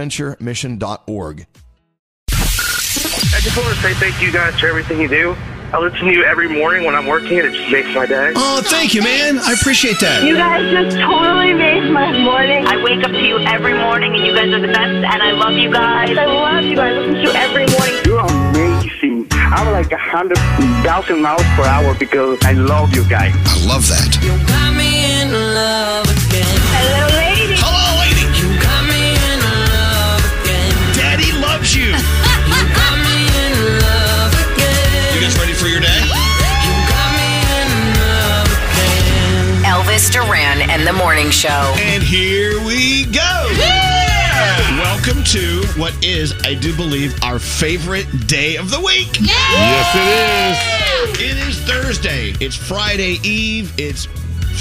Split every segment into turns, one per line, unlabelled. adventuremission.org.
I just want to say thank you guys for everything you do. I listen to you every morning when I'm working, and it just makes my day.
Oh, thank you, man. I appreciate that.
You guys just totally made my morning.
I wake up to you every morning, and you guys are the best, and I love you guys.
I love you. I listen to you every morning.
You're amazing. I'm like a 100,000 miles per hour because I love you guys.
I love that.
You got me in love again.
Hello, lady.
Hello, lady.
You got me in love again.
Daddy loves you.
You got me in love again.
You guys ready for your day?
You got me in love again.
Elvis Duran and the Morning Show.
And here we go. Welcome to what is, I do believe, our favorite day of the week.
Yes, it is.
It is Thursday. It's Friday Eve. It's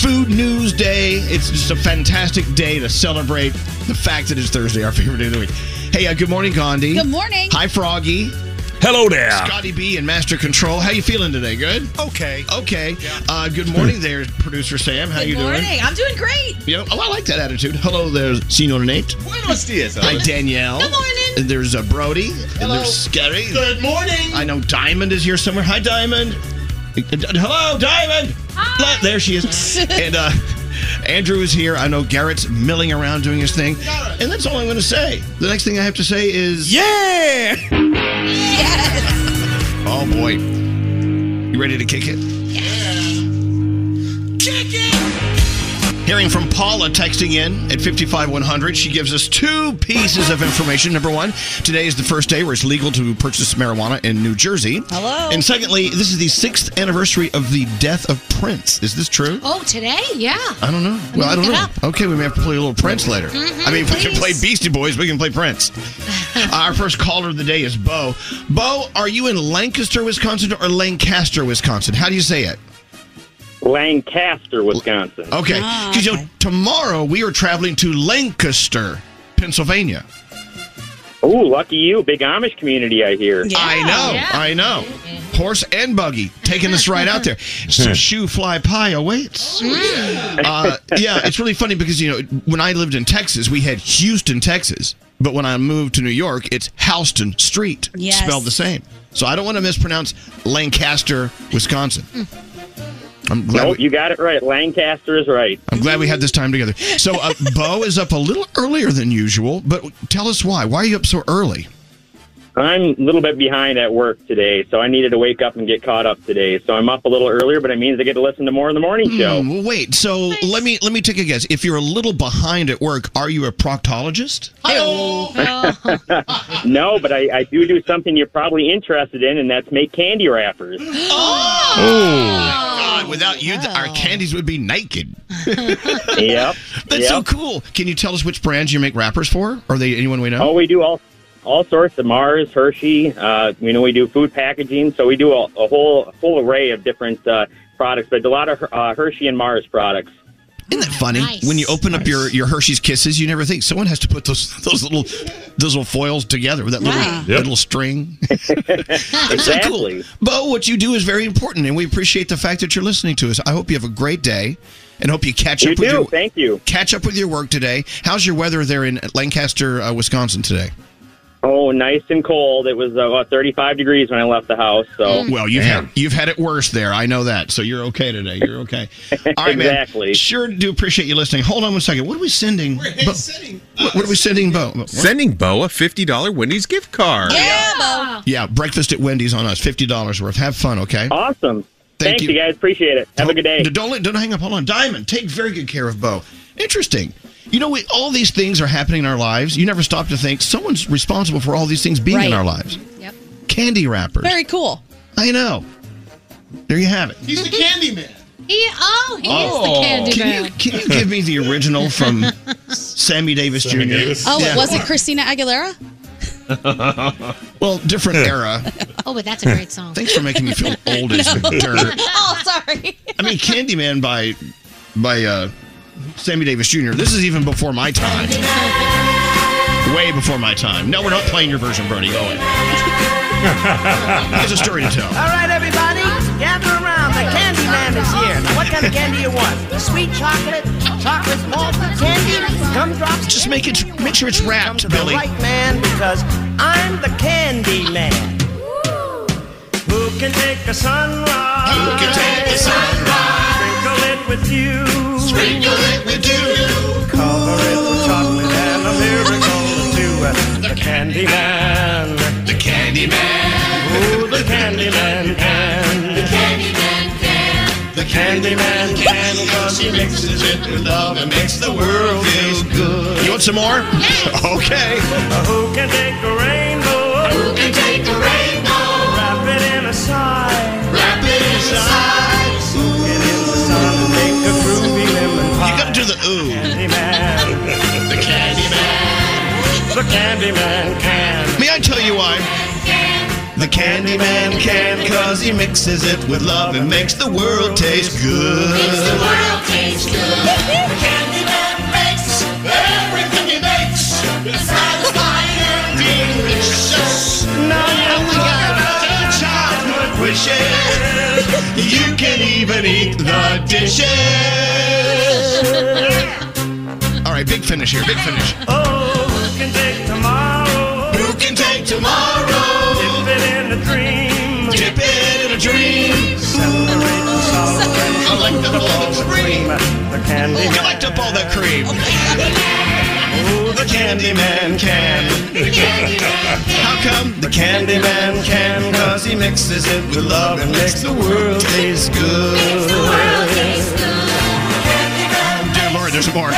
Food News Day. It's just a fantastic day to celebrate the fact that it's Thursday, our favorite day of the week. Hey, uh, good morning, Gandhi.
Good morning.
Hi, Froggy.
Hello there.
Scotty B and Master Control. How you feeling today? Good.
Okay.
Okay. Uh, good morning, there, producer Sam. How you
Good
doing?
morning. I'm doing great.
You know, oh, I like that attitude. Hello, there's Senor Nate.
Buenos dias.
Hi, Danielle.
Good morning.
And there's uh, Brody. And there's Scary.
Good morning.
I know Diamond is here somewhere. Hi, Diamond. Hello, Diamond. Hi. There she is. and uh, Andrew is here. I know Garrett's milling around doing his thing.
Garrett.
And that's all I'm going to say. The next thing I have to say is,
Yeah.
Yes.
oh boy, you ready to kick it?
Kick it.
Hearing from Paula texting in at 55100, she gives us two pieces of information. Number one, today is the first day where it's legal to purchase marijuana in New Jersey.
Hello.
And secondly, this is the sixth anniversary of the death of Prince. Is this true?
Oh, today? Yeah.
I don't know. Well, I don't
look it Mm-hmm,
know. Okay, we may have to play a little Prince later. I mean, if we can play
please.
Beastie Boys, we can play Prince. Our first caller of the day is Bo. Bo, are you in Lancaster, Wisconsin, or Lancaster, Wisconsin? How do you say it?
Lancaster, Wisconsin.
Okay,
Ah,
because you know,
okay.
tomorrow we are traveling to Lancaster, Pennsylvania.
Oh, lucky you. Big Amish community, I hear.
I know. I know. Horse and buggy taking us right out there. Some shoe fly pie awaits.
Mm.
Uh, yeah, it's really funny because you know when I lived in Texas, we had Houston, Texas, but when I moved to New York, it's Houston Street,
Yes.
spelled the same. So I don't want to mispronounce Lancaster, Wisconsin. I'm glad.
Nope,
we-
you got it right. Lancaster is right.
I'm glad we had this time together. So uh, Bo is up a little earlier than usual, but tell us why. Why are you up so early?
I'm a little bit behind at work today, so I needed to wake up and get caught up today. So I'm up a little earlier, but it means I get to listen to more of the morning show.
Hmm, well, wait. So let me let me take a guess. If you're a little behind at work, are you a proctologist?
no, but I, I do do something you're probably interested in, and that's make candy wrappers.
Oh. God, without you, th- our candies would be naked.
yep.
That's so cool. Can you tell us which brands you make wrappers for? Are they anyone we know?
Oh, we do all all sorts of Mars, Hershey. Uh, you know, we do food packaging, so we do a, a whole a full array of different uh, products, but a lot of uh, Hershey and Mars products.
Isn't that funny? When you open up your, your Hershey's Kisses, you never think someone has to put those those little those little foils together with that little
Yeah.
that little string. That's
Exactly.
so cool. Bo, what you do is very important, and we appreciate the fact that you're listening to us. I hope you have a great day, and hope you catch
You
up with
too.
your
thank you.
Catch up with your work today. How's your weather there in Lancaster, uh, Wisconsin today?
Oh, nice and cold. It was about 35 degrees when I left the house. So
Well, you've had you've had it worse there. I know that, so you're okay today. You're okay. All right, man.
Exactly.
Sure, do appreciate you listening. Hold on one second. What are we sending? Bo- What, what are we sending, Bo? What?
Sending Bo a fifty dollar Wendy's gift card.
Yeah, breakfast at Wendy's on us, fifty dollars worth. Have fun, okay?
Awesome.
Thank
Thanks, you. guys. Appreciate it. Have a good day.
Don't let- don't hang up. Hold on, Diamond. Take very good care of Bo. Interesting. You know, we, all these things are happening in our lives. You never stop to think someone's responsible for all these things being in
Right.
our lives.
Yep.
Candy wrappers.
Very cool.
I know. There you have it.
He's the candy man. He, oh, he is the candy
can
man.
you, can you give me the original from Sammy Davis Jr.?
Oh,
Yeah.
it wasn't Christina Aguilera?
well, different era.
Oh, but that's a great song.
Thanks for making me feel old as dirt.
oh, sorry.
I mean, Candyman by by uh, Sammy Davis Jr. This is even before my time. Way before my time. No, we're not playing your version, Brody. Owen. There's a story to tell.
All right, everybody, gather around. The candy man is here. Now, what kind of candy you want? Sweet chocolate, chocolate malt candy, gumdrops.
Just make it, make sure it's wrapped,
Come to
Billy.
The right man, because I'm the candy man. Who can take a sunrise? Who can take a sunrise? Sprinkle it with you. Sprinkle it with you. Cover it with chocolate and a miracle to the candy man. The candy man. Ooh, the candy man can. The candy man can. The candy man can. Cause he mixes it with love and makes the world feel good.
You want some more? Okay.
Who can take a rainbow? Who can take a rainbow? Wrap it in a sigh. Wrap it in a sigh. Soak it in the sun and make a groovy lemon pie. You gotta
do the ooh.
Candyman. the Candyman. The Candyman can.
May I tell you why? The Candyman can, cause he mixes it with love and makes the world taste good.
world taste good. the Candyman makes everything he makes. Satisfying and delicious. Now you're gonna childhood wishes. You can even eat the dishes.
All right, big finish here, big finish.
Oh, who can take tomorrow? Who can take tomorrow? Dip it in a dream. Dip it in a dream. Separate the sorrow and I like the whole cream. The candy.
I like to all that cream.
Oh, the Candyman can. How come the Candyman can? Cause he mixes it with love and makes the world taste good.
Dear Lord, there's more.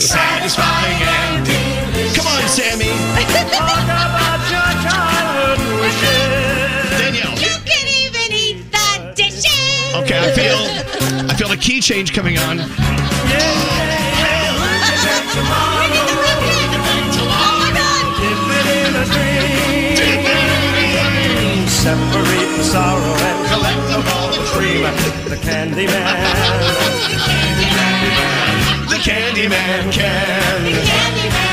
Satisfying and Come on, Sammy.
Talk about your childhood wishes.
Danielle.
You can even eat the dishes.
Okay, I feel I feel a key change coming on.
Separate the sorrow and collect the ball of cream. The candy man. The candy man can. The candy man can.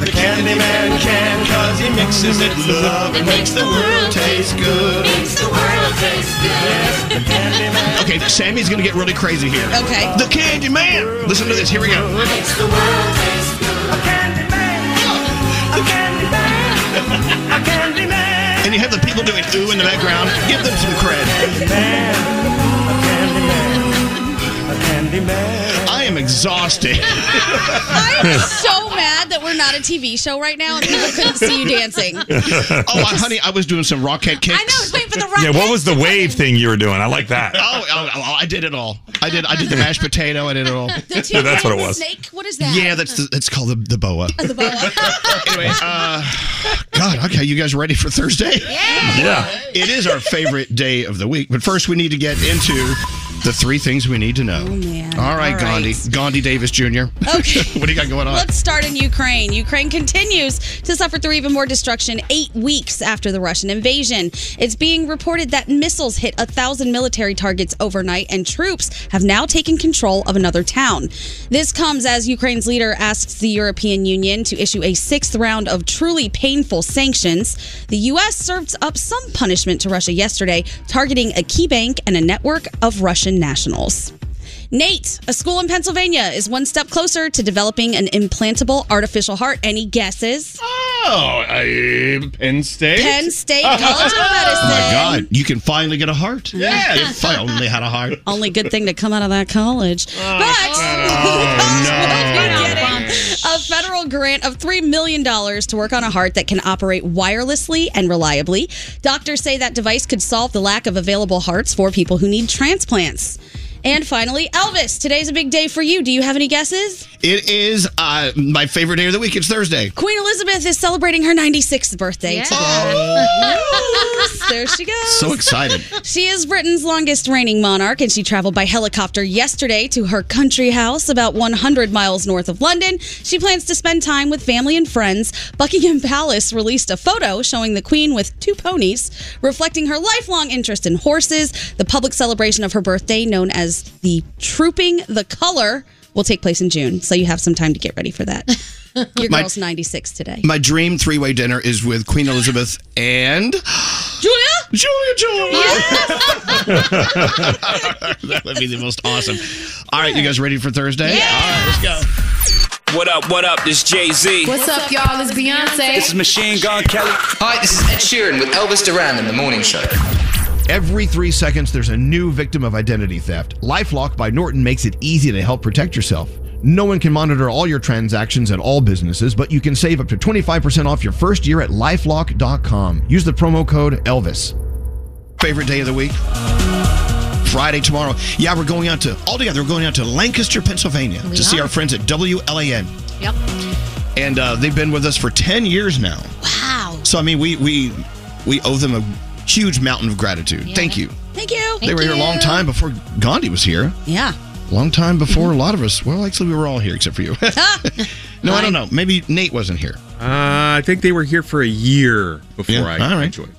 The Candyman can, cause he mixes it with love and makes the world taste good. Makes the world taste good. The Candyman
Okay, Sammy's gonna get really crazy here.
Okay.
The Candy Man. Listen to this. Here we go.
makes the world taste good. A Candyman, a Candyman, a Candyman.
And you have the people doing ooh in the background. Give them some credit. I am exhausted.
I'm so mad that we're not a TV show right now and people couldn't see you dancing.
oh, I- honey, I was doing some rocket kicks. I know,
waiting for the
Yeah, what was the wave thing you were doing? I like that.
Oh, oh, oh, I did it all. I did. I did the mashed potato. I did it all.
The two-legged That's what it was.
Snake? What is that?
Yeah, that's the, it's called the, the boa. The boa. anyway, uh, God, okay, you guys ready for Thursday? Yeah.
Yeah.
It is our favorite day of the week, but first we need to get into the three things we need to know. All right,
Oh, All right.
Gandhi, Gandhi Davis Jr. Okay. what do you got going on?
Let's start in Ukraine. Ukraine continues to suffer through even more destruction eight weeks after the Russian invasion. It's being reported that missiles hit a thousand military targets overnight, and troops have now taken control of another town. This comes as Ukraine's leader asks the European Union to issue a sixth round of truly painful sanctions. The U.S. served up some punishment to Russia yesterday, targeting a key bank and a network of Russian nationals. Nate, a school in Pennsylvania, is one step closer to developing an implantable artificial heart. Any guesses?
Oh, I, Penn State.
Penn State College of
Oh
Medicine.
my God, you can finally get a heart.
Yeah.
If I only had a heart.
Only good thing to come out of that college.
Oh.
Oh.
Oh,
but a federal grant of $3 million to work on a heart that can operate wirelessly and reliably. Doctors say that device could solve the lack of available hearts for people who need transplants. And finally, Elvis, today's a big day for you. Do you have any guesses?
It is uh, my favorite day of the week. It's Thursday.
Queen Elizabeth is celebrating her 96th birthday today. Yes, there she goes.
So excited.
She is Britain's longest reigning monarch, and she traveled by helicopter yesterday to her country house about 100 miles north of London. She plans to spend time with family and friends. Buckingham Palace released a photo showing the Queen with two ponies, reflecting her lifelong interest in horses. The public celebration of her birthday, known as the Trooping the Color, will take place in June, so you have some time to get ready for that. Your
My-
girl's 96 today.
My dream three way dinner is with Queen Elizabeth and.
Julia?
Julia, Julia! that would be the most awesome. All right, you guys ready for Thursday?
What up, what up? This Jay Z.
What's up, y'all? It's Beyonce.
This is Machine Gun Kelly.
Hi, this is Ed Sheeran with Elvis Duran in the morning show.
Every three seconds, there's a new victim of identity theft. Lifelock by Norton makes it easy to help protect yourself. No one can monitor all your transactions at all businesses, but you can save up to 25% off your first year at lifelock.com. Use the promo code ELVIS.
Favorite day of the week? Friday tomorrow. Yeah, we're going out to, all together, we're going out to Lancaster, Pennsylvania
We
to see
are.
our friends at WLAN.
Yep.
And uh, they've been with us for 10 years now.
Wow.
So, I mean, we, we, we owe them a huge mountain of gratitude. Thank you.
Thank you.
they were here a long time before Gandhi was here.
Yeah.
Long time before a lot of us. Well, actually, we were all here except for you.
Ah.
no, I don't know. Maybe Nate wasn't here.
Uh, I think they were here for a year before I,
all right.
I joined.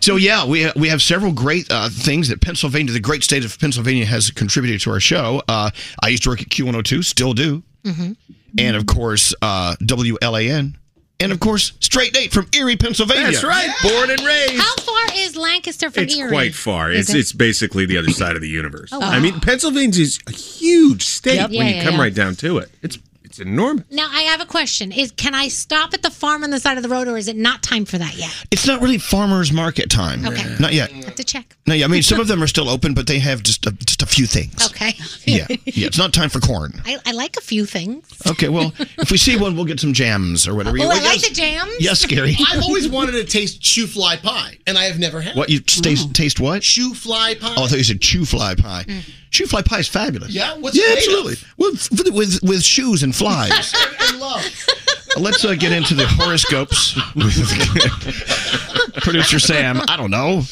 So yeah, we we have several great uh, things that Pennsylvania, the great state of Pennsylvania, has contributed to our show. Uh, I used to work at Q102, still do,
Mm-hmm.
and of course uh, WLAN, and of course Straight Nate from Erie, Pennsylvania.
That's right, born and raised.
How far is Lancaster from
It's
Erie?
quite far.
Is
It's
it?
it's basically the other side of the universe.
Oh, wow.
I mean, Pennsylvania's a huge state
Yep.
when
Yeah,
you
yeah,
come
yeah.
right down to it. It's it's enormous.
Now I have a question. Is can I stop at the farm on the side of the road, or is it not time for that yet?
It's not really farmers market time.
Okay.
Not yet.
I have to check.
No, yeah, I mean some of them are still open, but they have just a, just a few things.
Okay.
Yeah, yeah. It's not time for corn.
I, I like a few things.
Okay, well, if we see one, we'll get some jams or whatever.
Oh, I
Well,
like
yes-
the jams.
Yes, Gary.
I've always wanted to taste shoe fly pie, and I have never had.
What you taste? Taste what?
Mm. Shoe fly pie.
Oh, I thought you said chew fly pie. Shoe fly pie is fabulous.
Yeah, what's
yeah,
it made of?
absolutely. With, with with shoes and flies.
I love.
Let's uh, get into the horoscopes with producer Sam. I don't know.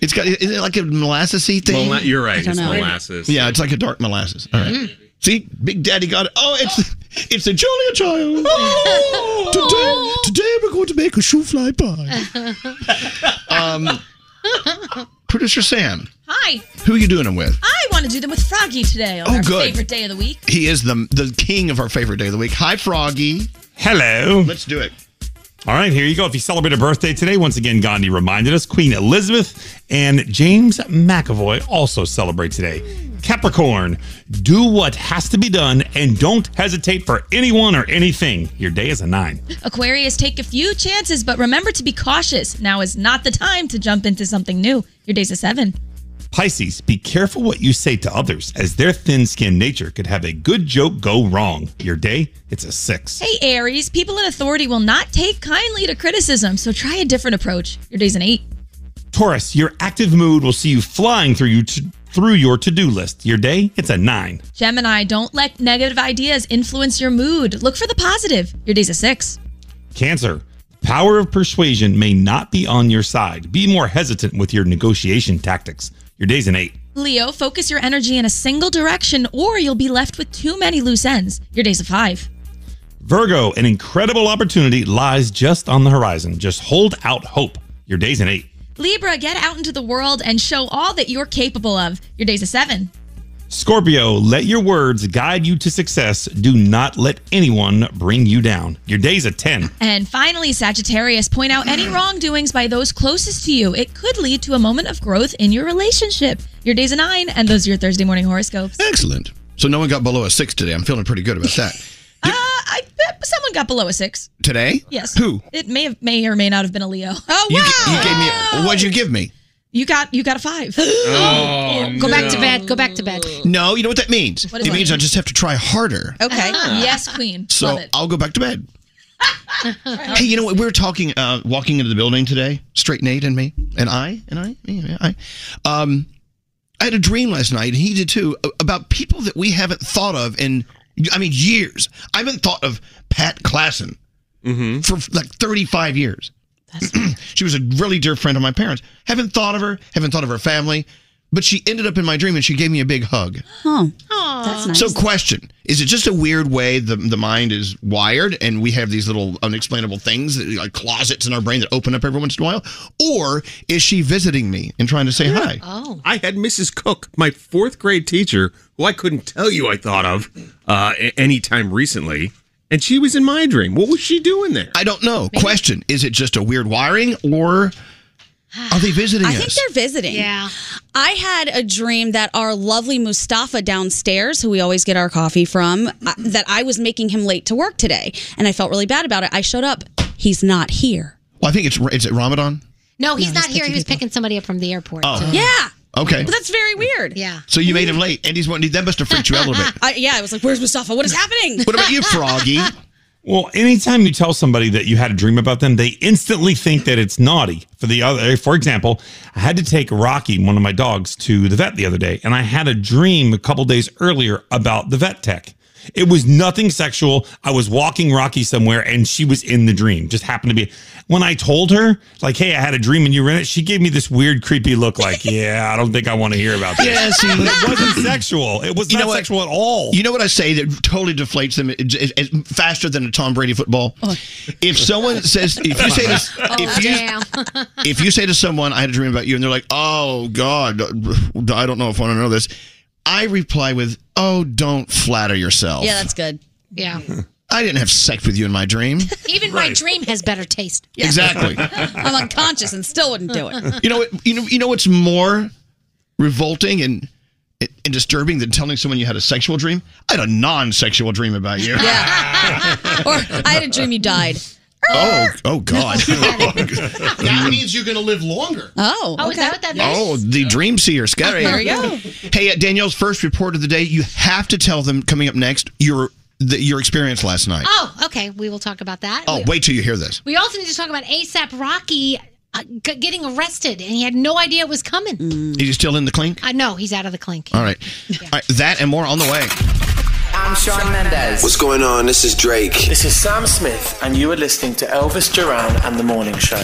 It's got is it like a molassesy thing?
Mola- you're right, I don't it's know. molasses.
Yeah, it's like a dark molasses. All right.
Mhm.
See, Big Daddy got it. Oh, it's it's a Julia child. Oh, today, today we're going to make a shoe fly pie. Um, producer Sam,
Hi.
who are you doing them with?
I want to do them with Froggy today on
Oh,
our
good.
favorite day of the week.
He is the the king of our favorite day of the week. Hi, Froggy.
Hello.
Let's do it.
All right, here you go. If you celebrate a birthday today, once again, Gandhi reminded us Queen Elizabeth and James McAvoy also celebrate today. Capricorn, do what has to be done and don't hesitate for anyone or anything. Your day is a nine.
Aquarius, take a few chances, but remember to be cautious. Now is not the time to jump into something new. Your day's a seven.
Pisces, be careful what you say to others, as their thin skinned nature could have a good joke go wrong. Your day, it's a six.
Hey, Aries, people in authority will not take kindly to criticism, so try a different approach. Your day's an eight.
Taurus, your active mood will see you flying through you to, through your to-do list. Your day, it's a nine.
Gemini, don't let negative ideas influence your mood. Look for the positive. Your day's a six.
Cancer, power of persuasion may not be on your side. Be more hesitant with your negotiation tactics. Your day's an eight.
Leo, focus your energy in a single direction or you'll be left with too many loose ends. Your day's a five.
Virgo, an incredible opportunity lies just on the horizon. Just hold out hope. Your day's an eight.
Libra, get out into the world and show all that you're capable of. Your day's a seven.
Scorpio, let your words guide you to success. Do not let anyone bring you down. Your day's a 10.
And finally, Sagittarius, point out any wrongdoings by those closest to you. It could lead to a moment of growth in your relationship. Your day's a nine, and those are your Thursday morning horoscopes.
Excellent. So no one got below a six today. I'm feeling pretty good about that.
Uh, I bet someone got below a six.
Today?
Yes.
Who?
It may have, may or may not have been a Leo. Oh
You,
wow!
g- you gave me. What'd you give me?
You got you got a five.
Oh,
Go back to
no.
bed. Go back to bed.
No, you know what that means?
What
it
does that
means I
mean?
just have to try harder.
Okay.
Ah.
Yes, Queen.
Uh-huh. So
Love it.
I'll go back to bed. Hey, you know what? We were talking, uh, walking into the building today, straight Nate and me, and I, and I, me, and I. Um, I had a dream last night, and he did too, a- about people that we haven't thought of in, I mean, years. I haven't thought of Pat Klassen for like 35 years. she was a really dear friend of my parents. Haven't thought of her, haven't thought of her family, but she ended up in my dream and she gave me a big hug.
Oh, that's nice.
So, question: Is it just a weird way the the mind is wired, and we have these little unexplainable things, like closets in our brain that open up every once in a while, or is she visiting me and trying to say hi?
Oh. I had Mrs. Cook, my fourth grade teacher, who I couldn't tell you I thought of uh, a- anytime recently, and she was in my dream. What was she doing there?
I don't know. Question: Is it just a weird wiring, or are they visiting
I
us?
think they're visiting. Yeah. I had a dream that our lovely Mustafa downstairs, who we always get our coffee from, uh, that I was making him late to work today. And I felt really bad about it. I showed up. He's not here.
well, I think it's is it Ramadan?
No, Oh, he's
No,
not
he's
here. He
picking
was picking somebody up from the airport.
Oh.
so-
Yeah.
Okay.
But that's very weird.
Yeah.
So you made him late, and he's wanting that must have freaked you out a little bit.
I, yeah, I was like, where's Mustafa? What is happening?
What about you, Froggy?
Well, anytime you tell somebody that you had a dream about them, they instantly think that it's naughty. For the other, eh, for example, I had to take Rocky, one of my dogs, to the vet the other day, and I had a dream a couple days earlier about the vet tech. It was nothing sexual. I was walking Rocky somewhere, and she was in the dream. Just happened to be. When I told her, like, "Hey, I had a dream and you were in it," she gave me this weird, creepy look, like, "Yeah, I don't think I want to hear about this."
Yeah, see-
but it wasn't sexual. It was
You know
not
what?
sexual at all.
You know what I say that totally deflates them it- it- it- faster than a Tom Brady football.
Oh.
If someone says, if you say this,
Oh,
if you
damn.
if you say to someone, "I had a dream about you," and they're like, "Oh God, I don't know if I want to know this," I reply with, "Oh, don't flatter yourself.
Yeah, that's good.
Yeah.
I didn't have sex with you in my dream."
Even my dream has better taste.
Exactly.
I'm unconscious and still wouldn't do it.
you know what? You know you know what's more revolting and and disturbing than telling someone you had a sexual dream? I had a non-sexual dream about you.
or I had a dream you died.
Oh, oh God. Mm.
that means you're going to live longer.
Oh,
Oh, is
okay.
that what that means?
Oh, the dream seer, scary.
There we go.
Hey, uh, Danielle's first report of the day. You have to tell them coming up next your the, your experience last night.
Oh, okay. We will talk about that.
Oh,
we,
wait till you hear this.
we also need to talk about ASAP Rocky uh, g- getting arrested, and he had no idea it was coming.
Is he still in the clink?
I know he's out of the clink.
All right. All right, that and more on the way.
I'm Sean Mendez.
What's going on? This is Drake. This is Sam Smith, and you are listening to Elvis Duran and the Morning Show.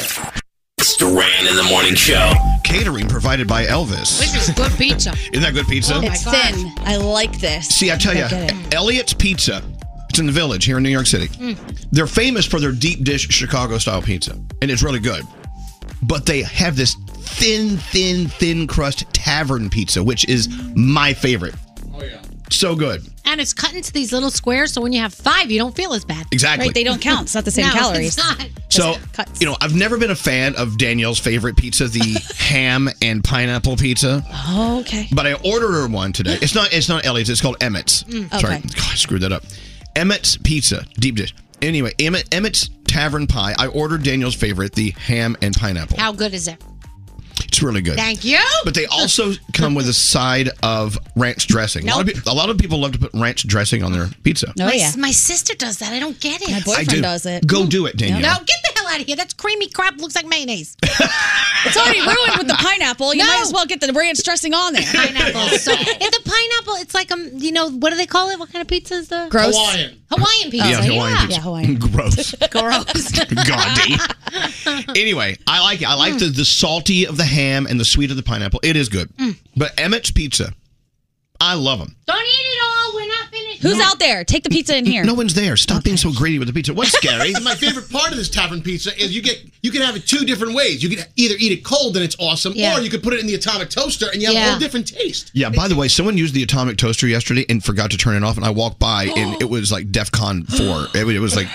It's Duran and the Morning Show.
Catering provided by Elvis.
This is good pizza.
Isn't that good pizza?
Oh my
It's
God.
thin. I like this.
See, I tell you,
Get it. Mm.
Elliot's Pizza. It's in the village here in New York City.
Oh,
They're famous for their deep dish Chicago style pizza, and it's really good. But they have this thin, thin, thin crust tavern pizza, which is my favorite. So good.
And it's cut into these little squares, so when you have five, you don't feel as bad.
Exactly. Right, they don't count. It's not the same
No,
calories.
It's not.
So, you know, I've never been a fan of Danielle's favorite pizza, the ham and pineapple pizza.
Oh, okay.
But I ordered her one today. It's not it's not Ellie's, it's called Emmett's.
Mm,
Sorry.
okay.
God, I screwed that up. Emmett's pizza, deep dish. Anyway, Emmett, Emmett's Tavern Pie. I ordered Daniel's favorite, the ham and pineapple.
How good is it?
It's really good.
Thank you.
But they also come with a side of ranch dressing. A, lot of, pe- a lot of people love to put ranch dressing on their pizza.
Oh,
my, my sister does that. I don't get it. My
I do. Go do it, Danielle.
No, get the hell out of here. That's creamy crap. Looks like mayonnaise.
It's already ruined with the pineapple. You
No.
might as well get the ranch dressing on there.
Pineapple. So, if the pineapple, it's like um, you know, what do they call it? What kind of pizza is the
Gross. Hawaiian.
Hawaiian pizza.
Yeah, Hawaiian pizza.
Yeah, Hawaiian.
Gross.
Gross.
Gandhi. anyway, I like it. I like the, the salty of the ham and the sweet of the pineapple. It is good.
Mm.
But Emmett's Pizza, I love them.
Don't eat it all. We're not finished.
Who's out there? Take the pizza in here.
No one's there. Stop being so greedy with the pizza. What's scary?
And my favorite part of this tavern pizza is you get you can have it two different ways. You can either eat it cold and it's awesome,
Yeah.
or you can put it in the atomic toaster and you have
Yeah.
a whole different taste.
yeah, by the way, someone used the atomic toaster yesterday and forgot to turn it off, and I walked by, and it was like DEFCON 4. It, was- it was like,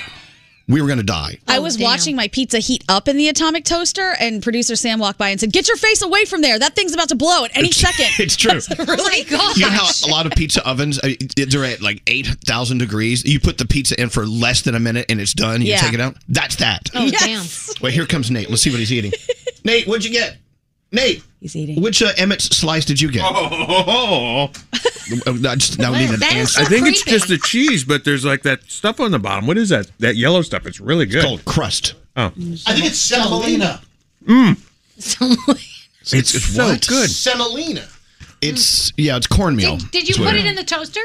we were going to die.
I was watching my pizza heat up in the atomic toaster, and producer Sam walked by and said, "Get your face away from there! That thing's about to blow at any second."
It's true.
oh my gosh!
You know how a lot of pizza ovens I mean, they're at like eight thousand degrees. You put the pizza in for less than a minute and it's done. You
Yeah.
take it out. That's that.
Oh,
Wait, here comes Nate. Let's see what he's eating. Nate, what'd you get? Nate,
he's eating.
Which uh, Emmett's slice did you get?
Oh,
I just now need an
I
answer.
think it's just the cheese, but there's like that stuff on the bottom. What is that? That yellow stuff. It's really good. It's
called crust.
Oh.
I think it's semolina.
Mm.
It's,
so good.
Semolina.
It's yeah, it's cornmeal.
Did you
That's what
put
I-
it in the toaster?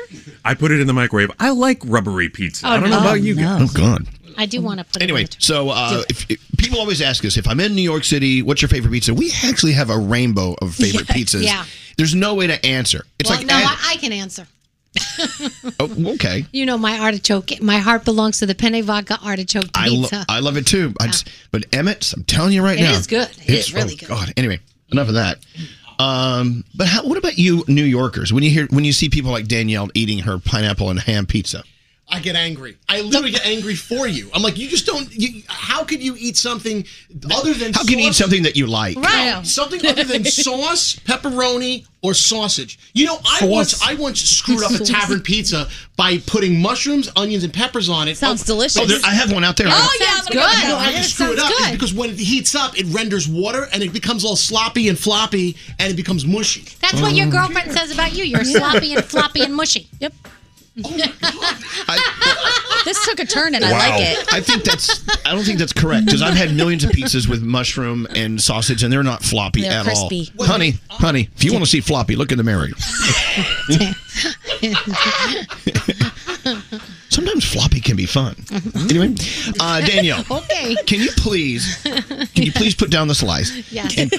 I put it in the microwave. I like rubbery pizza.
Oh,
I don't
no.
know about you
No.
guys.
Oh god.
I do want to put
Anyway, so uh, if, if- people always ask us if I'm in New York City, what's your favorite pizza? We actually have a rainbow of favorite pizzas.
yeah.
There's no way to answer. It's
well,
like
no,
eh,
I, I can answer.
oh, okay.
You know my artichoke. My heart belongs to the penne vodka artichoke
I, lo-
pizza.
I love it too. I just, but Emmett's, I'm telling you right
It
now,
is good. It
it's-
is really
oh,
good.
God. Anyway, enough of that. Um, but how, what about you, New Yorkers? When you hear when you see people like Danielle eating her pineapple and ham pizza,
I get angry. I literally get angry for you. I'm like, you just don't. You, how could you eat something other than
how can you eat something that you like?
No, something other than sauce, pepperoni, or sausage. You know, I
Sauce.
once I once screwed up a
Sauce.
tavern pizza by putting mushrooms, onions, and peppers on it.
Sounds delicious.
Oh, there- I have one out there. Oh,
yeah, I'm gonna go with that
You know,
one.
I
Yeah,
just
it
screw it up
sounds
is
good.
because when it heats up, it renders water and it becomes all sloppy and floppy and it becomes mushy.
That's
Mm.
what
Mm.
your girlfriend says about you. You're sloppy and floppy and mushy.
Yep. this took a turn, and I like it.
I think that's. I don't think that's correct because I've had millions of pizzas with mushroom and sausage, and they're not floppy
They're
at
crispy.
all. Honey, honey, if you want to see floppy, look in the mirror. Sometimes floppy can be fun. Anyway, uh, Danielle,
Mm-hmm. okay.
can you please, can you please put down the slice?
Yes.
And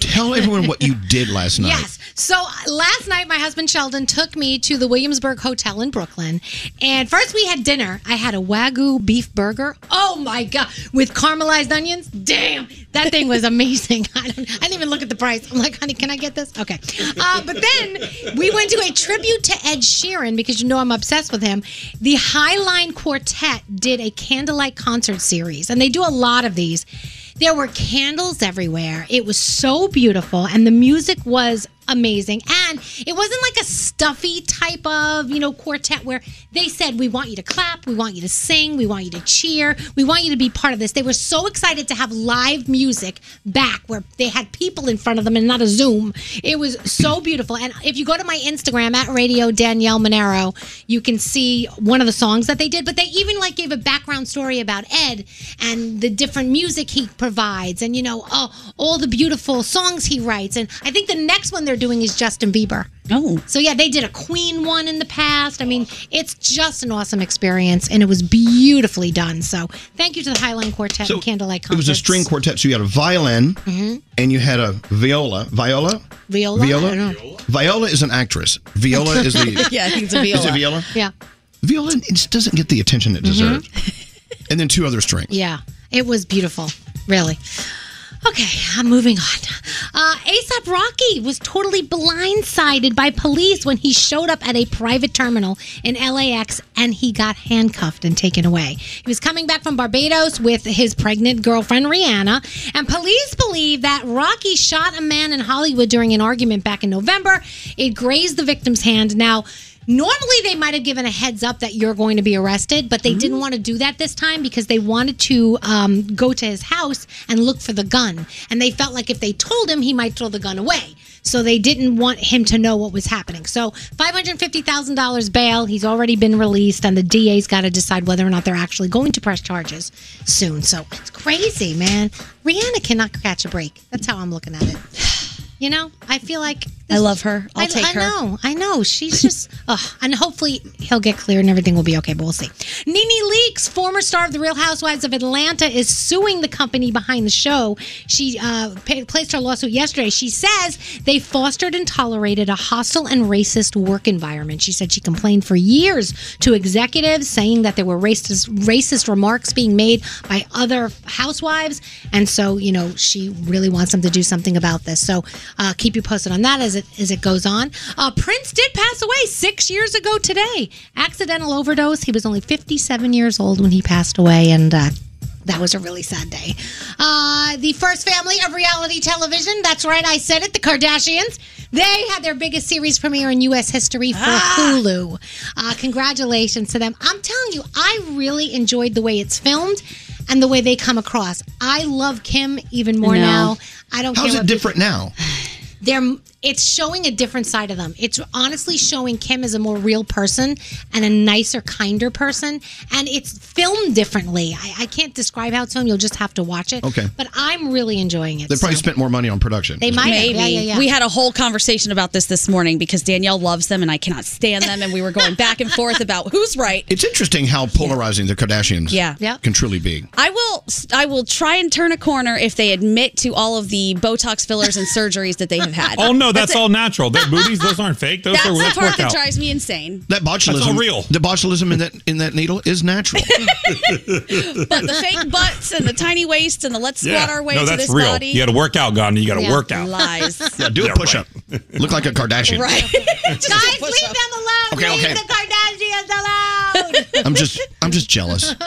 tell everyone what you did last night.
Yes. So uh, last night, my husband Sheldon took me to the Williamsburg Hotel in Brooklyn. And first, we had dinner. I had a Wagyu beef burger. Oh my God. With caramelized onions. Damn. That thing was amazing. I, don't, I didn't even look at the price. I'm like, honey, can I get this? Okay. Uh, but then we went to a tribute to Ed Sheeran because you know I'm obsessed with him. The Highline Quartet did a candlelight concert series, and they do a lot of these. There were candles everywhere. It was so beautiful, and the music was amazing. And it wasn't like a stuffy type of, you know, quartet where they said, We want you to clap, we want you to sing, we want you to cheer, we want you to be part of this. They were so excited to have live music back where they had people in front of them and not a Zoom. It was so beautiful. And if you go to my Instagram at Radio Danielle Monero, you can see one of the songs that they did. But they even like gave a background story about Ed and the different music he provides, and you know, oh, all the beautiful songs he writes. And I think the next one they're doing is Justin Bieber.
Oh,
So yeah, they did a Queen one in the past. I mean, it's just an awesome experience, and it was beautifully done. So thank you to the Highline Quartet
So,
and Candlelight
It was
Concert.
a string quartet, so you had a violin
Mhm.
and you had a viola. Viola?
Viola? I
Viola?
don't know.
Viola is an actress. Viola is the.
Yeah, I think it's a
Is it
viola.
viola?
Mm-hmm. Yeah.
Viola it just doesn't get the attention it deserves. and then two other strings.
Yeah, it was beautiful, really. Okay, I'm moving on. Uh, ASAP Rocky was totally blindsided by police when he showed up at a private terminal in LAX and he got handcuffed and taken away. He was coming back from Barbados with his pregnant girlfriend, Rihanna, and police believe that Rocky shot a man in Hollywood during an argument back in November. It grazed the victim's hand. Now, Normally, they might have given a heads up that you're going to be arrested, but they didn't want to do that this time because they wanted to um, go to his house and look for the gun. And they felt like if they told him, he might throw the gun away. So they didn't want him to know what was happening. So $550,000 bail. He's already been released, and the DA's got to decide whether or not they're actually going to press charges soon. So it's crazy, man. Rihanna cannot catch a break. That's how I'm looking at it. You know, I feel like
I love her. I'll
I-
take
I
her.
know, I know. She's just, ugh. and hopefully he'll get clear and everything will be okay. But we'll see. Nene Leakes, former star of The Real Housewives of Atlanta, is suing the company behind the show. She uh, pa placed her lawsuit yesterday. She says they fostered and tolerated a hostile and racist work environment. She said she complained for years to executives saying that there were racist racist remarks being made by other housewives, and so you know she really wants them to do something about this. So uh, keep you posted on that as it as it goes on. Uh, Prince did pass away six years ago today. Accidental overdose. He was only 57 years old when he passed away, and uh, that was a really sad day. Uh, the first family of reality television. That's right, I said it. The Kardashians. They had their biggest series premiere in U.S. history for
Ah.
Hulu. Uh, congratulations to them. I'm telling you, I really enjoyed the way it's filmed and the way they come across. I love Kim even more
No.
now. I don't
How's
care
it
what
different now?
they're it's showing a different side of them. It's honestly showing Kim as a more real person and a nicer, kinder person, and it's filmed differently. I, I can't describe how it's filmed. You'll just have to watch it.
Okay.
but I'm really enjoying it.
They probably
so.
spent more money on production.
They might have.
Maybe.
Yeah, yeah, yeah.
We had a whole conversation about this this morning because Danielle loves them and I cannot stand them. And we were going back and forth about who's right.
It's interesting how polarizing the Kardashians
Yeah. Yep.
can truly be.
I will. I will try and turn a corner if they admit to all of the Botox fillers and surgeries that they have had.
Oh no, that's,
it.
all natural. Their booties, those aren't fake. Those
That's
are
the
that's
part that
workout.
drives me insane.
That botulism,
That's all real.
The botulism in that in that needle is natural.
But the fake butts and the tiny waist and the let's squat our way
no,
to
that's
this
real.
body.
You got to work out, Gandhi. You got to
Yeah,
work out.
Lies.
Yeah, do a push up. Look like a Kardashian.
Right.
Guys, leave them alone.
Okay,
leave
okay.
the Kardashians alone.
I'm just I'm just jealous.
All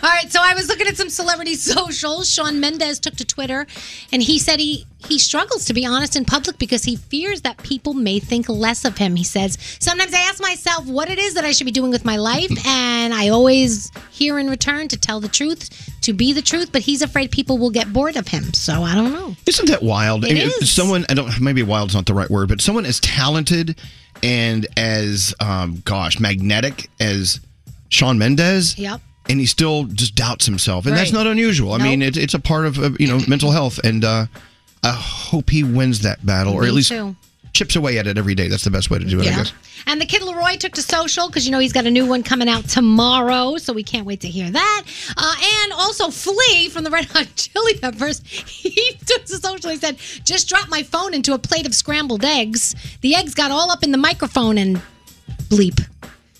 right, so I was looking at some celebrity socials. Sean Mendez took to Twitter, and he said he he struggles to be honest in public because he fears that people may think less of him. He says, "Sometimes I ask myself what it is that I should be doing with my life, and I always hear in return to tell the truth, to be the truth, but he's afraid people will get bored of him. So I don't know.
Isn't that wild?
It
I mean,
is.
Someone I don't maybe wild's not the right word, but someone as talented and as um, gosh magnetic as Sean Mendez.
Yep.
And he still just doubts himself, and that's
Right.
not unusual. I mean, it, it's a part of uh, you know mental health, and uh, I hope he wins that battle, or
Me
at least
too.
chips away at it every day. That's the best way to do it, I
Yeah.
guess.
And the kid Leroy took to social because you know he's got a new one coming out tomorrow, so we can't wait to hear that. Uh, and also, Flea from the Red Hot Chili Peppers, he took to social. He said, "Just dropped my phone into a plate of scrambled eggs. The eggs got all up in the microphone and bleep."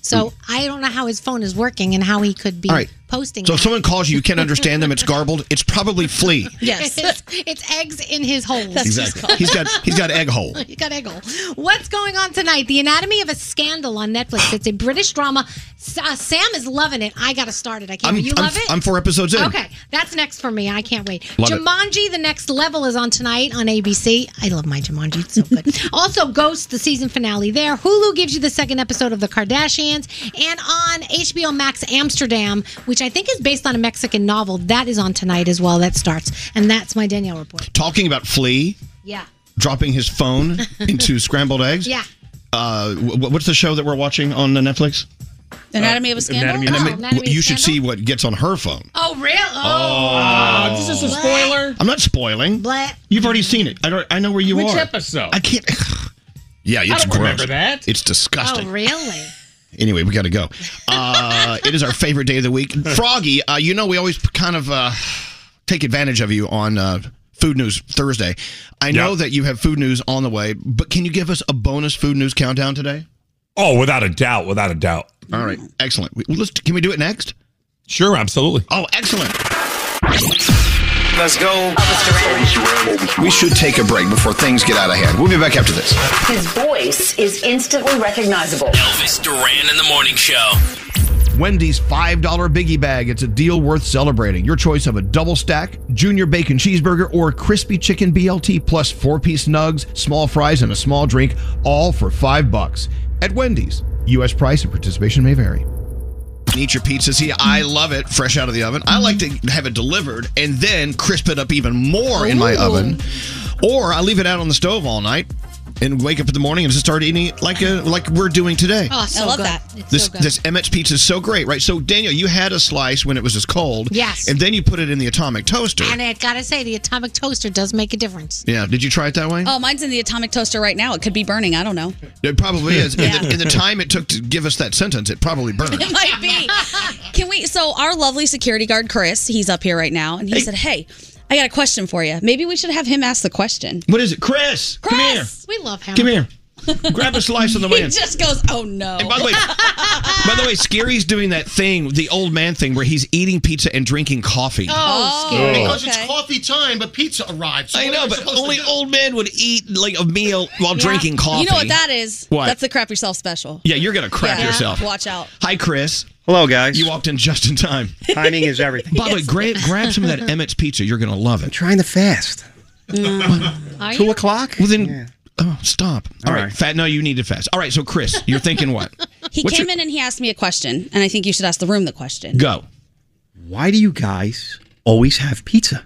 So I don't know how his phone is working and how he could be
Hmm. All right.
posting.
So if
that.
someone calls you, you can't understand them. It's garbled. It's probably flea.
Yes, it's, it's eggs in his hole.
exactly. He's got he's got egg hole.
You got Eggle. What's going on tonight? The Anatomy of a Scandal on Netflix. It's a British drama. S- uh, Sam is loving it. I got to start it. I can't.
I'm,
you
I'm,
love it?
I'm four episodes in.
Okay, that's next for me. I can't wait.
Love it.
Jumanji: The Next Level is on tonight on ABC. I love my Jumanji; it's so good. also, Ghost: The season finale there. Hulu gives you the second episode of The Kardashians, and on HBO Max Amsterdam, which I think is based on a Mexican novel, that is on tonight as well. That starts, and that's my Danielle report.
Talking about flea
Yeah.
dropping his phone into scrambled eggs.
Yeah.
Uh, wh- what's the show that we're watching on uh, Netflix?
Anatomy of a scandal.
Anatomy- you should see what gets on her phone.
Oh, really?
Oh. This is a
spoiler.
I'm not spoiling.
Blat.
You've already seen it. I, don't, I know where you
Which
are.
episode?
I can't. yeah, it's
I don't
gross.
remember that.
It's disgusting.
Oh, really?
Anyway, we got to go. Uh, it is our favorite day of the week. Froggy, uh, you know, we always kind of uh, take advantage of you on uh, Food News Thursday. I know that you have food news on the way, but can you give us a bonus food news countdown today?
Oh, without a doubt, without a doubt.
All right, excellent. We, let's, can we do it next?
Sure, absolutely.
Oh, excellent.
Let's go.
We should take a break before things get out of hand. We'll be back after this.
His voice is instantly recognizable.
Elvis Duran in the morning show.
Wendy's $5 biggie bag. It's a deal worth celebrating. Your choice of a double stack, junior bacon cheeseburger, or crispy chicken BLT plus four piece nugs, small fries, and a small drink, all for five bucks. At Wendy's, U.S. price and participation may vary.
Eat your pizza. See, I love it fresh out of the oven. I like to have it delivered and then crisp it up even more in my
Ooh.
oven. Or I leave it out on the stove all night and wake up in the morning and just start eating it like a, like we're doing today.
Oh, so I love good. that. It's
this
so good.
this Emmett's pizza is so great, right? So Daniel, you had a slice when it was just cold.
Yes.
And then you put it in the atomic toaster.
And I gotta say, the atomic toaster does make a difference.
yeah. Did you try it that way?
Oh, mine's in the atomic toaster right now. It could be burning. I don't know.
It probably is.
Oh. Yeah.
In, the, in the time it took to give us that sentence, it probably burned.
It might be. Can we? So our lovely security guard Chris, he's up here right now, and he said, "Hey, I got a question for you. Maybe we should have him ask the question."
What is it, Chris? Come here.
We love him.
Come here. Grab a slice on the way
He
in.
just goes, "Oh no!"
And by the way, By the way, Scary's doing that thing, the old man thing, where he's eating pizza and drinking coffee.
Oh,
Oh. Because it's coffee time, but pizza arrived.
Oh, I know, but only old men would eat like a meal while
Yeah.
drinking coffee.
You know what that is?
What?
That's the crap yourself special.
yeah, you're gonna crap
Yeah.
yourself.
Watch out.
Hi, Chris. Hello, guys. You walked in just in time. Timing is everything. By the way, grab, grab some of that Emmett's pizza. You're gonna love it. I'm trying to fast.
Mm.
Are
Two
you?
o'clock. Well then, oh, stop. All right. fat. No, you need to fast. All right. So, Chris, you're thinking what?
He
What's
came
your-
in and he asked me a question, and I think you should ask the room the question.
Go.
Why do you guys always have pizza?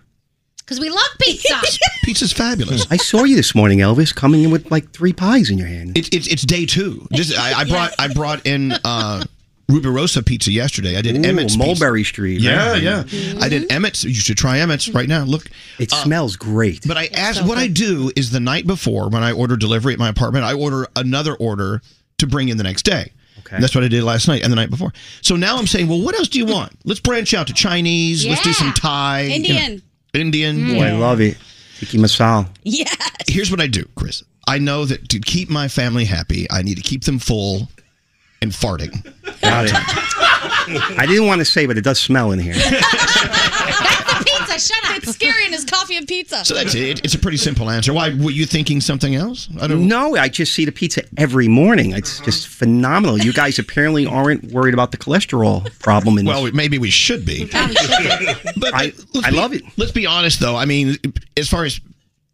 Because we love pizza.
Pizza's fabulous.
I saw you this morning, Elvis, coming in with like three pies in your hand.
It's it's, it's day two. Just I, I brought I brought in uh, Ruby Rosa pizza yesterday. I did
Ooh,
Emmett's
Mulberry
pizza.
Street,
Yeah,
right?
yeah. I did Emmett's. You should try Emmett's right now. Look, it
Mm-hmm. smells great.
But I asked what I do is the night before when I order delivery at my apartment, I order another order to bring in the next day. Okay. That's what I did last night and the night before. So now I'm saying, well, what else do you want? Let's branch out to Chinese. Let's do some Thai. you know,
Indian.
Indian.
Oh, I love it. Tiki masal.
Yes.
Here's what I do, Chris. I know that to keep my family happy, I need to keep them full and farting.
Got it. I didn't want to say, but it does smell in here.
pizza, shut up. It's scary in his coffee and pizza.
So that's it. It's a pretty simple answer. Why were you thinking something else? I don't.
No, I just see the pizza every morning. It's just phenomenal. You guys apparently aren't worried about the cholesterol problem. In
Well, maybe we should be. But I, I love it. Let's be honest, though. I mean, as far as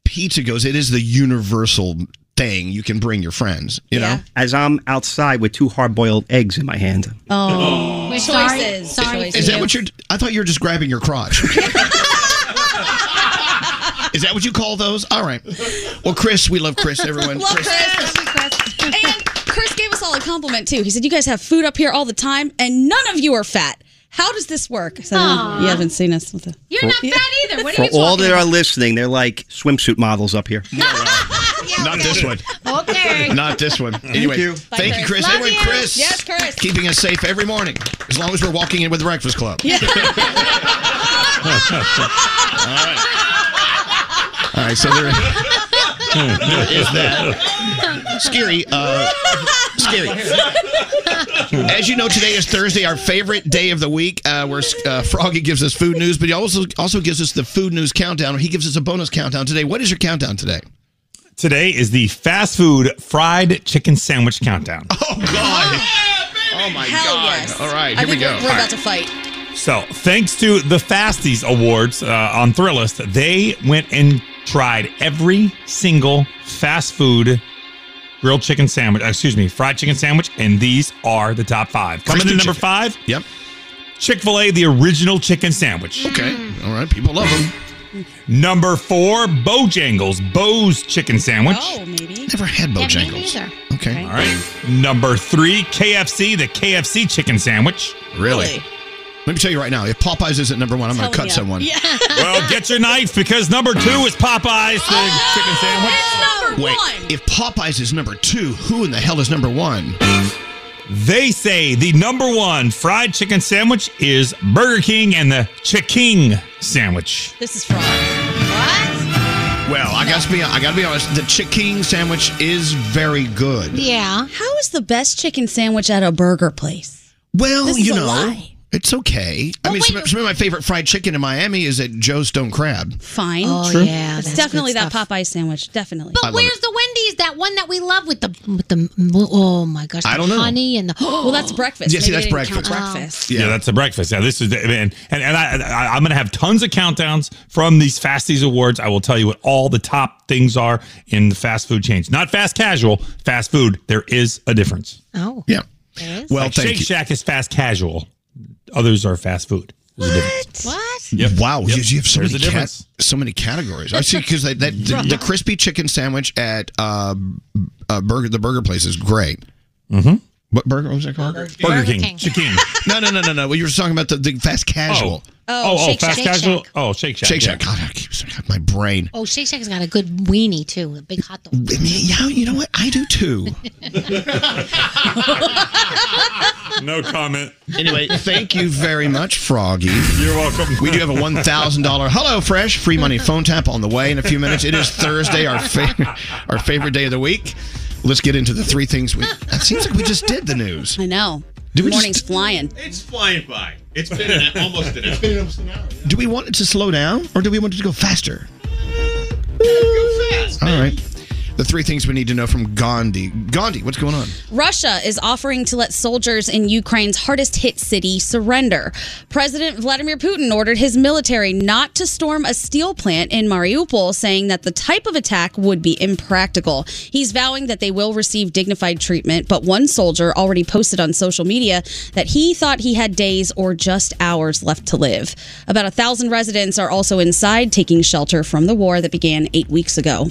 pizza goes, it is the universal thing. You can bring your friends. You know.
As I'm outside with two hard-boiled eggs in my hand.
Oh,
We're
choices.
sorry. Sorry.
Is, that what you're? I thought you were just grabbing your crotch. is that what you call those? All right. Well, Chris, we love Chris. Everyone,
Love
Chris.
Chris. and Chris gave us all a compliment too. He said, "You guys have food up here all the time, and none of you are fat. How does this work?" I said, "Oh,
Aw.
"You haven't seen us." With the-
You're not fat either. What are
For
you
all
talking
that are
about?
listening, they're like swimsuit models up here.
Not this one.
Okay.
Not this one.
Thank
Anyway,
you.
thank, you, Chris.
Love
Everyone,
you.
Chris.
Yes, Chris.
Keeping us safe every morning, as long as we're walking in with the Breakfast Club. All right. All right. So there, there is that. Scary. Uh, scary. As you know, today is Thursday, our favorite day of the week, uh, where uh, Froggy gives us food news, but he also also gives us the food news countdown. He gives us a bonus countdown today. What is your countdown today?
Today is the fast food fried chicken sandwich countdown.
Oh my
Hell yes.
All right,
I
here we
think
go.
We're, we're
All
about
right.
to fight.
So, thanks to the Fasties Awards uh, on Thrillist, they went and tried every single fast food grilled chicken sandwich, uh, excuse me, fried chicken sandwich, and these are the top five. Coming in at number five,
yep,
Chick fil A, the original chicken sandwich.
Okay, all right, people love them.
number four, Bojangles, Bo's chicken sandwich.
Oh, maybe.
Never had
Bojangles.
either.
Okay.
All right. Number three, KFC, the KFC chicken sandwich.
Really? Let me tell you right now, if Popeyes isn't number one, I'm going to cut someone.
well, get your knife because number two is Popeyes, the
Oh,
chicken sandwich.
number
Wait, if Popeyes is number two, who in the hell is number one?
They say the number one fried chicken sandwich is Burger King and the Chiking sandwich.
This is fraud.
Well, I gotta be I gotta be honest. The chicken sandwich is very good.
Yeah.
How is the best chicken sandwich at a burger place?
Well,
This is
you
a
know,
lie.
It's okay. I mean, some, some of my favorite fried chicken in Miami is at Joe's Stone Crab.
Fine.
Oh, True. yeah,
It's
that's
definitely
good
that Popeye sandwich. Definitely.
I
But
love
where's the Wendy's? That one that we love with the with the oh my gosh, the
I don't know.
honey and the
Well, that's breakfast.
Yeah, see, that's breakfast.
Oh.
Oh. Yeah. that's a breakfast. Now this is the, and and, and I, I I'm gonna have tons of countdowns from these Fasties awards. I will tell you what all the top things are in the fast food chains. Not fast casual, fast food. There is a difference.
Oh.
Yeah.
Well, Shake Shack is fast casual. Others are fast food. There's a difference.
What?
Yep.
Wow, you, you have so
There's
many,
a
cat-
difference.
so many categories. I see because that, that the, the crispy chicken sandwich at uh, uh, burger the burger place is great.
Mm-hmm.
What burger what was that called? Burger,
King. King. Chicken.
no, no, no, no, no. Well, you were talking about the, the fast casual.
Oh, Oh, oh, Shake fast Shack. casual? Shake Shack.
Oh, Shake
Shack,
Shake
yeah.
Shack. God, I keep, my brain.
Oh, Shake Shack's got a good weenie too, a big hot dog.
I mean, yeah, you know what? I do too.
No comment.
Anyway, thank you very much, Froggy.
You're welcome.
We do have a one thousand dollar Hello Fresh free money phone tap on the way in a few minutes. It is Thursday, our fa- our favorite day of the week. Let's get into the three things we. It seems like we just did the news.
I know.
Do we
Morning's
just
flying.
It's flying by. It's been an, almost an hour.
It's been almost an hour.
do we want it to slow down or do we want it to go faster?
fast.
All right. The three things we need to know from Gandhi. Gandhi, what's going on?
Russia is offering to let soldiers in Ukraine's hardest hit city surrender. President Vladimir Putin ordered his military not to storm a steel plant in Mariupol, saying that the type of attack would be impractical. He's vowing that they will receive dignified treatment, but one soldier already posted on social media that he thought he had days or just hours left to live. About a thousand residents are also inside taking shelter from the war that began eight weeks ago.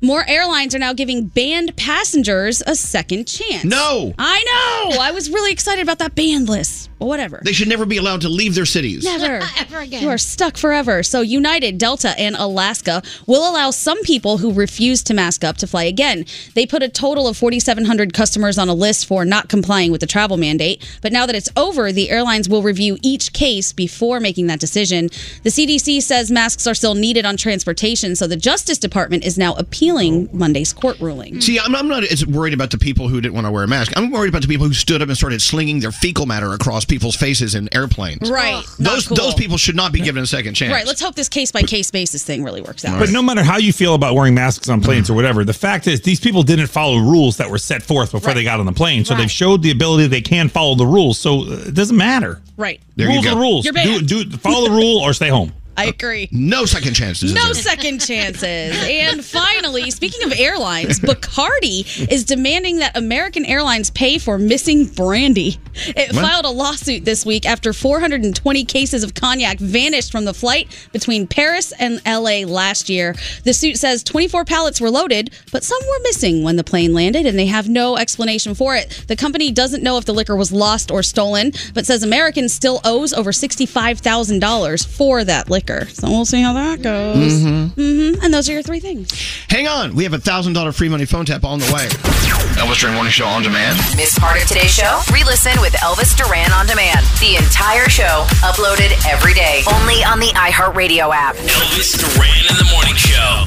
More airlines are now giving banned passengers a second chance.
No.
I know. I was really excited about that banned list. But whatever.
They should never be allowed to leave their cities.
Never. Ever again. You are stuck forever. So, United, Delta, and Alaska will allow some people who refuse to mask up to fly again. They put a total of 4,700 customers on a list for not complying with the travel mandate. But now that it's over, the airlines will review each case before making that decision. The CDC says masks are still needed on transportation. So, the Justice Department is now appealing Monday's court ruling.
See, I'm, I'm not as worried about the people who didn't want to wear a mask. I'm worried about the people who stood up and started slinging their fecal matter across people's faces in airplanes.
Right. Not
Those
cool.
those people should not be given a second chance.
Right. Let's hope this case by case basis thing really works out.
But no matter how you feel about wearing masks on planes or whatever, the fact is these people didn't follow rules that were set forth before they got on the plane. So they've showed the ability they can follow the rules. So uh, it doesn't matter.
Right.
rules are rules.
You're
do,
banned.
do follow the rule or stay home.
I agree.
No second chances.
No second chances. And finally, speaking of airlines, Bacardi is demanding that American Airlines pay for missing brandy. It
What?
filed a lawsuit this week after 420 cases of cognac vanished from the flight between Paris and LA last year. The suit says 24 pallets were loaded, but some were missing when the plane landed, and they have no explanation for it. The company doesn't know if the liquor was lost or stolen, but says Americans still owes over $65,000 for that liquor. So we'll see how that goes.
Mhm.
Mhm. And those are your three things.
Hang on. We have a thousand dollar free money phone tap on the way. Elvis Duran Morning Show on demand.
Miss part of today's show? Re-listen with Elvis Duran on demand. The entire show uploaded every day, only on the iHeartRadio app.
Elvis Duran in the morning show.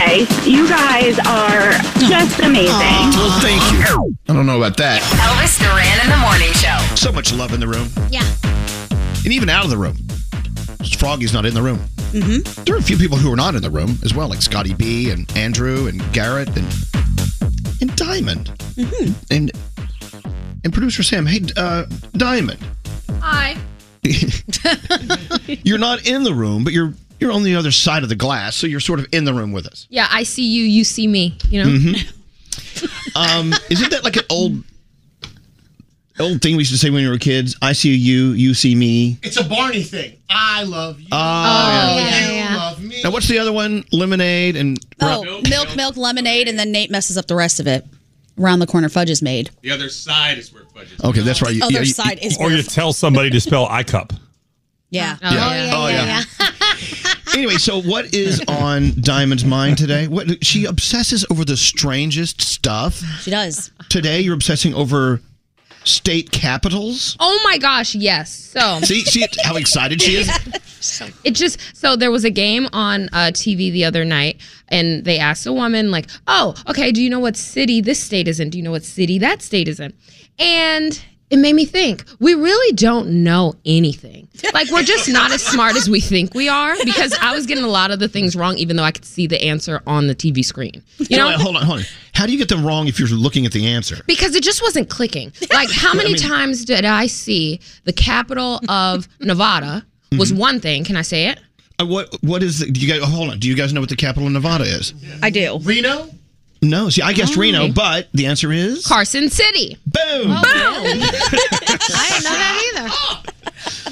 Hey, you guys are just amazing.
Well, thank you. I don't know about that.
Elvis Duran in the morning show.
So much love in the room,
Yeah.
and even out of the room. Froggy's not in the room.
Mm-hmm.
There are a few people who are not in the room as well, like Scotty B and Andrew and Garrett and and Diamond and and producer Sam. Hey, uh, Diamond,
Hi.
you're not in the room, but you're you're on the other side of the glass, so you're sort of in the room with us.
Yeah, I see you. You see me. You know.
Mm-hmm. Um, isn't that like an old old thing we used to say when we were kids? I see you, you see me.
It's a Barney thing. I love you.
Ah,
Oh, yeah.
You
yeah, yeah.
love me.
Now what's the other one? Lemonade and
Oh, milk, milk, lemonade, and then Nate messes up the rest of it. Round the corner fudge is made.
The other side is where fudge is.
okay, that's right.
The other side is
or
where-
you tell somebody to spell I cup.
Yeah.
Oh, yeah. Oh, yeah. anyway, so what is on Diamond's mind today? What she obsesses over the strangest stuff.
She does.
Today you're obsessing over state capitals.
Oh my gosh, yes. So
See, see how excited she is.
it just so there was a game on uh, TV the other night, and they asked a woman like, "Oh, okay, do you know what city this state is in? Do you know what city that state is in?" And it made me think we really don't know anything. Like we're just not as smart as we think we are because I was getting a lot of the things wrong, even though I could see the answer on the TV screen. You know,
Wait, hold on, hold on. How do you get them wrong if you're looking at the answer?
because it just wasn't clicking. Like, how many times did I see the capital of Nevada was
Mm-hmm.
one thing? Can I say it?
Uh, what What is? The, do you guys hold on? Do you guys know what the capital of Nevada is?
I do. Oh.
Reno?
No. See, I guessed Reno, but the answer is
Carson City. Oh,
Boom.
Boom. I didn't know that either.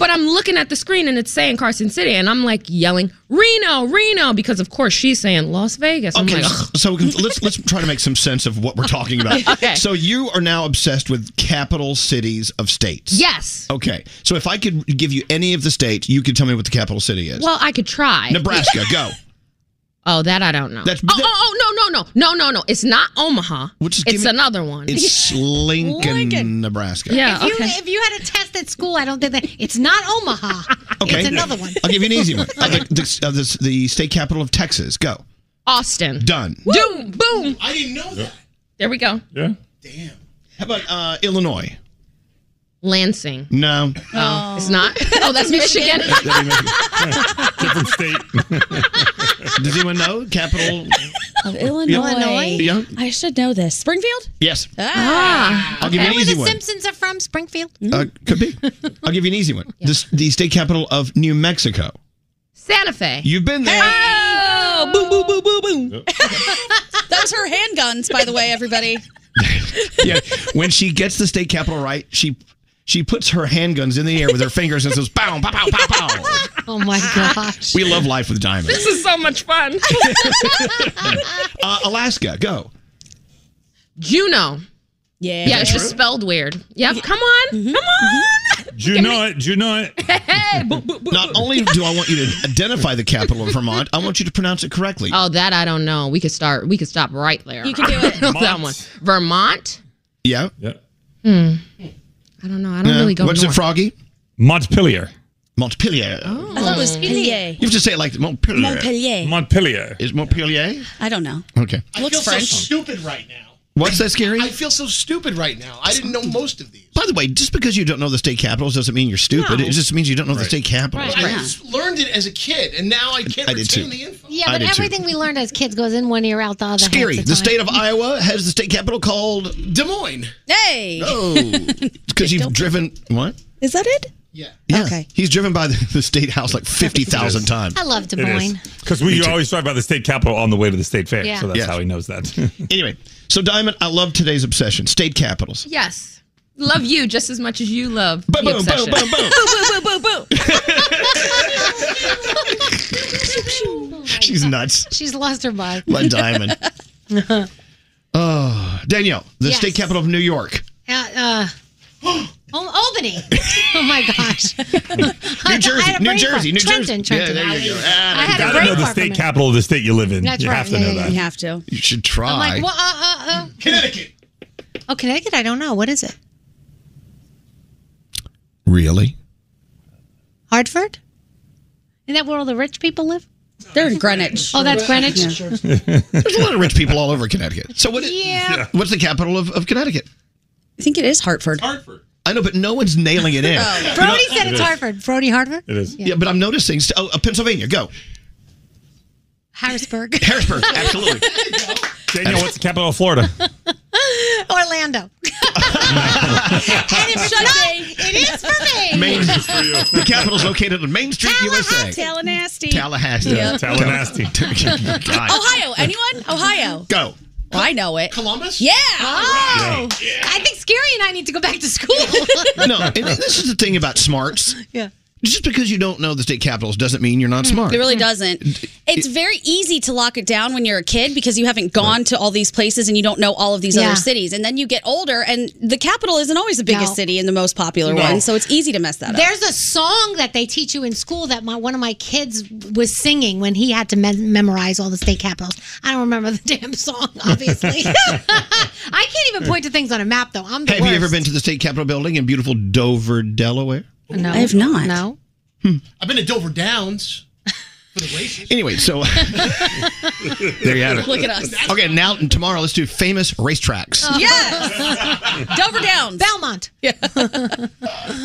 But I'm looking at the screen and it's saying Carson City, and I'm like yelling Reno, Reno, because of course she's saying Las Vegas. I'm
Okay,
like,
so
"Ugh."
so we can- let's let's try to make some sense of what we're talking about.
Okay.
So you are now obsessed with capital cities of states.
yes.
Okay. So if I could give you any of the states, you could tell me what the capital city is.
Well, I could try.
Nebraska, go.
Oh, that I don't know.
That's
Oh, oh, oh, no, no, no, no, no, no. It's not Omaha.
Which is
it's another one.
it's Lincoln, Nebraska.
if you if you had a test at school, I don't think that it's not Omaha.
Okay.
It's another one.
I'll give you an easy one. Uh, the, the, uh, the, the state capital of Texas. Go.
Austin.
Done.
Doom, boom.
I didn't know that.
There we go.
Yeah. Damn. How about uh, Illinois?
Lansing.
No.
Oh, it's not. Oh, that's Michigan.
Different state. Does anyone know capital?
Of Illinois.
Illinois? Yeah.
I should know this. Springfield?
Yes.
Ah.
I'll give you an easy one.
Simpsons are from Springfield.
Hmm?
Uh, could be. I'll give you an easy one. This, the state capital of New Mexico.
Santa Fe.
You've been there.
Oh, boom, boom, boom, boom, boom.
That was her Ah, handguns, by the way, everybody.
yeah. When she gets the state capital right, she she puts her handguns in the air with her fingers and says, "Pow, pow, pow, pow, pow."
Oh my gosh.
We love life with diamonds.
This is so much fun.
Uh, Alaska, go.
Yeah.
Juno. Yeah, Mm-hmm. it's just spelled weird. Yep. Come on. Come on.
Do you know it? Do you know it?
Hey. boom, boom, boom,
Not
boom.
only do I want you to identify the capital of Vermont, I want you to pronounce it correctly.
Oh, that I don't know. We could start. We could stop right there. You can do it. that one. Vermont.
Yeah. Yeah.
Hmm. I don't know. I don't really go.
What's
north.
it, Froggy? Montpellier. Montpellier.
Oh.
I thought it was Pilier.
You have to say it like Montpellier.
Montpellier.
Montpellier. Is Montpellier?
I don't know.
Okay.
I
Looks
feel
French.
so stupid right now.
What's that scary?
I feel so stupid right now. I didn't know most of these.
By the way, just because you don't know the state capitals doesn't mean you're stupid.
No.
It just means you don't know the state capitals.
I just learned it as a kid, and now I can't
I did
retain
too.
the info.
Yeah,
I
but
did too.
everything we learned as kids goes in one ear out the other. half
Scary. The
time.
state of Iowa has the state capital called
Des Moines.
Hey.
Oh, because you've driven what?
Is that it?
Yeah. He's driven by the, the state house like fifty thousand times.
I love Des
It is.
Moines.
Because we always drive by the state capitol on the way to the state fair,
Yeah.
so that's
Yes.
how he knows that.
Anyway, so Diamond, I love today's obsession: state capitals.
Yes. Love you just as much as you love.
Boom, boom,
the
boom,
obsession.
boom, boom.
boom, boom, boom, boom.
She's nuts.
She's lost her mind.
Love Diamond.
uh,
Oh, Danielle, the
Yes.
state capital of New York.
uh, Al- Albany. Oh my gosh.
New Jersey,
had a
New
brain
Jersey, New
Trenton,
Jersey.
Trenton.
Yeah, there you go. Ah,
I had a
you gotta
brain
know the
fart
state
from it.
capital of the state you live in.
That's
you
right.
have to
Yeah,
know
yeah,
that.
yeah. You
have to.
You should
I'm
try.
like, well, uh, uh, uh. Connecticut. Oh, Connecticut. I don't know. What is it?
really?
Hartford? Isn't that where all the rich people live?
They're in Greenwich.
Oh, that's Greenwich?
There's a lot of rich people all over Connecticut. So what?
Yeah.
What's the capital of, of Connecticut?
I think it is Hartford. Oh,
Hartford. I know, but no one's nailing it in. You know-
Brody said it's Hartford. Brody Hartford?
It is. Yeah, but I'm noticing. st- Oh, uh, Pennsylvania, go.
Harrisburg.
Harrisburg, absolutely.
Daniel, what's the capital of Florida?
Orlando. and if it's not, it is for me.
Main, the capital's located on Main Street, USA.
Tallahassee.
Tallahassee.
Yeah.
Tallahassee.
God.
Ohio. Anyone? Ohio.
Go.
Well, I know it.
Columbus?
Yeah.
Oh. I think Scary and I need to go back to school.
No, and th- this is the thing about smarts.
Yeah.
Just because you don't know the state capitals doesn't mean you're not smart.
Hmm,
Mm.
It really doesn't. It's very easy to lock it down when you're a kid because you haven't gone to all these places and you don't know all of these
Yeah.
other cities. And then you get older, and the capital isn't always the biggest
No.
city and the most popular
No.
one, so it's easy to mess that up.
There's a song that they teach you in school that my, one of my kids was singing when he had to me- memorize all the state capitals. I don't remember the damn song, obviously. I can't even point to things on a map, though. I'm the
Have
worst.
you ever been to the state capitol building in beautiful Dover, Delaware?
No,
I have
not. No.
Hmm.
I've been to Dover Downs.
Anyway, so there you have it.
Look at us.
Okay, now and tomorrow let's do famous racetracks.
Yes. Dover Downs.
Belmont.
Yeah.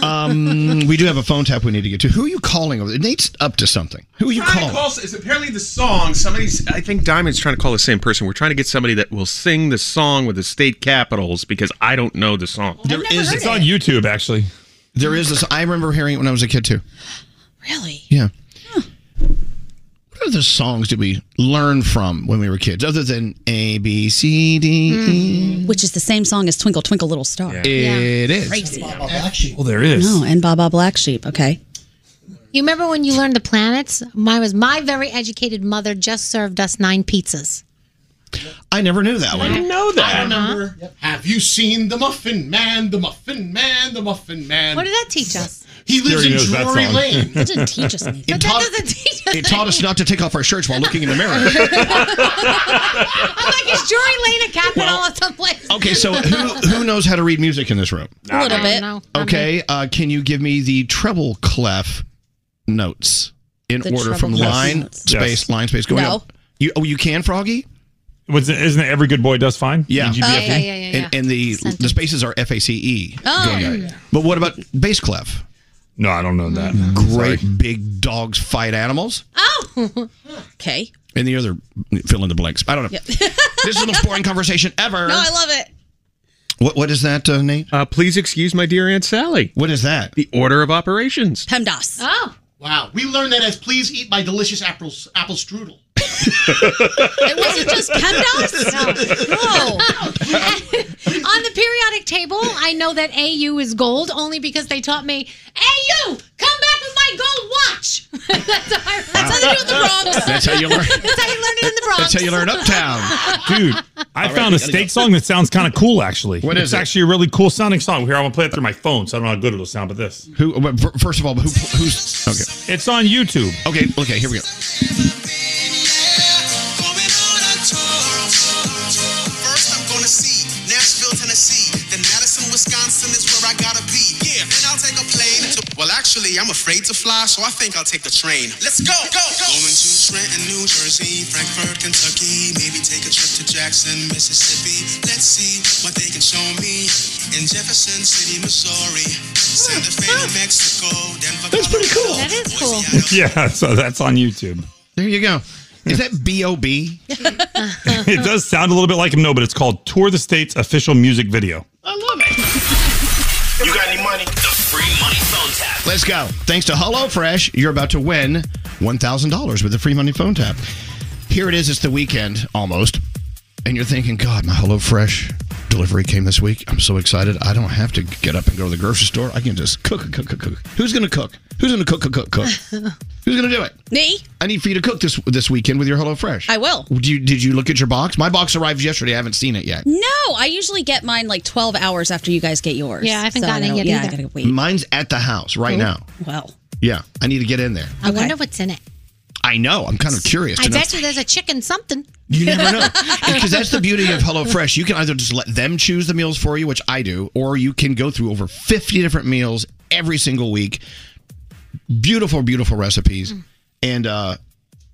Um, we do have a phone tap we need to get to. Who are you calling over there? Nate's up to something. Who are you
Trying to
calling?
call- It's apparently the song. Somebody's. I think Diamond's trying to call the same person. We're trying to get somebody that will sing the song with the state capitals because I don't know the song. There
is- heard it's on it.
YouTube actually.
There is this. I remember hearing it when I was a kid too.
Really?
Yeah. What other songs did we learn from when we were kids, other than A B C D E?
Which is the same song as Twinkle Twinkle Little Star.
It is.
Crazy.
Well, there is.
No, and Baba Black Sheep. Okay.
You remember when you learned the planets? Mine was my very educated mother just served us nine pizzas.
I never knew that one.
know
I remember. Have you seen the Muffin Man? The Muffin Man. The Muffin Man.
What did that teach us?
He lives
He already
in
knows that
Drury
song.
Lane.
That didn't teach us anything.
But
It
that
taught-
doesn't teach us.
It taught us not to take off our shirts while looking in the mirror.
I'm like, is Drury Lane a capital or someplace?
okay, so who who knows how to read music in this room?
A little bit. No.
Okay, uh, can you give me the treble clef notes in
The
order from
treble clef
line
notes.
space
Yes.
line space going
No.
up? You oh you can Froggy?
Was it, isn't it every good boy does fine?
Yeah.
In
Oh,
GBFE?
E? And, and the the spaces are F A C E.
Oh.
But what about bass clef?
No, I don't know that.
Great big dogs fight animals.
Oh. Okay.
And the other fill in the blanks. I don't know. this is the most boring conversation ever.
No, I love it.
What what is that, uh, Nate?
Uh, please excuse my dear Aunt Sally.
What is that?
The order of operations.
PEMDAS.
Oh.
Wow. We learned that as please eat my delicious apple, apple strudel.
It wasn't just PEMDAS? No. Oh. On the periodic table, I know that AU is gold only because they taught me, AU, come back with my gold watch. That's how I That's
how they do it in the Bronx. That's how you learn-
That's how you learn it in the Bronx.
That's how you learn Uptown.
Dude, I
right,
found
we gotta
a state
go.
song that sounds kind of cool, actually. What
is
it's
it?
actually a really cool sounding song. Here, I'm going to play it through my phone, so I don't know how good it'll sound, but this.
Who? uh, but fir- First of all, who, who's. Okay.
It's on YouTube.
Okay, okay, here we go.
First, I'm gonna see Nashville, Tennessee. Then Madison, Wisconsin is where I gotta be. Yeah, then I'll take a plane to. Well, actually, I'm afraid to fly, so I think I'll take the train. Let's go, go, go. Going to Trenton, New Jersey, Frankfort, Kentucky. Maybe take a trip to Jackson, Mississippi. Let's see what they can show me in Jefferson City, Missouri. Santa Fe, New Mexico. Denver, That's pretty cool. That is cool.
Yeah, so that's on YouTube.
There you go. Is that B.O.B.?
it does sound a little bit like him, no, but it's called Tour the State's official music video.
You got any money? The free money phone tap.
Let's go. Thanks to HelloFresh, you're about to win $1,000 with the free money phone tap. Here it is. It's the weekend almost. And you're thinking, God, my HelloFresh delivery came this week. I'm so excited. I don't have to get up and go to the grocery store. I can just cook, cook, cook, cook. Who's going to cook? Who's going to cook, cook, cook, cook? Who's going to do it?
Me.
I need for you to cook this this weekend with your HelloFresh.
I will.
Did you, did you look at your box? My box arrived yesterday. I haven't seen it yet.
No, I usually get mine like 12 hours after you guys get yours.
Yeah, I haven't
So
gotten it
don't-
yet
yeah,
either.
I gotta wait.
Mine's at the house right
Cool.
now.
Well,
Yeah, I need to get in there.
I wonder what's in it.
I know. I'm kind of curious.
I
to know.
bet you there's a chicken something.
You never know. Because that's the beauty of HelloFresh. You can either just let them choose the meals for you, which I do, or you can go through over 50 different meals every single week. Beautiful, beautiful recipes. And uh,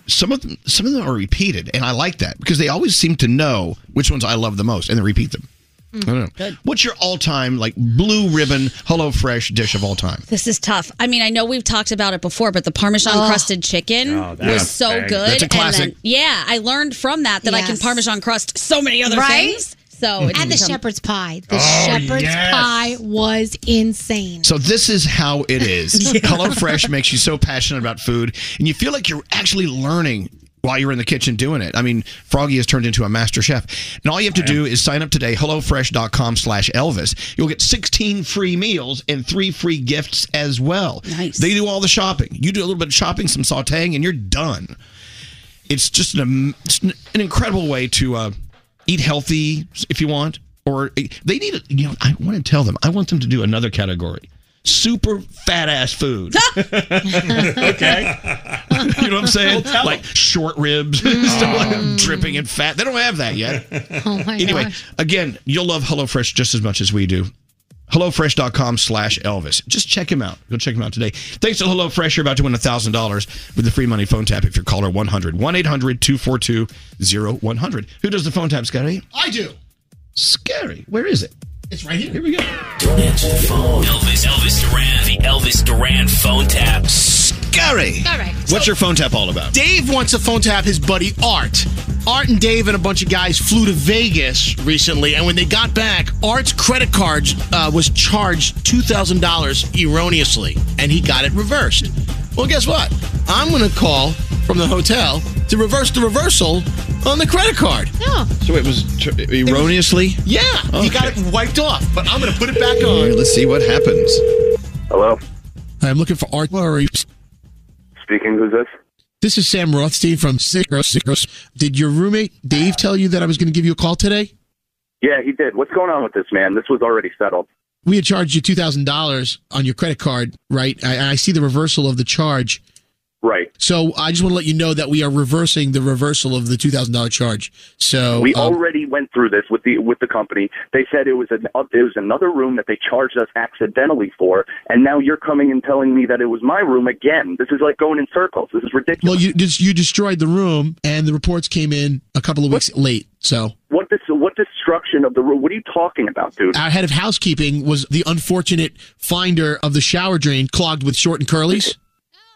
some of them some of them are repeated, and I like that because they always seem to know which ones I love the most and then repeat them. I don't know. What's your all time like blue ribbon HelloFresh dish of all time?
this is tough. I mean, I know we've talked about it before, but the Parmesan crusted chicken
Oh, that's
was so
bang.
good.
That's a classic.
And then, yeah, I learned from that that I can
Yes.
Parmesan crust so many other
Right?
things. So it's
And the
become-
shepherd's pie. The
Oh,
shepherd's
yes.
pie was insane.
So this is how it is.
Yeah.
HelloFresh makes you so passionate about food, and you feel like you're actually learning while you're in the kitchen doing it. I mean, Froggy has turned into a master chef. And all you have to do is sign up today, HelloFresh.com slash Elvis. You'll get 16 free meals and three free gifts as well. Nice. They do all the shopping. You do a little bit of shopping, some sauteing, and you're done. It's just an, am- it's an an incredible way to uh, eat healthy if you want. Or eh, they need, a- you know, I want to tell them, I want them to do another category. Super fat ass food. okay. you know what I'm saying? like short ribs, stuff like that, dripping in fat. They don't have that yet.
Mm. Oh my
anyway,
gosh.
again, you'll love HelloFresh just as much as we do. HelloFresh.com slash Elvis. Just check him out. Go check him out today. Thanks to HelloFresh, you're about to win $1,000 with the free money phone tap if you're caller 100. 1 800 242 0100. Who does the phone tap, Scotty?
I do.
Scary. Where is it?
It's right here. Here we go.
Don't answer the phone. Elvis, Elvis Duran, the Elvis Duran phone tap.
Scary.
All right.
What's your phone tap all about?
Dave wants to phone tap his buddy Art. Art and Dave and a bunch of guys flew to Vegas recently, and when they got back, Art's credit card uh, was charged two thousand dollars erroneously, and he got it reversed. Well, guess what? I'm going to call from the hotel to reverse the reversal on the credit card.
Oh.
No.
So it was tr- erroneously?
Yeah, he got it wiped off, but I'm going to put it back on.
Here, let's see what happens.
Hello.
I'm looking for Art. Where are you?
Speaking. Who's this?
This is Sam Rothstein from Sickers. Sickers. Did your roommate Dave tell you that I was going to give you a call today?
Yeah, he did. What's going on with this man? This was already settled.
We had charged you two thousand dollars on your credit card, right? I, I see the reversal of the charge.
Right.
So I just want to let you know that we are reversing the reversal of the two thousand dollar charge. So
we
um,
already went through this with the with the company. They said it was an uh, it was another room that they charged us accidentally for, and now you're coming and telling me that it was my room again. This is like going in circles. This is ridiculous.
well, you just you destroyed the room, and the reports came in a couple of weeks late. So
What this what destruction of the room? What are you talking about, dude?
our head of housekeeping was the unfortunate finder of the shower drain clogged with short and curlies.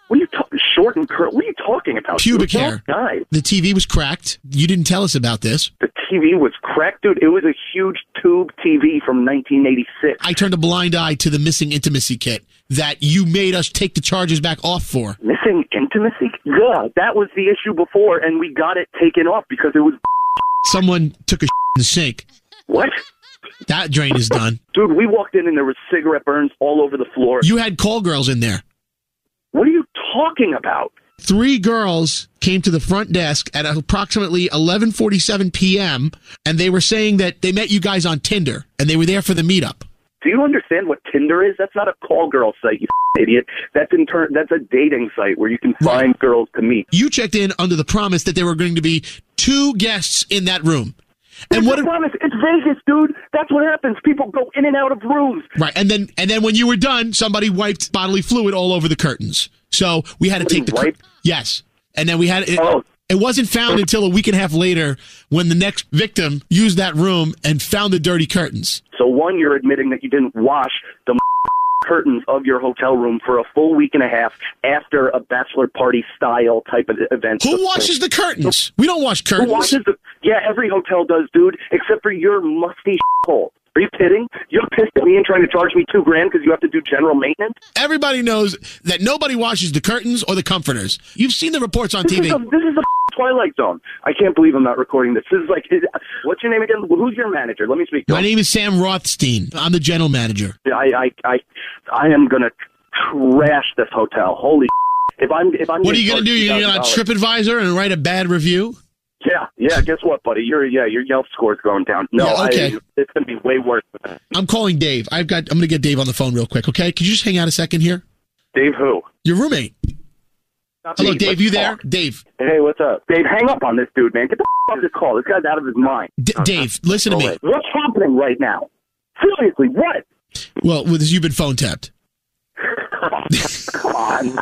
What are you talking? Short and curl. What are you talking about?
Pubic
dude?
hair.
Don't die.
The TV was cracked. You didn't tell us about this.
The TV was cracked, dude. It was a huge tube TV from 1986.
I turned a blind eye to the missing intimacy kit that you made us take the charges back off for.
Missing intimacy? Yeah, that was the issue before, and we got it taken off because it was
Someone took a in the sink.
What?
That drain is done.
Dude, we walked in and there was cigarette burns all over the floor.
You had call girls in there.
What are you talking about?
Three girls came to the front desk at approximately 11:47 p.m. and they were saying that they met you guys on Tinder and they were there for the meetup.
Do you understand what Tinder is? That's not a call girl site, you idiot. That's in turn that's a dating site where you can find girls to meet.
You checked in under the promise that there were going to be two guests in that room. And what
promise? It's Vegas, dude. That's what happens. People go in and out of rooms.
Right, and then and then when you were done, somebody wiped bodily fluid all over the curtains. So we had to take the cur- yes, and then we had it.
Oh.
It wasn't found until a week and a half later when the next victim used that room and found the dirty curtains.
So one, you're admitting that you didn't wash the curtains of your hotel room for a full week and a half after a bachelor party style type of event.
Who washes the curtains? We don't wash curtains.
Who washes the? Yeah, every hotel does, dude. Except for your musty hole. Are you kidding? You're pissed at me and trying to charge me two grand because you have to do general maintenance.
Everybody knows that nobody washes the curtains or the comforters. You've seen the reports on
This
TV.
is, a, this is a Twilight Zone. I can't believe I'm not recording this. This is like, what's your name again? Who's your manager? Let me speak. to
My
him.
name is Sam Rothstein. I'm the general manager.
I, I, I, I am gonna trash this hotel. Holy! If I'm, if I'm,
What are
getting
you going to do?
charged
You're going to
$2,000.
TripAdvisor and write a bad review?
Yeah, yeah. Guess what, buddy? Your yeah, your Yelp score's going down. No,
Yeah, okay.
I, it's gonna be way worse.
I'm calling Dave. I've got. I'm going to get Dave on the phone real quick. Okay, could you just hang out a second here?
Dave, who?
Your roommate.
Not
Hello,
me.
Dave.
Let's
You there?
talk.
Dave.
Hey, what's up? Dave, hang up on this dude, man. Get the f- off this call. This guy's out of his mind.
D- Dave, listen to me.
What's happening right now? Seriously, what?
Well, with this, you've been phone tapped.
Come on.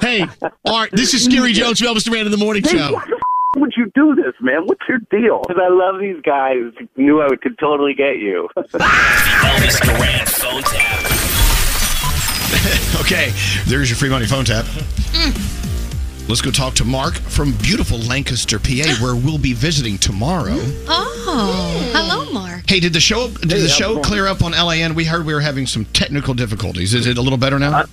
Hey, Art. This is Scary Jones from Elvis Duran in the Morning
Dave,
Show.
why the f- would you do this, man? What's your deal? Because I love these guys. Knew I could totally get you.
Elvis Duran phone tap.
okay, there's your free money phone tap. Let's go talk to Mark from beautiful Lancaster, PA, where we'll be visiting tomorrow.
Mm.
Oh, hello, Mark.
Hey, did the show did
Hey,
the
how's it
show
going?
clear up on LAN? We heard we were having some technical difficulties. Is it a little better now?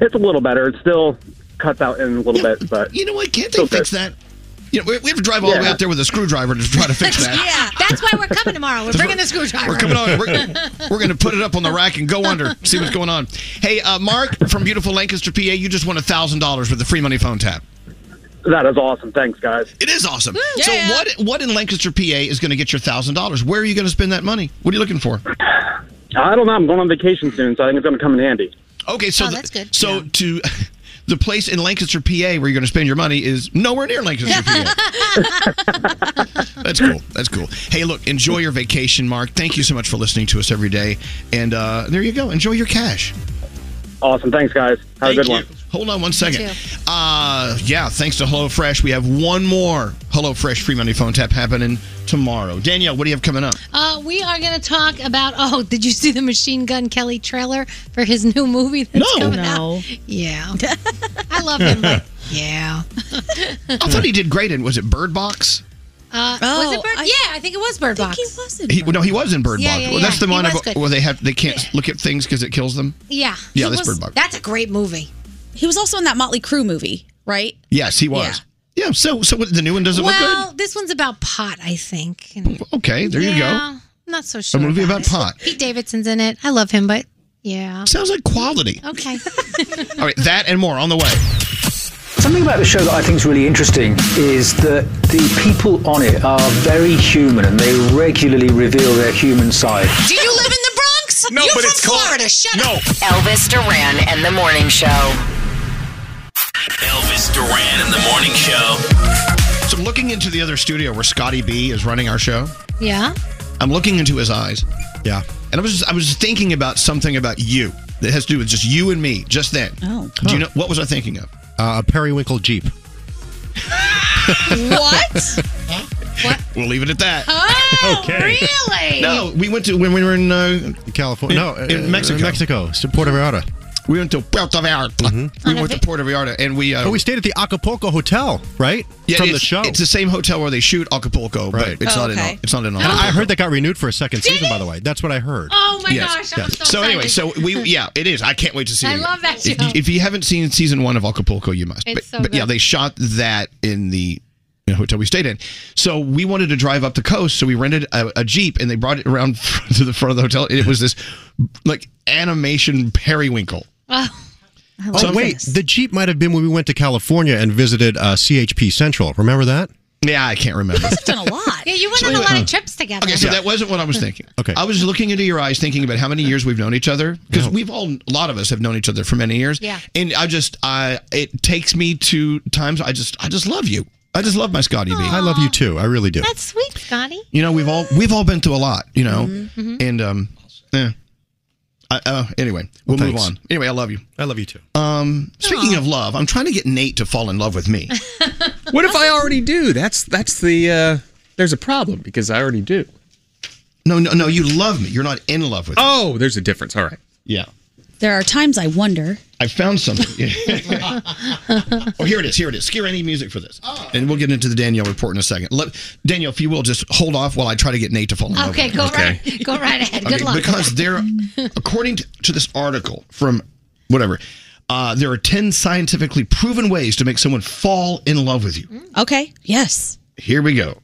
it's a little better. It still cuts out in a little bit, but
you know what? Can't they fix that? You know, we, we have to drive all the way
Yeah.
out there with a screwdriver to try to fix that.
yeah, that's why we're coming tomorrow. We're
That's
bringing
right.
the screwdriver.
We're coming on. We're, we're going to put it up on the rack and go under. See what's going on. Hey, uh, Mark from beautiful Lancaster, PA, you just won thousand dollars with the free money phone tap.
that is awesome. Thanks, guys.
It is awesome. So what? What in Lancaster, PA, is going to get your thousand dollars? Where are you going to spend that money? What are you looking for?
Oh,
I don't know. I'm going on vacation soon, so I think it's going to come in handy.
Okay, so the- so to the place in Lancaster, PA, where you're going to spend your money is nowhere near Lancaster, PA. That's cool. That's cool. Hey, look, enjoy your vacation, Mark. Thank you so much for listening to us every day. And uh, there you go. Enjoy your cash.
Awesome. Thanks, guys. Have a
Thank
good
you.
one.
Hold on one second. Uh, yeah, thanks to HelloFresh, we have one more HelloFresh free money phone tap happening tomorrow. Danielle, what do you have coming up?
Uh, we are going to talk about. Oh, did you see the Machine Gun Kelly trailer for his new movie that's coming out? Yeah. I love him. Like, yeah.
I thought he did great in was it Bird Box?
uh, was it Bird? yeah, I think it was Bird Box. he was in
He, no, he was in Bird
Yeah,
Box.
yeah,
Well, that's
yeah.
the
He
one
was
about-
good.
where they have they can't look at things because it kills them.
Yeah.
Yeah,
He
that's
was-
Bird Box.
That's a great movie.
He was also in that Motley Crue movie, right?
Yes, he was. Yeah. so so what, the new one doesn't
well,
look
this one's about pot, I think. And
good. Okay, there you
yeah,
go.
I'm not so sure.
movie about
it.
pot.
Pete Davidson's in it. I love him, but yeah.
Sounds like quality.
Okay.
All right, that and more on the way.
Something about the show that I think is really interesting is that the people on it are very human and they regularly reveal their human side.
Do you live in the Bronx?
No,
You're
but
from
it's cold.
Florida. Shut no. up. Elvis Duran and the Morning Show.
Elvis Duran in the morning show.
So I'm looking into the other studio where Scotty B is running our show.
Yeah.
I'm looking into his eyes. Yeah. And I was just, I was thinking about something about you that has to do with just you and me just then. Oh. Do you know what was I thinking of?
Uh, a periwinkle Jeep.
what? We'll leave it at that.
Oh, Okay. really?
No, we went to when we were in uh,
California.
in-
no, uh,
in Mexico.
Mexico, to Puerto Vallarta. Mm-hmm.
We went to Puerto Vallarta. We went to Puerto Vallarta, and we uh,
Oh, we stayed at the Acapulco Hotel, right?
yeah,
From
it's,
the show.
It's the same hotel where they shoot Acapulco,
Right.
but it's
Oh,
not
okay.
in it's not in.
And I
Acapulco.
heard that got renewed for a second season, by the way. That's what I heard.
Oh my
Yes.
gosh, I'm
Yes. so
so, excited.
anyway, so we yeah, it is. I can't wait to see.
I
it.
love that
If,
show.
if you haven't seen season one of Acapulco, you must.
It's
but
so
but yeah,
good.
they shot that in the hotel we stayed in. So we wanted to drive up the coast, so we rented a, a jeep and they brought it around to the front of the hotel. And it was this like animation periwinkle.
Uh,
oh, wait. The Jeep might have been when we went to California and visited uh, CHP Central. Remember that?
Yeah, I can't remember.
yeah, you went
So
on a
anyway-
lot of trips together.
Okay, so that wasn't what I was thinking. okay. I was looking into your eyes thinking about how many years we've known each other because we've all a lot of us have known each other for many years.
Yeah.
And I just I it takes me to times I just I just love you. I just love my Scotty B. I love you too. I really do.
That's sweet, Scotty.
You know, we've all we've all been through a lot, you know.
Mm-hmm,
And um yeah. I, uh, anyway, we'll,
Well,
move
thanks.
on. Anyway, I love you.
I love you too.
Um, speaking of love, I'm trying to get Nate to fall in love with me.
What if I already do? That's that's the uh, there's a problem because I already do.
No, no, no. You love me. You're not in love with.
Oh, there's a difference. All right.
Yeah.
There are times I wonder.
I found something. oh, here it is. Here it is. Scare any music for this.
Oh.
And we'll get into the Danielle report in a second. Let, Danielle, if you will, just hold off while I try to get Nate to fall in love.
Okay,
with me.
go right, go right ahead. Good
Okay,
luck.
Because there, according to, to this article from whatever, uh, there are 10 scientifically proven ways to make someone fall in love with you.
Okay. Yes.
Here we go.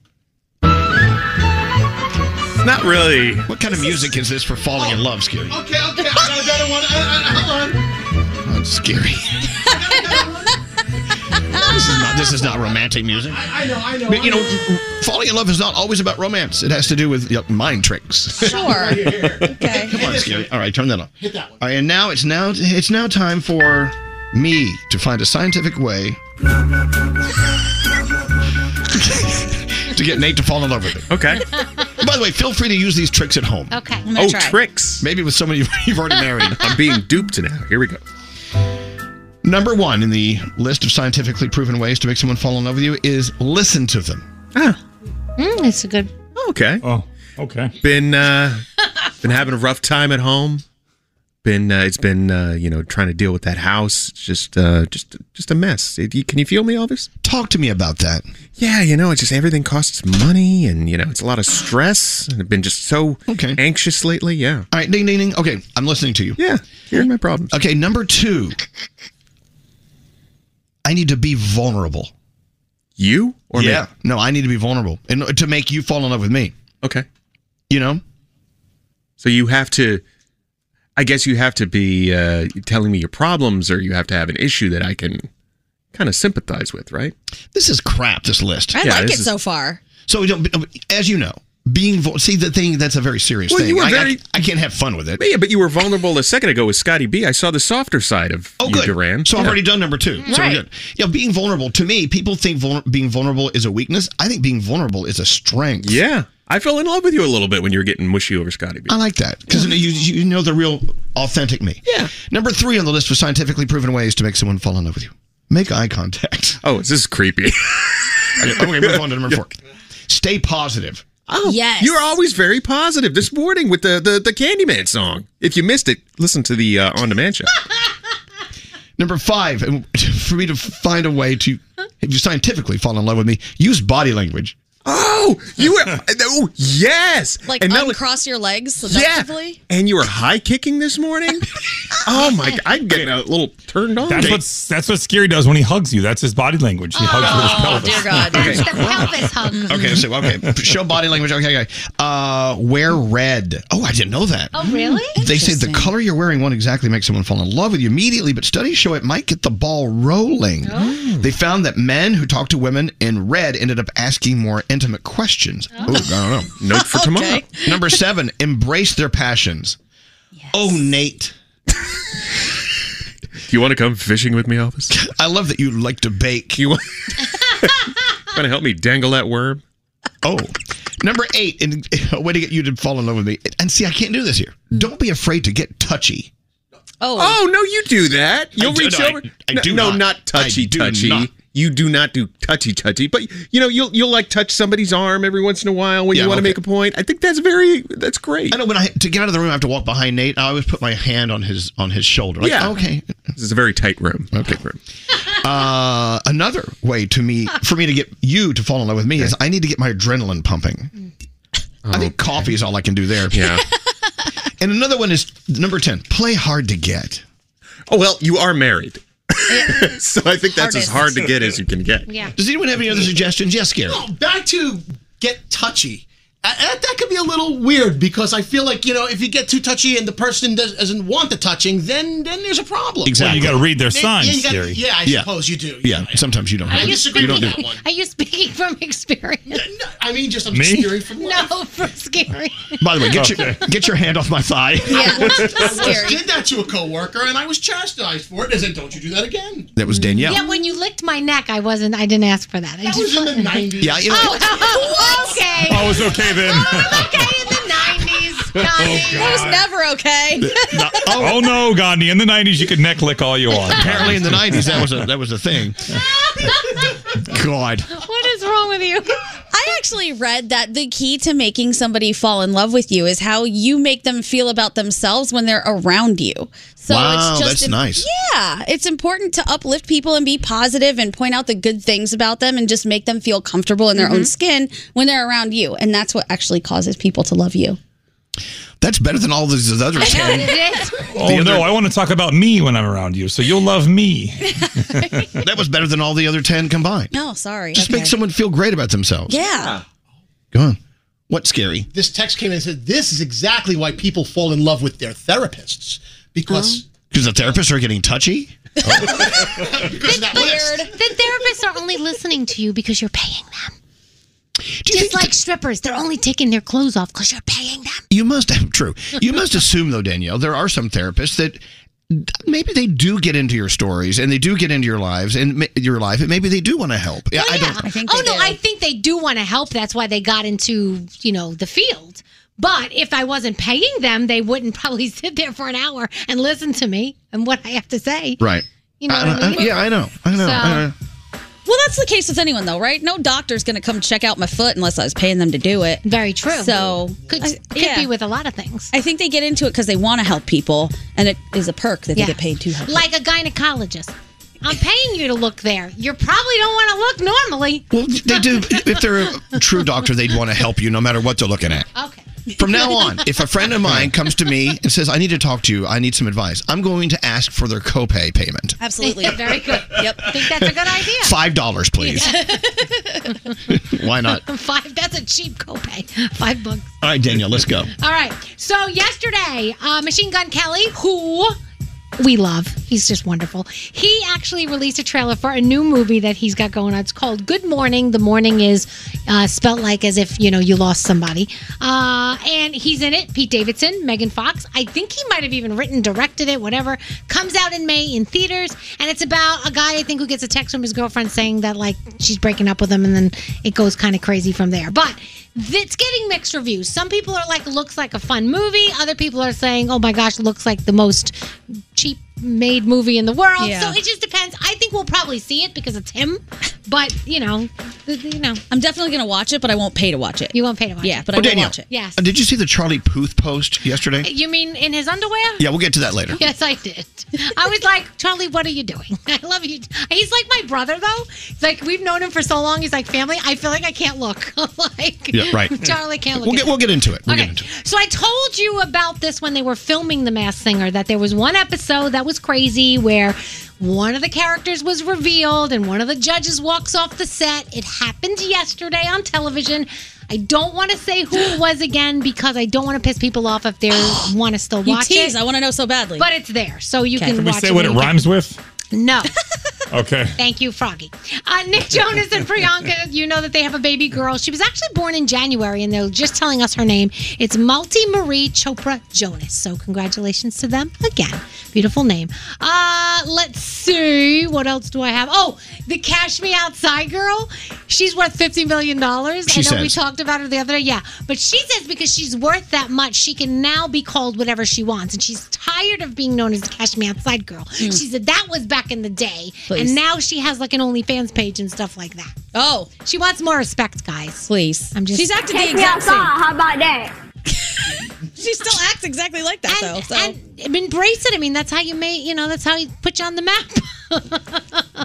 Not really.
What kind of music is this for
Oh.
falling in love, Scary?
Okay, okay, I got another one. Uh, uh,
Oh, it's scary.
hold on.
This is not. This is not romantic music.
I know, I know.
But, you know, falling in love is not always about romance. It has to do with you know, mind tricks.
Sure.
okay. Come on, Scary. All right, turn that off. Hit that one. All right, and now it's now it's now time for me to find a scientific way to get Nate to fall in love with me.
Okay.
By the way, feel free to use these tricks at home.
Okay.
Oh, tricks.
Maybe with somebody you've already married.
I'm being duped now. Here we go.
Number one in the list of scientifically proven ways to make someone fall in love with you is listen to them.
Hmm,
Mm, that's a good.
Okay.
Oh, okay.
Been uh, been having a rough time at home. Been uh, it's been uh, you know trying to deal with that house. It's just uh, just just a mess. It, you, can you feel me, Elvis?
Talk to me about that.
Yeah, you know, it's just everything costs money, and you know it's a lot of stress. And I've been just so anxious lately. Yeah.
All right, ding, ding, ding. Okay, I'm listening to you.
Yeah, here are my problems.
Okay, number two. I need to be vulnerable.
You or
yeah? No, I need to be vulnerable and to make you fall in love with me.
Okay.
You know.
So you have to. I guess you have to be uh, telling me your problems, or you have to have an issue that I can kind of sympathize with, right?
This is crap. This list.
I like it so far.
So we don't- as you know, being vul- see the thing that's a very serious
Well,
thing.
you were
I- I-
very-
I, can't have fun with it.
Yeah, but you were vulnerable a second ago with Scotty B. I saw the softer side of
Oh,
you,
good.
Duran.
So I've
Yeah.
already done number two. So we're
Right.
good. Yeah, being vulnerable to me, people think vulner- being vulnerable is a weakness. I think being vulnerable is a strength.
Yeah, I fell in love with you a little bit when you were getting mushy over Scotty B.
I like that because you, you know the real authentic me. Yeah. Number three on the list was scientifically proven ways to make someone fall in love with you. Make eye contact.
Oh, this is creepy.
okay, I'm gonna move on to number four. Stay positive.
Oh, yes. You're always very positive. This morning with the the, the Candyman song. If you missed it, listen to the uh, on demand show.
Number five, and for me to find a way to, if you scientifically fall in love with me, use body language.
Oh, you were. oh, yes.
Like
And that-
uncross your legs
Yeah.
seductively.
And you were high kicking this morning. oh my! g- I'm getting a little turned on.
That's what that's what Scary does when he hugs you. That's his body language. He hugs with
Oh,
his pelvis.
Oh, Okay.
pelvis hug.
Okay, so okay, show body language. Okay, okay. Uh, wear red. Oh, I didn't know that.
Oh, really?
They say the color you're wearing won't exactly make someone fall in love with you immediately, but studies show it might get the ball rolling.
Oh.
They found that men who talked to women in red ended up asking more intimate questions. Oh, I don't know.
Note for tomorrow. Okay.
Number seven: embrace their passions. Oh, Nate.
Do you want to come fishing with me, Elvis?
I love that you like to bake.
You want to help me dangle that worm?
Oh. Number eight, and a way to get you to fall in love with me. And see, I can't do this here. Don't be afraid to get touchy.
Oh, no, you do that. You'll
I do-
reach
no, I-
over.
I
no,
do
no,
not.
touchy
I do
touchy.
not.
You do not do touchy touchy, but you know you'll you'll like touch somebody's arm every once in a while when you want to make a point. I think that's very that's great.
I know when I to get out of the room, I have to walk behind Nate. I always put my hand on his on his shoulder. Like,
yeah,
okay.
This is a very tight room. Okay, room.
Uh, another way to me for me to get you to fall in love with me is I need to get my adrenaline pumping. I think coffee is all I can do there.
Yeah.
and another one is number ten. Play hard to get.
Oh well, you are married, so I think that's as
Hardest.
hard to get as you can get.
Yeah. Does anyone have any other suggestions? Yes, Gary.
Oh, back to get touchy. Uh, That, that could be a little weird because I feel like you know if you get too touchy and the person does, doesn't want the touching, then then there's a problem.
Exactly. Well, you gotta read their
They-
signs,
Yeah, you gotta-
Gary.
yeah, I
Yeah.
suppose you do.
Yeah. Sometimes you don't.
I
have-
disagree
You don't
with
do
that one.
Are you speaking from experience?
I mean, just I'm
Me?
scary from
No, from scary.
By the way, get your get your hand off my thigh.
I once, I once did that to a coworker and I was chastised for it. They said, "Don't you do that again."
That was Danielle.
Yeah, when you licked my neck, I wasn't. I didn't ask for that. I
That
just
was in the nineties.
Yeah, you know-
oh, oh, okay.
Oh, it's okay then.
That was never okay.
oh. no, Gandhi! In the '90s, you could neck lick all you want.
Apparently, in the '90s, that was a that was a thing. God.
What is wrong with you? I actually read that the key to making somebody fall in love with you is how you make them feel about themselves when they're around you. So
Wow,
it's just
that's nice.
Yeah, it's important to uplift people and be positive and point out the good things about them and just make them feel comfortable in their own
Mhm.
skin when they're around you, and that's what actually causes people to love you.
That's better than all these other ten.
Oh no, I want to talk about me when I'm around you, so you'll love me.
that was better than all the other ten combined.
No, sorry.
Just make someone feel great about themselves.
Yeah.
Go on. What's scary?
This text came in and said, "This is exactly why people fall in love with their therapists because
Because the therapists are getting touchy.
The therapists are only listening to you because you're paying them. Just like strippers, they're only taking their clothes off because you're paying them.
You must have true. You must assume though, Danielle, there are some therapists that maybe they do get into your stories and they do get into your lives and ma- your life, and maybe they do want to help. Yeah, I don't.
oh no, I think they do want to help. That's why they got into you know the field. But if I wasn't paying them, they wouldn't probably sit there for an hour and listen to me and what I have to say.
Right.
You know
I-
what I
I-
mean?
yeah, I know. I know.
So-
I know.
Well, that's the case with anyone, though, right? No doctor's going to come check out my foot unless I was paying them to do it.
Very true.
So
Could-
I-
could be with a lot of things.
I think they get into it because they want to help people, and it is a perk that
Yeah.
they get paid to help.
Like a gynecologist, I'm paying you to look there. You probably don't want to look normally.
Well, they do. If they're a true doctor, they'd want to help you no matter what they're looking at.
Okay.
From now on, if a friend of mine comes to me and says, I need to talk to you, I need some advice, I'm going to ask for their copay payment.
Absolutely.
Very good. Yep. I think that's a good idea.
$5, please. Why not?
Five. That's a cheap copay. Five bucks.
All right, Danielle, let's go.
All right. So yesterday, uh, Machine Gun Kelly, who
we
love. He's just wonderful. He actually released a trailer for a new movie that he's got going on. It's called Good Morning. The morning is uh, spelt like as if you know you lost somebody. Uh, and he's in it. Pete Davidson, Megan Fox. I think he might have even written, directed it, whatever. Comes out in May in theaters, and it's about a guy I think who gets a text from his girlfriend saying that like she's breaking up with him, and then it goes kind of crazy from there. But it's getting mixed reviews. Some people are like, looks like a fun movie. Other people are saying, oh my gosh, looks like the most cheap made movie in the world.
Yeah.
So it just depends. I think we'll probably see it because it's him. But you know, th- th- you know,
I'm definitely going to watch it, but I won't pay to watch it.
You won't pay to watch
yeah,
it.
but
Oh,
I will
Danielle,
watch it.
Yes. Uh,
uh, Did you see the Charlie Puth post yesterday?
You mean in his underwear?
Yeah, we'll get to that later.
Yes, I did. I was like, Charlie, what are you doing? I love you. He's like my brother, though. It's Like we've known him for so long. He's like family. I feel like I can't look. I'm like,
Yeah, right.
Charlie can't look.
We'll
at
get we'll get into it. We'll
Okay.
get into it.
So I told you about this when they were filming The Masked Singer that there was one episode that was crazy where one of the characters was revealed and one of the judges walks off the set. It happened yesterday on television. I don't want to say who it was again because I don't want to piss people off if they want to still
You
watch
tease.
it.
I want to know so badly.
But it's there, so you can,
Can we
watch
say
it
what it
when you
rhymes with?
can. No.
Okay.
Thank you, Froggy. Uh, Nick Jonas and Priyanka, you know that they have a baby girl. She was actually born in January, and they're just telling us her name. It's Malti Marie Chopra Jonas. So, congratulations to them again. Beautiful name. Uh, let's see. What else do I have? Oh, the Cash Me Outside girl. She's worth $50 million.
She
I know we
says.
talked about her the other day. Yeah. But she says because she's worth that much, she can now be called whatever she wants. And she's tired of being known as the Cash Me Outside girl. She said that was back in the day.
Hmm. Please.
And now she has like an OnlyFans page and stuff like that.
Oh.
She wants more respect, guys.
Please.
I'm just
She's acted the exact same.
about that?
She still acts exactly like that, though. So.
Embrace it. I mean, that's how you may, you know, that's how you put you on the map.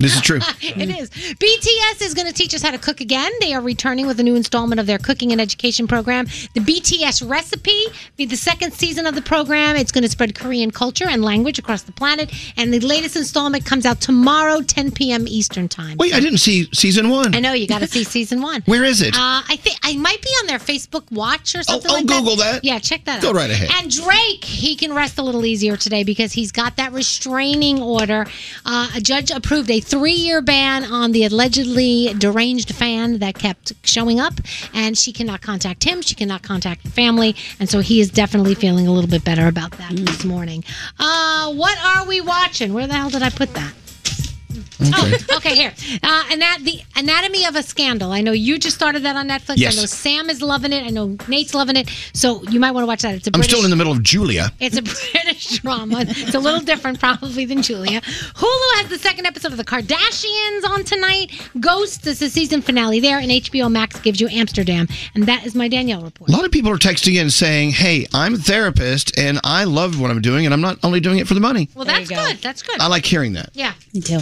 This is true.
it is. BTS is going to teach us how to cook again. They are returning with a new installment of their cooking and education program. The BTS Recipe be the second season of the program. It's going to spread Korean culture and language across the planet. And the latest installment comes out tomorrow, 10 p.m. Eastern Time.
Wait, I didn't see season one.
I know you got to see season one.
Where is it?
Uh, I think I might be on their Facebook Watch or something.
oh,
like
Google that.
Yeah, check that
Go
out.
right ahead.
And Drake, he can rest a little easier today because he's got that restraining order. Uh, a judge approved a three-year ban on the allegedly deranged fan that kept showing up, and she cannot contact him. She cannot contact the family, and so he is definitely feeling a little bit better about that this morning. Uh, what are we watching? Where the hell did I put that? Oh, okay. Here, uh, and that the anatomy of a scandal. I know you just started that on Netflix.
Yes.
I know Sam is loving it. I know Nate's loving it. So you might want to watch that. It's a
I'm
British.
still in the middle of Julia.
It's a British drama. It's a little different probably than Julia. Hulu has the second episode of The Kardashians on tonight. Ghosts is the season finale there, and HBO Max gives you Amsterdam. And that is my Danielle report.
A lot of people are texting in saying, "Hey, I'm a therapist and I love what I'm doing, and I'm not only doing it for the money."
Well, that's good. That's good.
I like hearing that
Yeah.
Me too.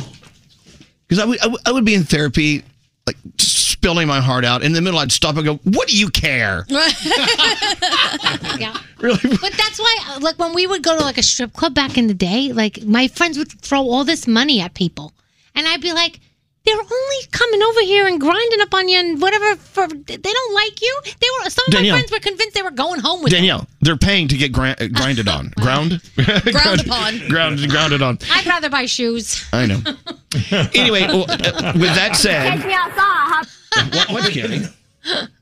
because I would, I would I would be in therapy, like spilling my heart out. In the middle, I'd stop and go, "What do you care?"
yeah.
Really?
But that's why, uh, like, when we would go to like a strip club back in the day, like my friends would throw all this money at people, and I'd be like, "They're only coming over here and grinding up on you and whatever. For they don't like you. They were some of
Danielle.
my friends were convinced they were going home with
Danielle, they're paying to get gra- uh, grinded on, ground, ground
upon.
ground, grounded on.
them. I'd rather buy shoes.
I know. anyway, well, uh, with that said,
me outside.
what, what's kidding?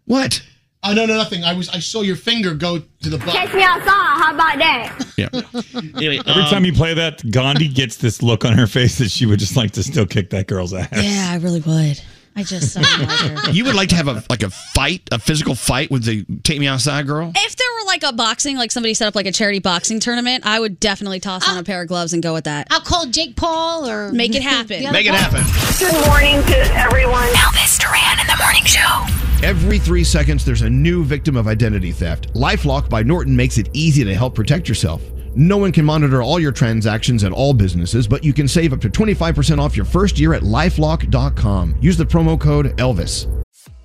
What?
Oh no, no, nothing. I was I saw your finger go to the butt.
Catch me outside. How about that?
Anyway, um,
Every time you play that, Gandhi gets this look on her face that she would just like to still kick that girl's ass.
Yeah, I really would. I just I don't like her.
you would like to have a like a fight, a physical fight with the take me outside girl?
If there were like a boxing, like somebody set up like a charity boxing tournament, I would definitely toss on a pair of gloves and go with that.
Ah. I'll call Jake Paul or
make it happen.
Make it happen.
Good morning to everyone.
Elvis Duran in the morning show.
Every three seconds, there's a new victim of identity theft. Lifelock by Norton makes it easy to help protect yourself. No one can monitor all your transactions at all businesses, but you can save up to 25% off your first year at lifelock.com. Use the promo code ELVIS.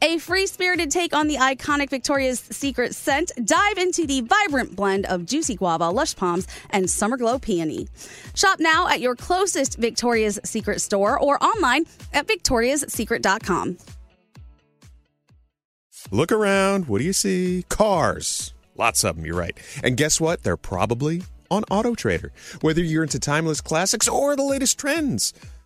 a free spirited take on the iconic Victoria's Secret scent. Dive into the vibrant blend of juicy guava, lush palms, and summer glow peony. Shop now at your closest Victoria's Secret store or online at victoriassecret.com.
Look around. What do you see? Cars. Lots of them, you're right. And guess what? They're probably on Auto Trader. Whether you're into timeless classics or the latest trends.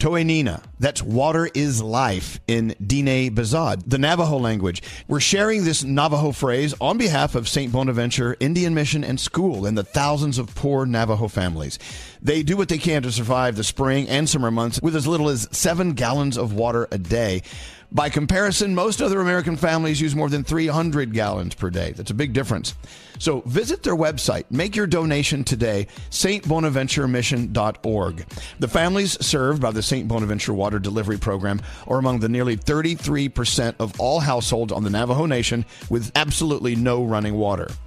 Toenina. That's water is life in Dine Bazad, the Navajo language. We're sharing this Navajo phrase on behalf of St. Bonaventure Indian Mission and School and the thousands of poor Navajo families. They do what they can to survive the spring and summer months with as little as seven gallons of water a day. By comparison, most other American families use more than 300 gallons per day. That's a big difference. So visit their website, make your donation today, stbonaventuremission.org. The families served by the St. Bonaventure Water Delivery Program are among the nearly 33% of all households on the Navajo Nation with absolutely no running water.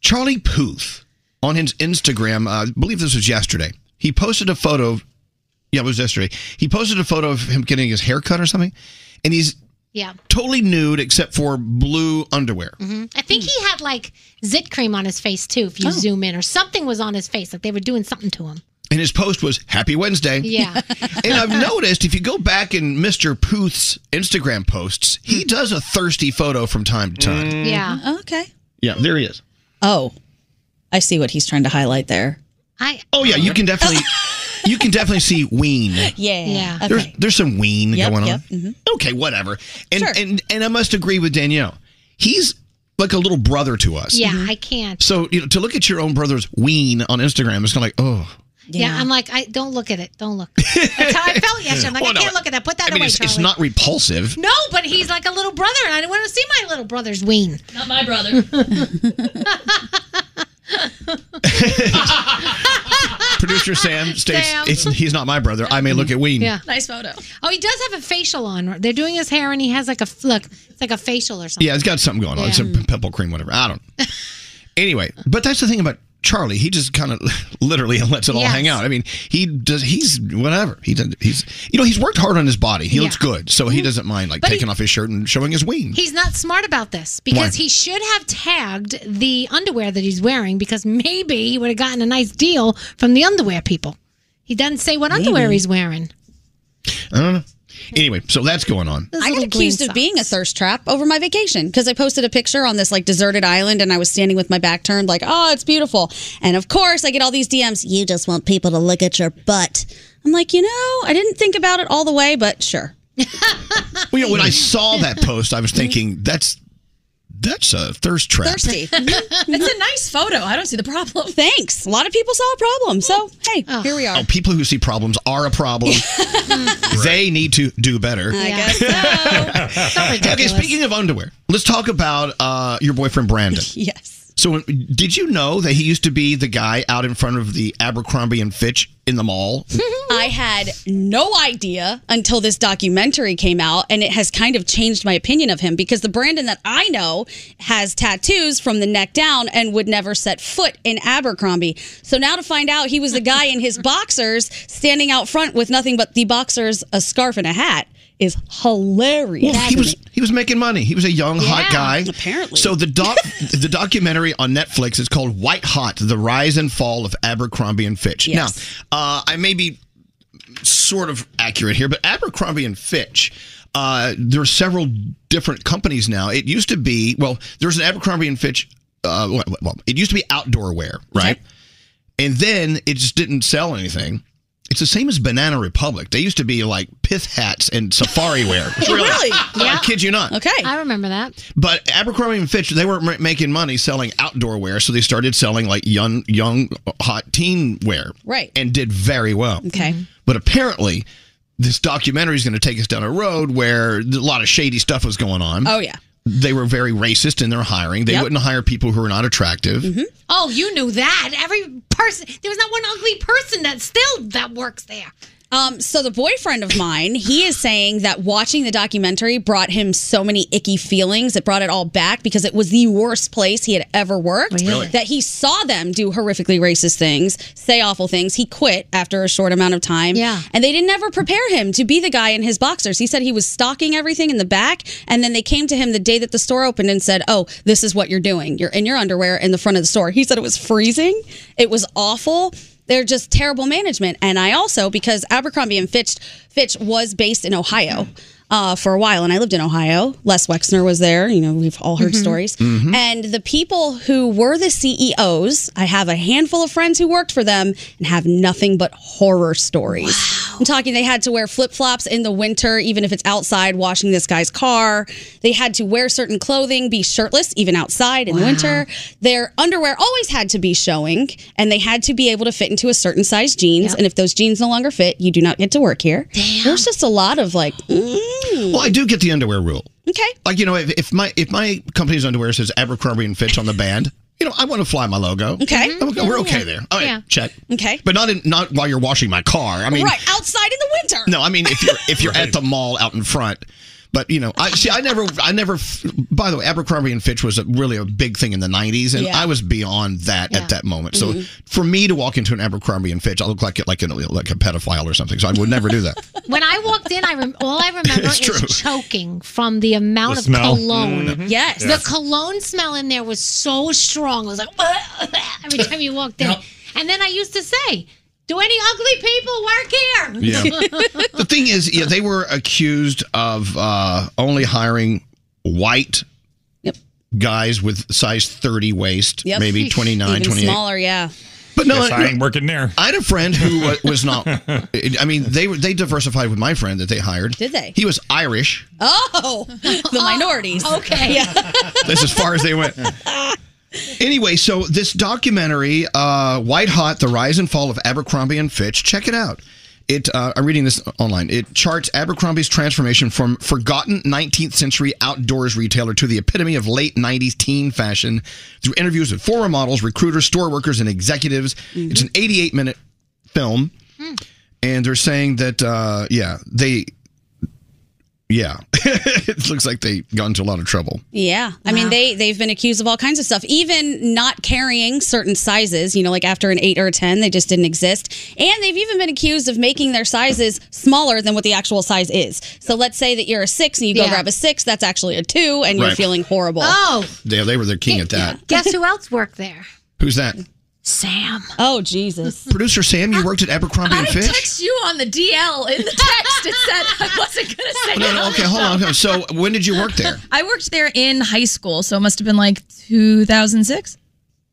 Charlie Puth
on his Instagram, uh, I believe this was yesterday, he posted a photo. Yeah, it was yesterday. He posted a photo of him getting his hair cut or something, and he's
Yeah.
totally nude except for blue underwear.
hmm I think he had like zit cream on his face too,
Oh.
if you zoom in, or something was on his face. Like they were doing something to him.
And his post was Happy Wednesday.
Yeah.
and I've noticed if you go back in Mr. Puth's Instagram posts, he does a thirsty photo from time to time.
Yeah. Okay.
Yeah, there he is.
Oh, I see what he's trying to highlight there.
I.
Oh yeah, you can definitely you can definitely see ween.
Yeah. Yeah.
There's there's some ween
Yep,
going on.
yep, mhm.
Okay, whatever. And and and I must agree with Danielle. He's like a little brother to us.
Yeah,
Mm-hmm.
I can't.
So you know, to look at your own brother's ween on Instagram is kind of like, oh.
Yeah. I'm like, I don't look at it. Don't look. That's how I felt yesterday. I'm like,
Well,
I
no,
can't look at that. Put that
I mean,
away,
it's,
Charlie.
it's not repulsive.
no, but he's like a little brother, and I didn't want to see my little brother's ween.
Not my brother.
Producer Sam states
Sam.
it's he's not my brother. I may look at ween.
Yeah.
Nice photo.
Oh, he does have a facial on. They're doing his hair, and he has like a look. It's like a facial or something.
Yeah, it's got something going on. It's a
Yeah.
pimple cream, whatever. I don't. anyway, but that's the thing about Charlie. He just kind of literally lets it all
Yes.
hang out. I mean, he does. He's whatever. He does, he's you know he's worked hard on his body. He looks
Yeah. Mm-hmm.
good, so he doesn't mind like
But he-
taking off his shirt and showing his wings.
He's not smart about this because
Why?
he should have tagged the underwear that he's wearing because maybe he would have gotten a nice deal from the underwear people. He doesn't say what underwear he's wearing.
I don't know. Anyway, so that's going on.
I got
green
accused of being a thirst trap over my vacation because I posted a picture on this like deserted island and I was standing with my back turned, like, oh, it's beautiful. And of course, I get all these DMs, you just want people to look at your butt. I'm like, you know, I didn't think about it all the way, but sure.
Well, you know, when I saw that post, I was thinking that's that's a thirst trap.
Thirsty. it's
a nice photo. I don't see the problem.
Thanks. A lot of people saw a problem. So, hey, here we are.
Oh, people who see problems are a problem. they need to do better.
Mm-hmm. I guess
okay, speaking of underwear, let's talk about uh, your boyfriend Brandon.
yes.
So, uh, did you know that he used to be the guy out in front of the Abercrombie and Fitch in the mall?
I had no idea until this documentary came out, and it has kind of changed my opinion of him because the Brandon that I know has tattoos from the neck down and would never set foot in Abercrombie. So now to find out he was the guy in his boxers standing out front with nothing but the boxers, a scarf, and a hat is hilarious.
Well, he was he was making money. He was a young hot
Yeah,
guy.
apparently.
So the doc the documentary on Netflix is called White Hot: The Rise and Fall of Abercrombie and Fitch.
Yes.
Now, uh, I may be sort of accurate here, but Abercrombie and Fitch. Uh, there are several different companies now. It used to be well, there's an Abercrombie and Fitch. Uh, well, well, it used to be outdoor wear, right? And then it just didn't sell anything. It's the same as Banana Republic. They used to be like pith hats and safari wear.
Really?
I kid you not.
Okay.
I remember that.
But Abercrombie and Fitch, they weren't ma- making money selling outdoor wear, so they started selling like young, young, hot teen wear.
Right.
And did very well.
Okay.
Mm-hmm.
But apparently, this documentary is going to take us down a road where a lot of shady stuff was going on.
Oh, yeah.
They were very racist in their hiring. They
Yep.
wouldn't hire people who were not attractive.
Mm-hmm.
Oh, you knew that. Every person, there was not one ugly person that still that works there.
Um, so the boyfriend of mine, he is saying that watching the documentary brought him so many icky feelings. It brought it all back because it was the worst place he had ever worked.
Really?
That he saw them do horrifically racist things, say awful things. He quit after a short amount of time. Yeah. And they didn't ever prepare him to be the guy in his boxers. He said he was stocking everything in the back, and then they came to him the day that the store opened and said, "Oh, this is what you're doing. You're in your underwear in the front of the store." He said it was freezing. It was awful they're just terrible management. And I also because Abercrombie and Fitch Fitch was based in Ohio uh, for a while, and I lived in Ohio. Les Wexner was there. You know, we've all heard
Mhm.
stories.
Mhm.
And the people who were the CEOs, I have a handful of friends who worked for them and have nothing but horror stories. I'm talking they had to wear flip flops in the winter, even if it's outside, washing this guy's car. They had to wear certain clothing, be shirtless, even outside in the
Wow.
winter. Their underwear always had to be showing, and they had to be able to fit into a certain size jeans. And if those jeans no longer fit, you do not get to work here. There's just a lot of like, mm.
Well, I do get the underwear rule.
Okay.
Like you know, if, if my if my company's underwear says Abercrombie and Fitch on the band, you know, I want to fly my logo.
Okay.
I'm- we're okay
Yeah.
there. All right,
Yeah.
check.
Okay.
but not in, not while you're washing my car. I mean,
right outside in the winter.
no, I mean if you're if you're at the mall out in front. But you know, I see. I never, I never. By the way, Abercrombie and Fitch was a, really a big thing in the '90s, and
Yeah.
I was beyond that at that moment. So
Mm-hmm.
Mhm.
for me to walk into an Abercrombie and Fitch, I look like like an, like a pedophile or something. So I would never do that.
When I walked in, I rem- all I remember
It's
is
true.
choking from the amount
The
of
smell.
cologne.
Mhm. Yes.
the
Yes.
cologne smell in there was so strong. It was like every time you walked in. And then I used to say, "Do any ugly people work
Yeah.
here?"
the thing is, yeah, they were accused of uh, only hiring white guys with size 30 waist,
Yep.
maybe 29,
Even
28.
smaller, yeah.
But no,
Guess I ain't
working there. I had a friend who wa- was not. I mean, they were they diversified with my friend that they hired.
Did they?
He was Irish.
Oh, the minorities.
Oh, okay.
That's as far as they went. Anyway, so this documentary, uh, White Hot: The Rise and Fall of Abercrombie and Fitch. Check it out. It. Uh, I'm reading this online. It charts Abercrombie's transformation from forgotten 19th century outdoors retailer to the epitome of late 90s teen fashion through interviews with former models, recruiters, store workers, and executives. It's an 88 minute film, and they're saying that uh, yeah, they. Yeah, it looks like they got into a lot of trouble.
Yeah. I mean, they they've been accused of all kinds of stuff, even not carrying certain sizes, you know, like after an 8 or a 10, they just didn't exist. And they've even been accused of making their sizes smaller than what the actual size is. So let's say that you're a 6 and you go
Yeah.
grab a 6, that's actually a 2 and you're
Right.
feeling horrible.
Oh.
Yeah, they were their king at that.
Guess who else worked there?
Who's that?
Sam.
Oh Jesus.
Producer Sam, you worked at Abercrombie
I
and Fitch.
text you on the DL in the text. It said I wasn't gonna say.
Oh, No,
it
no,
on
okay,
the
hold
show.
on. hold on. So when did you work there?
I worked there in high school, so it must have been like 2006.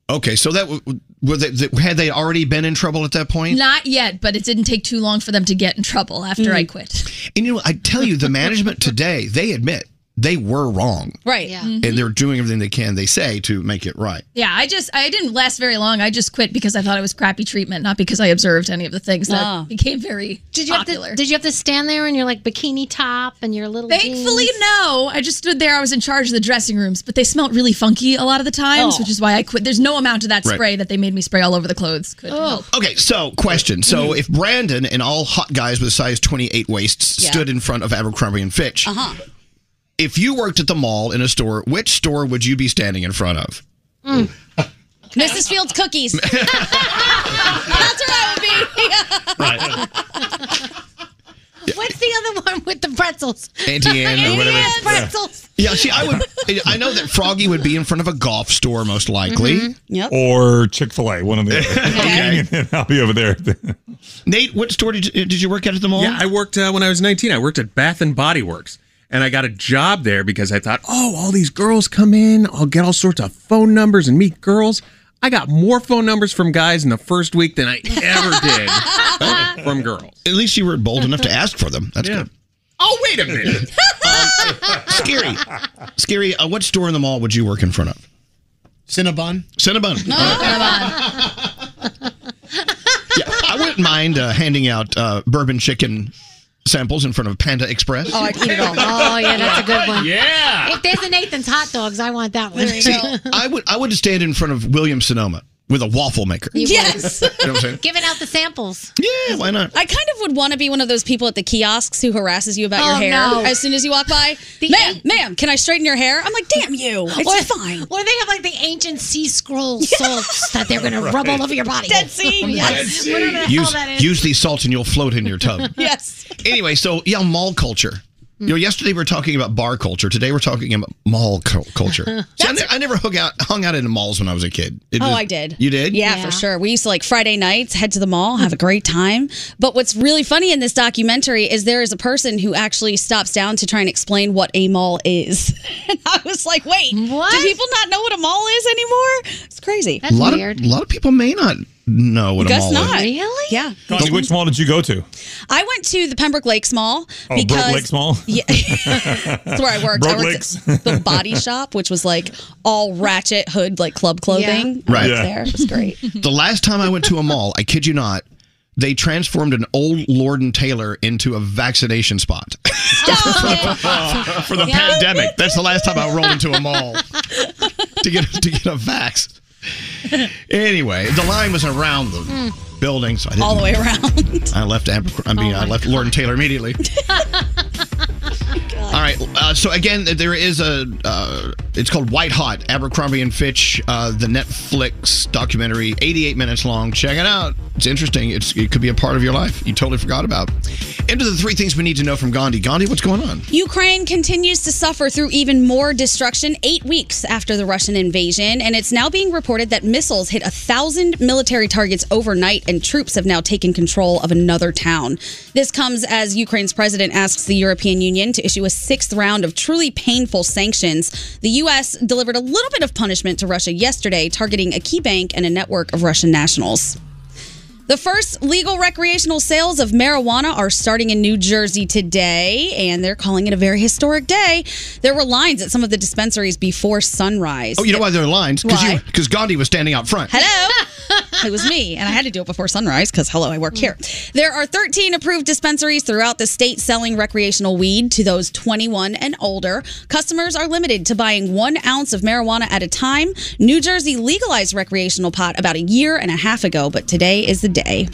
Okay, so that w- were they, th- had they already been in trouble at that point?
Not yet, but it didn't take too long for them to get in trouble after
Mm-hmm.
I
Mhm.
quit.
And you know, I tell you, the management today they admit they were wrong,
Right.
Yeah. Mm-hmm.
and they're doing everything they can, they say, to make it right.
Yeah, I just I didn't last very long. I just quit because I thought it was crappy treatment, not because I observed any of the things that
Ah.
became very
Did you
popular.
have to? Did you have to stand there in your like bikini top and your little?
Thankfully,
jeans?
no. I just stood there. I was in charge of the dressing rooms, but they smelled really funky a lot of the times,
Oh.
which is why I quit. There's no amount of that
Right.
spray that they made me spray all over the clothes could
Oh.
help.
Okay, so question. So
Mm-hmm.
if Brandon and all hot guys with a size 28 waists
Yeah.
stood in front of Abercrombie and Fitch,
Uh-huh.
if you worked at the mall in a store, which store would you be standing in front of?
Mm. Mrs. Fields cookies. That's where I would be.
Right.
What's the other one with the pretzels?
Auntie Anne or whatever.
Anne
Yeah.
pretzels.
Yeah, see, I would. I know that Froggy would be in front of a golf store most likely.
Mhm.
Yep.
Or Chick Fil A, one of the. other. I'll be over there.
Nate, what store did you, did you work at at the mall?
Yeah, I worked uh, when I was 19. I worked at Bath and Body Works. And I got a job there because I thought, oh, all these girls come in. I'll get all sorts of phone numbers and meet girls. I got more phone numbers from guys in the first week than I ever did from girls.
At least you were bold enough to ask for them. That's good.
Oh, wait a minute.
Scary. Scary, uh, what store in the mall would you work in front of?
Cinnabon.
Cinnabon. Yeah, I wouldn't mind uh, handing out uh, bourbon chicken samples in front of Panda Express.
Oh, I'd eat it all. Oh, yeah, that's a good one.
Yeah.
If there's a Nathan's hot dogs, I want that one.
See, I would I would stand in front of William Sonoma with a waffle maker.
You
Yes.
You know what I'm saying?
Giving out the samples.
Yeah, why not?
I kind of would want to be one of those people at the kiosks who harasses you about
Oh,
your hair
no.
as soon as you walk by. ma'am, ma'am, can I straighten your hair? I'm like, damn you. It's fine.
Or they have like the ancient sea scroll salts that they're going
Right.
to rub all over your body.
Dead Sea,
Yes. Whatever the hell
Use,
that is.
use these salts and you'll float in your tub.
yes.
Anyway, so yeah, mall culture. You know, yesterday we were talking about bar culture. Today we're talking about mall cul- culture. See, I, ne- I never hung out hung out in the malls when I was a kid. It
oh,
was-
I did.
You did?
Yeah, for sure. We used to like Friday nights, head to the mall, have a great time. But what's really funny in this documentary is there is a person who actually stops down to try and explain what a mall is. and I was like, wait, do people not know what a mall is anymore? It's crazy.
a lot Of, a lot of people may not know what a
Guess
mall
not.
is.
Really? Yeah.
Connie, eh? which mall did you go to?
I went to the Pembroke Lakes Mall
Oh,
because
Broke Lakes Mall.
Yeah, that's where I worked. I
Broke
worked
Lakes.
at the Body Shop, which was like all ratchet hood, like club clothing. I
Right.
worked there. It was great.
the last time I went to a mall, I kid you not, they transformed an old Lord and Taylor into a vaccination spot uh, for the pandemic. That's the last time I rolled into a mall to get to get a vax. Anyway, the line was around the building, so I didn't
Hmm. All the way around. Oh
I left Abercrombie. I mean, I left Lord and Taylor immediately. All right. Uh, so again, there is a. Uh, it's called White Hot Abercrombie and Fitch, uh, the Netflix documentary, 88 minutes long. Check it out. It's interesting. It's, it could be a part of your life you totally forgot about. Into the three things we need to know from Gandhi. Gandhi, what's going on?
Ukraine continues to suffer through even more destruction eight weeks after the Russian invasion, and it's now being reported that missiles hit a thousand military targets overnight, and troops have now taken control of another town. This comes as Ukraine's president asks the European Union to issue a sixth round of truly painful sanctions. The U.S. delivered a little bit of punishment to Russia yesterday, targeting a key bank and a network of Russian nationals. The first legal recreational sales of marijuana are starting in New Jersey today, and they're calling it a very historic day. There were lines at some of the dispensaries before sunrise.
Oh, you know why there are lines?
Why?
Because Gandhi was standing out front.
Hello. it was me, and I had to do it before sunrise because, hello, I work here. There are 13 approved dispensaries throughout the state selling recreational weed to those 21 and older. Customers are limited to buying one ounce of marijuana at a time. New Jersey legalized recreational pot about a year and a half ago, but today is the day.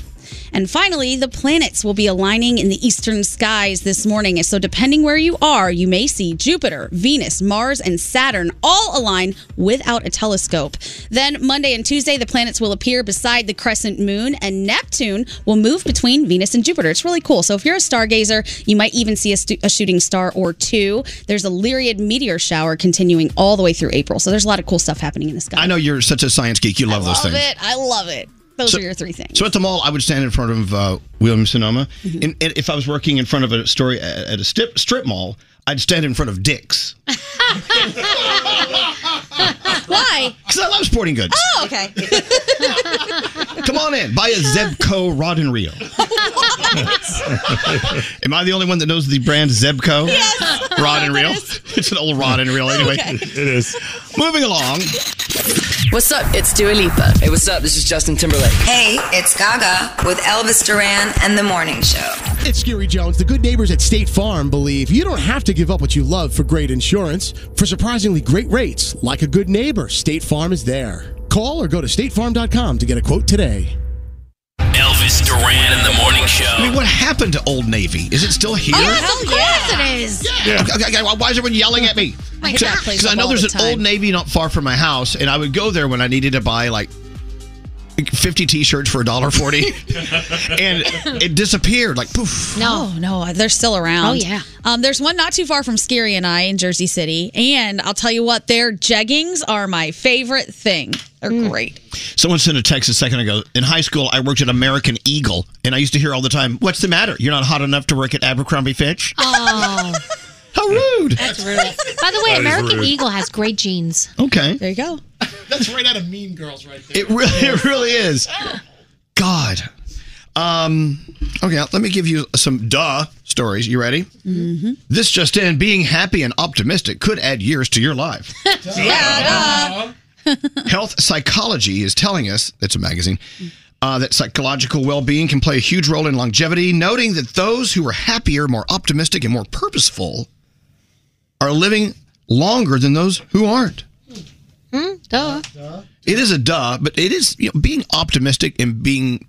And finally, the planets will be aligning in the eastern skies this morning. So, depending where you are, you may see Jupiter, Venus, Mars, and Saturn all align without a telescope. Then, Monday and Tuesday, the planets will appear beside the crescent moon, and Neptune will move between Venus and Jupiter. It's really cool. So, if you're a stargazer, you might even see a, stu- a shooting star or two. There's a Lyriad meteor shower continuing all the way through April. So, there's a lot of cool stuff happening in the sky.
I know you're such a science geek. You love, those
Love
things.
it. I love it. Mm-hmm. Those
So-
are your three things.
So at the mall, I would stand in front of uh, William Sonoma. And, and if I was working in front of a story at at a strip, strip mall, I'd stand in front of Dick's
Why?
because I love sporting goods.
Oh, okay.
Come on in, buy a Zebco rod and reel. Am I the only one that knows the brand Zebco?
Yes.
Rod and reel. It's an old rod and reel, anyway.
Okay.
It is. Moving along.
What's up? It's Dua Lipa. Hey, what's up? This is Justin Timberlake.
Hey, it's Gaga with Elvis Duran and the Morning Show.
It's Scary Jones. The good neighbors at State Farm believe you don't have to give up what you love for great insurance. For surprisingly great rates, like a good neighbor, State Farm is there. Call or go to statefarm.com to get a quote today.
Elvis Duran and the Morning Show.
I mean, what happened to Old Navy? Is it still here?
Oh,
Yes, Oh, of course it is.
Yeah. Okay, okay, why- why is everyone yelling at me?
I hit that place
Because I
up
know
all
there's
the
an Old
time.
Navy not far from my house, and I would go there when I needed to buy like 50 t-shirts for $1.40, and it disappeared like poof.
No, Oh, no, they're still around.
Oh, yeah.
Um, there's one not too far from Scary and I in Jersey City, and I'll tell you what, their jeggings are my favorite thing. They're great.
Someone sent a text a second ago. In high school, I worked at American Eagle, and I used to hear all the time, "What's the matter? You're not hot enough to work at Abercrombie Fitch."
Oh.
How rude.
That's rude. By the way,
That is
American
rude.
Eagle has great jeans.
Okay.
There you go.
That's right out of Mean Girls, right there.
It really, it really is. God. Um, okay, let me give you some duh stories. You ready?
Mm-hmm.
This just in: being happy and optimistic could add years to your life. Health Psychology is telling us, it's a magazine, uh, that psychological well being can play a huge role in longevity, noting that those who are happier, more optimistic, and more purposeful are living longer than those who aren't.
Hmm? Duh.
It is a duh, but it is you know, being optimistic and being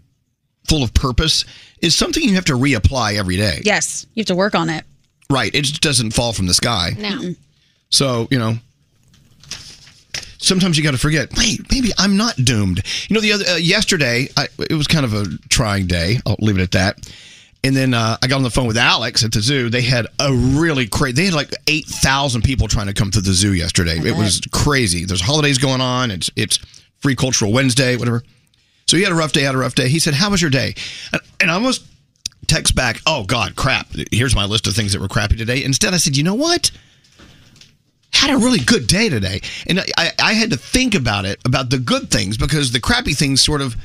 full of purpose is something you have to reapply every day.
Yes, you have to work on it.
Right. It just doesn't fall from the sky.
No.
So, you know, sometimes you got to forget, wait, maybe I'm not doomed. You know, the other, uh, yesterday, I, it was kind of a trying day. I'll leave it at that. And then uh, I got on the phone with Alex at the zoo. They had a really crazy, they had like 8,000 people trying to come to the zoo yesterday. It was crazy. There's holidays going on. It's, it's free cultural Wednesday, whatever. So he had a rough day, had a rough day. He said, how was your day? And, and I almost text back, oh God, crap. Here's my list of things that were crappy today. Instead, I said, you know what? had a really good day today. And I, I had to think about it, about the good things, because the crappy things sort of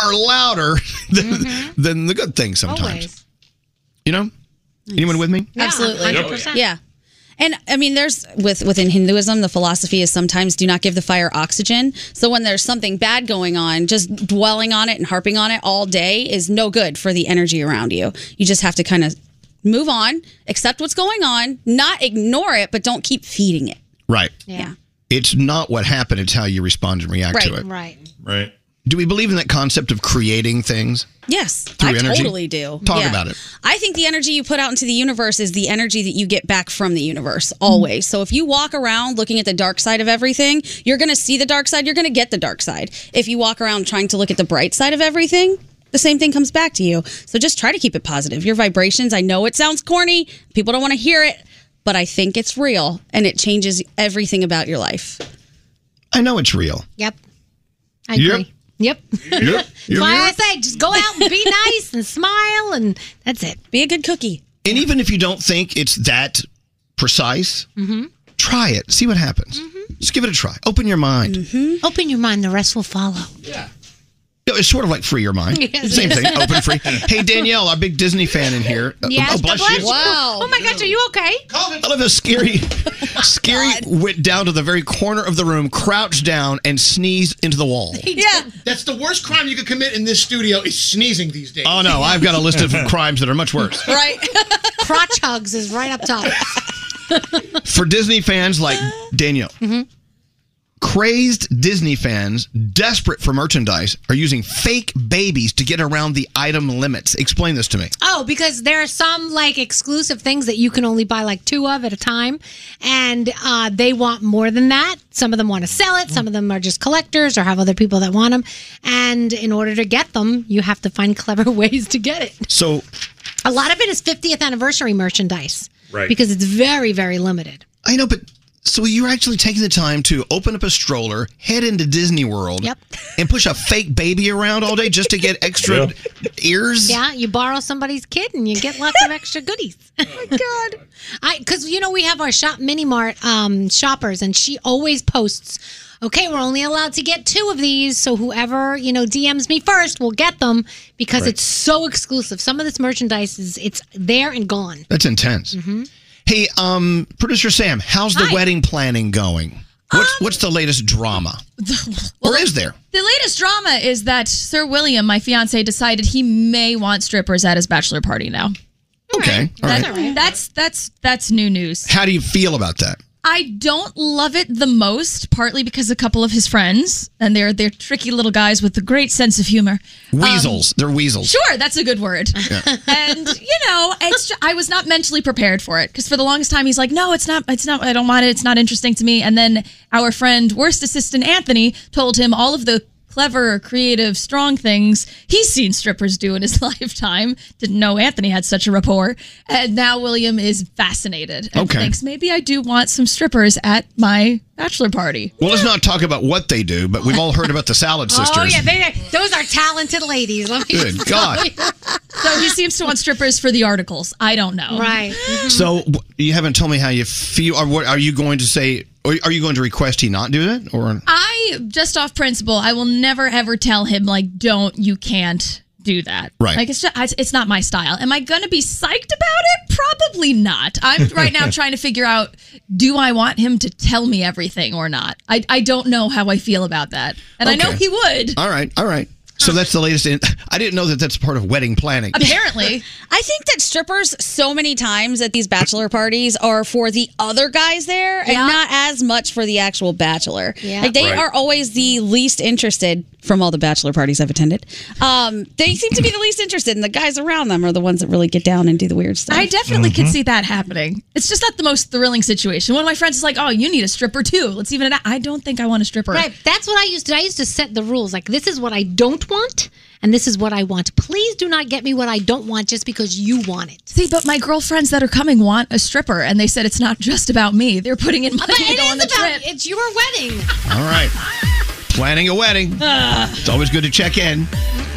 are louder than,
Mm-hmm.
than the good things sometimes. You know? Anyone with me?
Absolutely.
100%.
Yeah. And I mean, there's with within Hinduism, the philosophy is sometimes do not give the fire oxygen. So when there's something bad going on, just dwelling on it and harping on it all day is no good for the energy around you. You just have to kind of move on, accept what's going on, not ignore it, but don't keep feeding it.
Right.
Yeah.
It's not what happened, it's how you respond and react to it.
Right.
Right. Do we believe in that concept of creating things?
Yes,
Through
I
energy?
totally do.
Talk
Yeah.
about it.
I think the energy you put out into the universe is the energy that you get back from the universe always. So if you walk around looking at the dark side of everything, you're going to see the dark side, you're going to get the dark side. If you walk around trying to look at the bright side of everything, the same thing comes back to you. So just try to keep it positive. Your vibrations, I know it sounds corny, people don't want to hear it, but I think it's real and it changes everything about your life.
I know it's real.
Yep. I
Yep.
agree. Yep.
Yep.
That's why I say just go out and be nice and smile and that's it.
Be a good cookie.
And even if you don't think it's that precise,
Mm-hmm.
try it. See what happens. Just give it a try. Open your mind.
Mm.
Mm-hmm.
Open your mind, the rest will follow.
No, It's sort of like free your mind.
Yes.
Same thing. Open free. Hey Danielle, our big Disney fan in here. Uh,
Yes,
oh, bless,
God bless
you.
you. Oh my gosh, are you okay?
I love this scary, scary went down to the very corner of the room, crouched down, and sneezed into the wall.
Yeah.
That's the worst crime you could commit in this studio is sneezing these days.
Oh no, I've got a list of crimes that are much worse.
Right.
Crotch hugs is right up top.
For Disney fans like Danielle,
Mhm.
crazed Disney fans desperate for merchandise are using fake babies to get around the item limits. Explain this to me.
Oh, because there are some like exclusive things that you can only buy like two of at a time, and uh, they want more than that. Some of them want to sell it. Some of them are just collectors or have other people that want them. And in order to get them, you have to find clever ways to get it.
So
A lot of it is 50th anniversary merchandise,
Right.
Because it's very very limited.
I know, but so you're actually taking the time to open up a stroller, head into Disney World, and push a fake baby around all day just to get extra ears.
Yeah, you borrow somebody's kid and you get lots of extra goodies. Oh my god! I because you know we have our shop mini mart um, shoppers, and she always posts. Okay, we're only allowed to get two of these, so whoever you know DMs me first will get them because
Right.
it's so exclusive. Some of this merchandise is it's there and gone. Mm-hmm.
That's intense. Hey, um, producer Sam, how's the wedding planning going? What's what's the latest drama? or is there?
The latest drama is that Sir William, my fiance, decided he may want strippers at his bachelor party now.
Okay, all
That-
right.
That's that's that's new news.
How do you feel about that?
I don't love it the most, partly because a couple of his friends, and they're they're tricky little guys with a great sense of humor. Um,
Weasels, they're weasels.
Sure, that's a good word.
Yeah.
and you know, it's ju- I was not mentally prepared for it because for the longest time he's like, "No, it's not. It's not. I don't want it. It's not interesting to me." And then our friend, worst assistant Anthony, told him all of the clever, creative, strong things he's seen strippers do in his lifetime. Didn't know Anthony had such a rapport, and now William is fascinated and
Okay.
thinks maybe I do want some strippers at my bachelor party.
Well, let's not talk about what they do, but we've all heard about the salad sisters.
Oh yeah, they, those are talented ladies. Let me
Good
just tell
God.
you.
So he seems to want strippers for the articles. I don't know.
Right.
Mm-hmm. So w- you haven't told me how you feel. Are, what, are you going to say? Or are you going to request he not do it? Or
I just off principle, I will never ever tell him like, don't you can't do that.
Right.
Like it's just, it's- it's not my style. Am I gonna be psyched about it? Probably not. I'm right now trying to figure out do I want him to tell me everything or not? I I don't know how I feel about that, and I know
Okay.
he would.
all right, all right. So that's the latest. In- I didn't know that that's part of wedding planning.
Apparently.
I think that strippers so many times at these bachelor parties are for the other guys there and not as much for the actual bachelor.
Yeah.
Like they
Right.
are always the least interested from all the bachelor parties I've attended. Um, they seem to be the least interested and the guys around them are the ones that really get down and do the weird stuff.
I definitely
Mm-hmm.
could see that happening. It's just not the most thrilling situation. One of my friends is like, "Oh, you need a stripper too. Let's even it out." I don't think I want a stripper.
Right. That's what I used to. I used to set the rules. Like this is what I don't want, and this is what I want. Please do not get me what I don't want just because you want it.
See, but my girlfriends that are coming want a stripper, and they said it's not just about me. They're putting in money to go on the trip.
It's your wedding.
All right. Planning a wedding.
Uh.
It's always good to check in.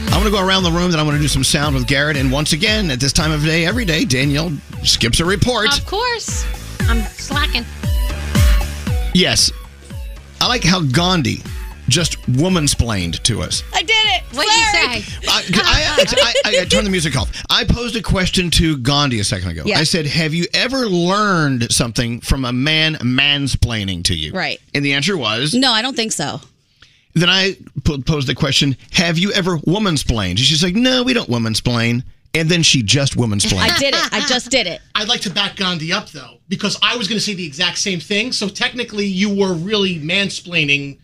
I'm going to go around the room, then I'm going to do some sound with Garrett. And once again, at this time of day, every day, Danielle skips a report.
Um.
Of course. I'm slacking.
Yes. I like how Gandhi just woman-splained to us.
I did it.
What did you say?
I,
Ah.
I, uh, I, I, I turned the music off. I posed a question to Gandhi a second ago.
Yeah.
I said, Have you ever learned something from a man mansplaining to you?
Right.
And the answer was
No, I don't think so.
Then I po- posed the question, Have you ever womansplained? And she's like, No, we don't womansplain. And then she just womansplained.
did it. I just did it.
I'd like to back Gandhi up though, because I was going to say the exact same thing. So technically, you were really mansplaining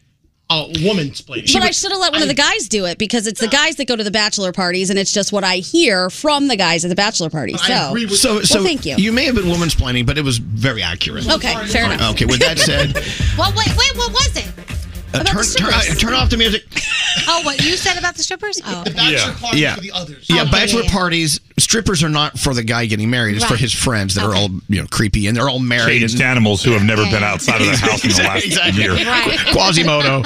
a woman's plating.
but I should have let one of the guys do it because it's the guys that go to the bachelor parties, and it's just what I hear from the guys at the bachelor party. So,
so, so
well, thank you.
You may have been woman's planning, but it was very accurate.
Okay, fair
All right,
enough.
Okay, with that said,
Well, wait, wait, what was it?
uh, turn, turn, uh, turn off the music.
Oh, what you said about the strippers? Oh, okay.
yeah. yeah. Yeah,
Okay,
bachelor
yeah, yeah.
parties, strippers are not for the guy getting married. It's for
Right.
his friends that are all you know creepy and they're all married.
Caged
and-
animals who have never been outside of their house in the last
Exactly.
year.
Right. Qu- Quasimodo.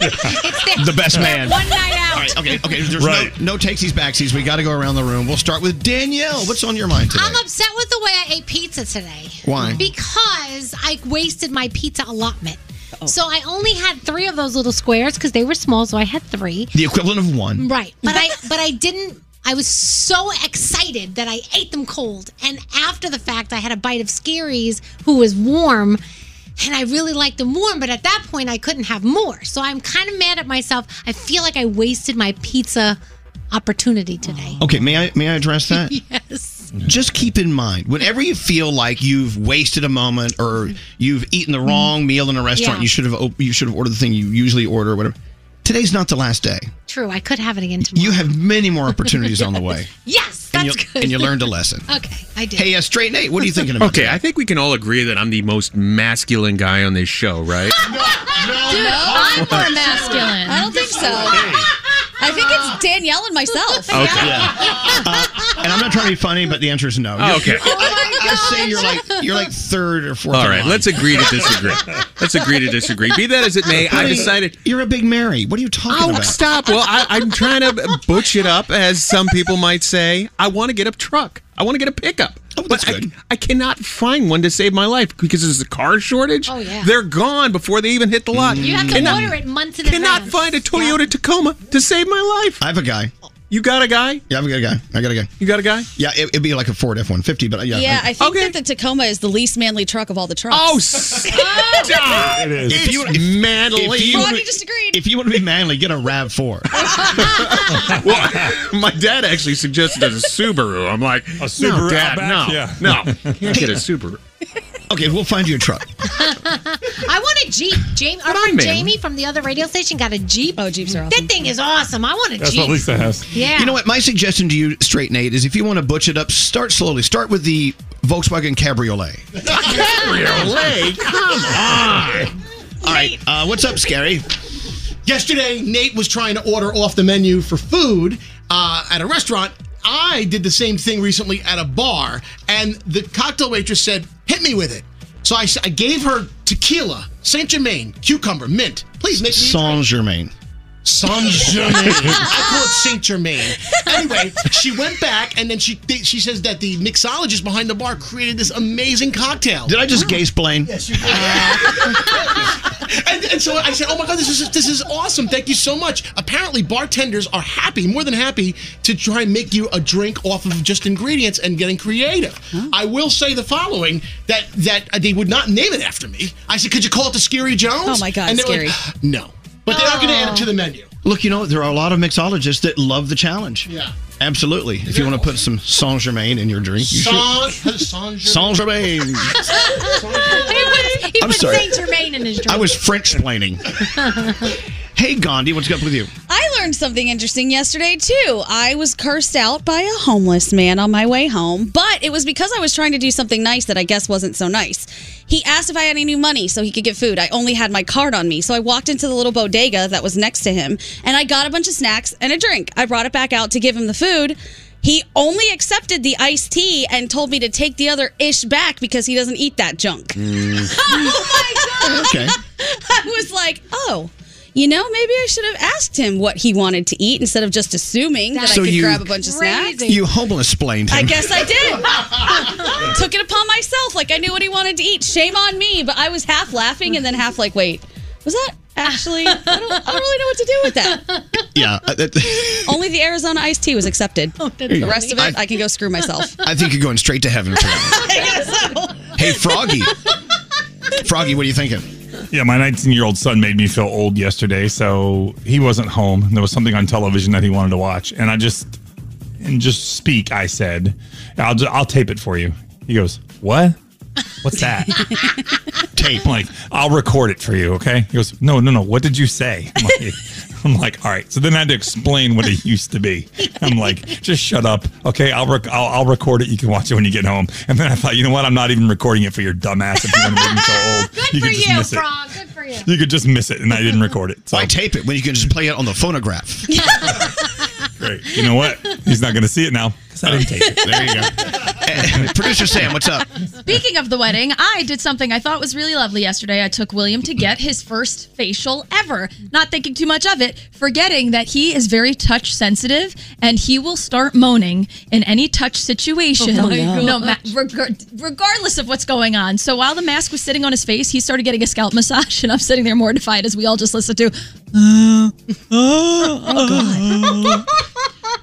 the best man.
One night out.
All right, okay, okay. There's
Right.
no, no takesies, backsies. We got to go around the room. We'll start with Danielle. What's on your mind today?
I'm upset with the way I ate pizza today.
Why?
Because I wasted my pizza allotment. So I only had three of those little squares because they were small, so I had three.
the equivalent of one.
Right, but I but I didn't. I was so excited that I ate them cold, and after the fact, I had a bite of Scary's, who was warm, and I really liked them warm. But at that point, I couldn't have more, so I'm kind of mad at myself. I feel like I wasted my pizza opportunity today.
Okay, may I may I address that?
yes.
Just keep in mind, whenever you feel like you've wasted a moment or you've eaten the wrong meal in a restaurant,
Mm-hmm. Yeah.
you should have op- you should have ordered the thing you usually order or whatever. Today's not the last day.
True. I could have it again tomorrow.
You have many more opportunities on the way.
Yes,
And
that's
you-
good.
and you learned a lesson.
Okay, I did.
Hey, uh, straight Nate, what are you thinking about?
Okay, I think we can all agree that I'm the most masculine guy on this show, right?
Dude,
I'm more masculine.
I don't think so. I think it's Danielle and myself.
Okay. Uh, and I'm not trying to be funny, but the answer is no. You're-
Okay.
Oh my
I say you're like you're like third or fourth.
All
in
right,
line.
let's agree to disagree. Let's agree to disagree. Be that as it may, I
Honey,
decided.
You're a big Mary. What are you talking
Oh,
about?
stop. Well, I, I'm trying to butch it up, as some people might say. I want to get a truck. I want to get a pickup. Oh, that's but good. I, I cannot find one to save my life because there's a car shortage.
Oh, yeah.
They're gone before they even hit the lot.
You have to
Cannot-
order it months in
Cannot
advance.
find a Toyota Tacoma to save my life.
I have a guy.
You got a guy?
Yeah, I've got a guy. I got a guy.
You got a guy?
Yeah, it, it'd be like a Ford F-150, but uh, yeah.
Yeah, I think that the Tacoma is the least manly truck of all the trucks.
Oh,
stop!
It
is. If you, if,
manly.
Oh,
If you,
Rodney
just agreed. If you want to be manly, get a Rav Four.
well, my dad actually suggested a Subaru. I'm like, a no,
Subaru
dad,
Outback?
no,
Yeah.
no, can't get a Subaru.
Okay, we'll find you a truck.
I want a Jeep. Jamie, our
But I'm
friend
in.
Jamie from the other radio station got a Jeep. Oh, Jeeps are awesome. That thing is awesome. I want a Jeep.
has.
Yeah.
You know what? My suggestion to you, straight Nate, is if you want to butch it up, start slowly. Start with the Volkswagen Cabriolet.
Cabriolet? Come
on. All right. Uh, what's up, Scary?
Yesterday, Nate was trying to order off the menu for food uh, at a restaurant. I did the same thing recently at a bar, and the cocktail waitress said, "Hit me with it." So I, s- I gave her tequila, Saint Germain, cucumber, mint. Please make me
Saint Germain.
Saint Germain. I call it Saint Germain. Anyway, she went back, and then she she says that the mixologist behind the bar created this amazing cocktail.
Did I just gaze Blaine?
Yes, you did. and, and so I said, "Oh my God, this is this is awesome! Thank you so much." Apparently, bartenders are happy, more than happy, to try and make you a drink off of just ingredients and getting creative. I will say the following: that that they would not name it after me. I said, "Could you call it the Scary Jones?"
Oh my God,
And they were
Scary. Oh.
like, no, but they're not going to add it to the menu.
Oh. Look, you know, there are a lot of mixologists that love the challenge.
Yeah.
Absolutely. If you want to put some Saint Germain in your drink, you should.
Saint
Saint Germain.
he put, he
I'm
put
sorry.
Saint Germain in his drink.
I was French planning. hey, Gandhi, what's up with you?
I learned something interesting yesterday too. I was cursed out by a homeless man on my way home, but it was because I was trying to do something nice that I guess wasn't so nice. He asked if I had any money so he could get food. I only had my card on me, so I walked into the little bodega that was next to him and I got a bunch of snacks and a drink. I brought it back out to give him the food. He only accepted the iced tea and told me to take the other ish back because he doesn't eat that junk. oh my god!
Hmm. Okay.
I was like, oh, you know, maybe I should have asked him what he wanted to eat instead of just assuming that I could grab a bunch of snacks.
You homeless explained him.
I guess I did. Took it upon myself, like I knew what he wanted to eat. Shame on me, but I was half laughing and then half like, wait, was that actually? I don't, I don't really know what to do with that.
Yeah. uh, that-
Only the Arizona iced tea was accepted.
you
the
go.
rest of it, I, can go screw myself.
I think you're going straight to heaven for that.
I guess so.
Hey, Froggy. Froggy, what are you thinking?
Yeah, my 19 year old son made me feel old yesterday, so he wasn't home. And there was something on television that he wanted to watch, and I just and just speak. I said, "I'll ju- I'll tape it for you." He goes, "What? What's that? Tape. I'm like, I'll record it for you, okay? He goes, No, no, no. What did you say? I'm like, I'm like, all right. So then I had to explain what it used to be. I'm like, just shut up. Okay, I'll, rec- I'll I'll record it. You can watch it when you get home. And then I thought, you know what? I'm not even recording it for your dumbass. If you want to make me so old, you
for
can just
you,
miss it.
Frog. Good for you.
You could just miss it, and I didn't record it. So. Why
tape it when you can just play it on the phonograph?
Great. You know what? He's not going to see it now because I didn't tape it.
There you go. Producer Sam, what's up?
Speaking of the wedding, I did something I thought was really lovely yesterday. I took William to get his first facial ever, not thinking too much of it, forgetting that he is very touch sensitive and he will start moaning in any touch situation.
Oh my gosh.
no, ma- regar- regardless of what's going on. So while the mask was sitting on his face, he started getting a scalp massage, and I'm sitting there mortified as we all just listen to. "Uh, uh,
Oh,
uh."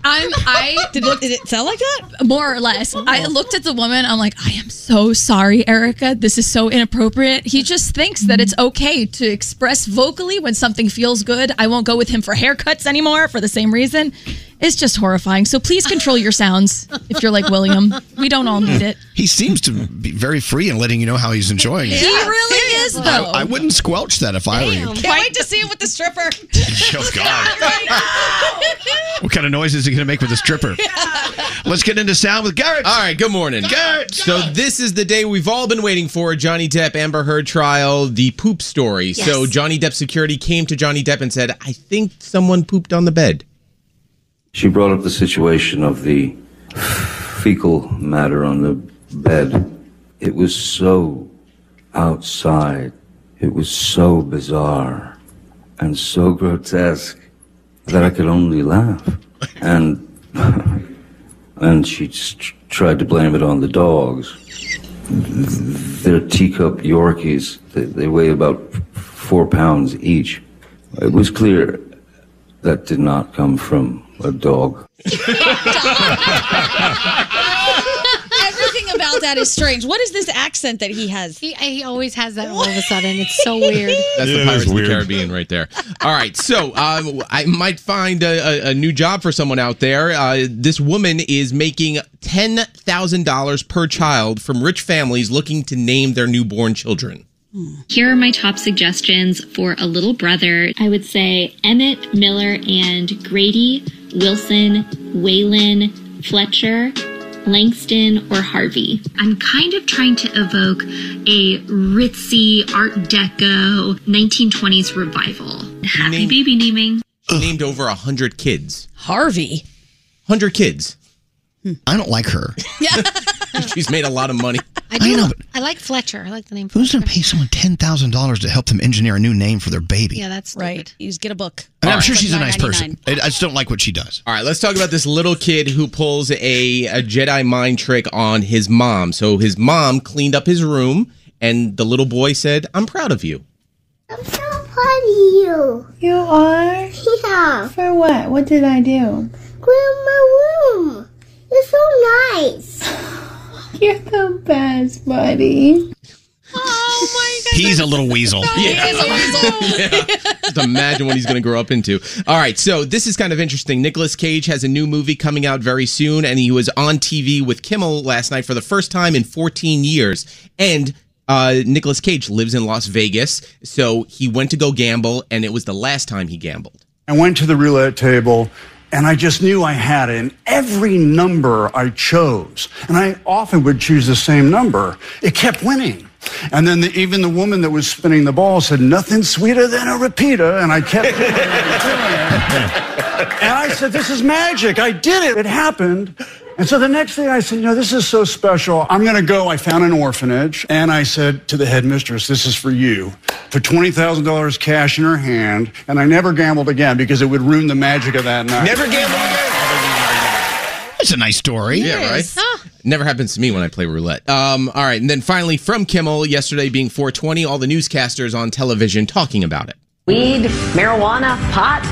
I'm. I did it, did it sound like that? More or less. I looked at the woman. I'm like, I am so sorry, Erica. This is so inappropriate. He just thinks that it's okay to express vocally when something feels good. I won't go with him for haircuts anymore for the same reason. It's just horrifying. So please control your sounds if you're like William. We don't all need it.
Hmm. He seems to be very free in letting you know how he's enjoying it.
he really is
I,
though.
I wouldn't squelch that if I were you.
Can't wait to see him with the stripper.
Oh, God. What kind of noise is he going to make with a stripper? Let's get into sound with Garrett.
All right, good morning. Garrett! So this is the day we've all been waiting for, Johnny Depp Amber Heard trial, the poop story.
Yes.
So Johnny Depp security came to Johnny Depp and said, "I think someone pooped on the bed."
She brought up the situation of the fecal matter on the bed. It was so outside. It was so bizarre and so grotesque that I could only laugh. And and she just tr- tried to blame it on the dogs. They're teacup Yorkies. They, they weigh about four pounds each. It was clear that did not come from a dog.
Everything about that is strange. What is this accent that he has?
He, he always has that all of a sudden. It's so weird.
That's
Yeah,
the
that's
Pirates of the
weird.
Caribbean right there. All right, so um, I might find a, a, a new job for someone out there. Uh, this woman is making ten thousand dollars per child from rich families looking to name their newborn children.
Here are my top suggestions for a little brother. I would say Emmett, Miller, and Grady, Wilson, Waylon, Fletcher, Langston, or Harvey. I'm kind of trying to evoke a ritzy Art Deco 1920s revival. Happy
Name-
baby naming.
She named over a hundred kids.
Harvey.
Hundred kids.
Hmm. I don't like her.
She's made a lot of money.
I do. I,
know,
like Fletcher. I like the name.
Who's going to pay someone ten thousand dollars to help them engineer a new name for their baby?
Yeah,
that's right. You just get a book.
And I'm
All
sure
right.
she's a nice person.
$9.99.
I I just don't like what she does.
All right, let's talk about this little kid who pulls a, a Jedi mind trick on his mom. So his mom cleaned up his room, and the little boy said, "I'm proud of you."
Party you. You are? Yeah. For what? What did I do? Clean my room. You're so nice. You're the best, buddy.
He's a little weasel.
Yeah. Just imagine what he's going to grow up into. All right, so this is kind of interesting. Nicolas Cage has a new movie coming out very soon, and he was on TV with Kimmel last night for the first time in 14 years. And uh, Nicolas Cage lives in Las Vegas, so he went to go gamble, and it was the last time he gambled.
I went to the roulette table and I just knew I had it. And every number I chose, and I often would choose the same number, it kept winning. And then the, even the woman that was spinning the ball said, Nothing sweeter than a repeater. And I kept doing it. And I said, This is magic. I did it. It happened. And so the next thing I said, You know, this is so special. I'm going to go. I found an orphanage. And I said to the headmistress, This is for you. Put $20,000 cash in her hand. And I never gambled again because it would ruin the magic of that night.
Never gamble It's a nice story.
Yeah, right. Never happens to me when I play roulette. Um, all right, and then finally from Kimmel yesterday being 420, all the newscasters on television talking about it.
Weed, marijuana, pot,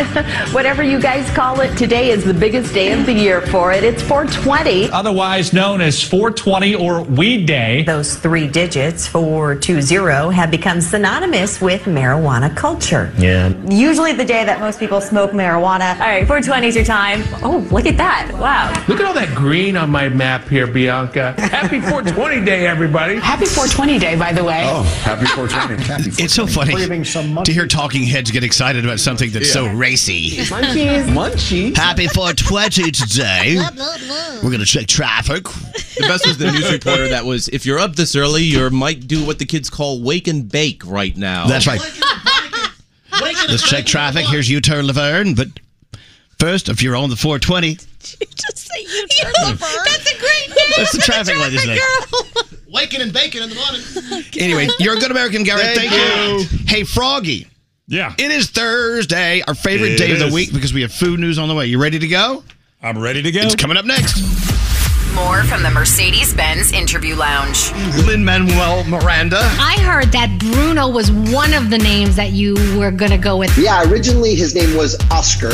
whatever you guys call it, today is the biggest day of the year for it. It's 420.
Otherwise known as 420 or Weed Day.
Those three digits, 420, have become synonymous with marijuana culture.
Yeah.
Usually the day that most people smoke marijuana. All right, 420 is your time. Oh, look at that. Wow.
Look at all that green on my map here, Bianca. Happy 420 Day, everybody. Happy 420 Day, by the way.
Oh, happy 420. It's so funny to hear talking heads get excited about something that's so
Yeah.
racy.
Munchies.
Munchies. Happy 420 today. We're going to check traffic.
The best was the news reporter that was, if you're up this early, you might do what the kids call wake and bake right now.
That's right. Let's check traffic. Here's U-turn Laverne. But first, if you're on the 420,
That's a great name.
That's the traffic light, isn't it?
Waking and baking in the morning.
Anyway, you're a good American, Garrett. Thank,
Thank
you. Hey, Froggy.
Yeah.
It is Thursday, our favorite
It
day of
is.
the week because we have food news on the way. You ready to go?
I'm ready to go.
It's coming up next.
More from the Mercedes Benz interview lounge.
Lynn Manuel Miranda.
I heard that Bruno was one of the names that you were going to go with.
Yeah, originally his name was Oscar.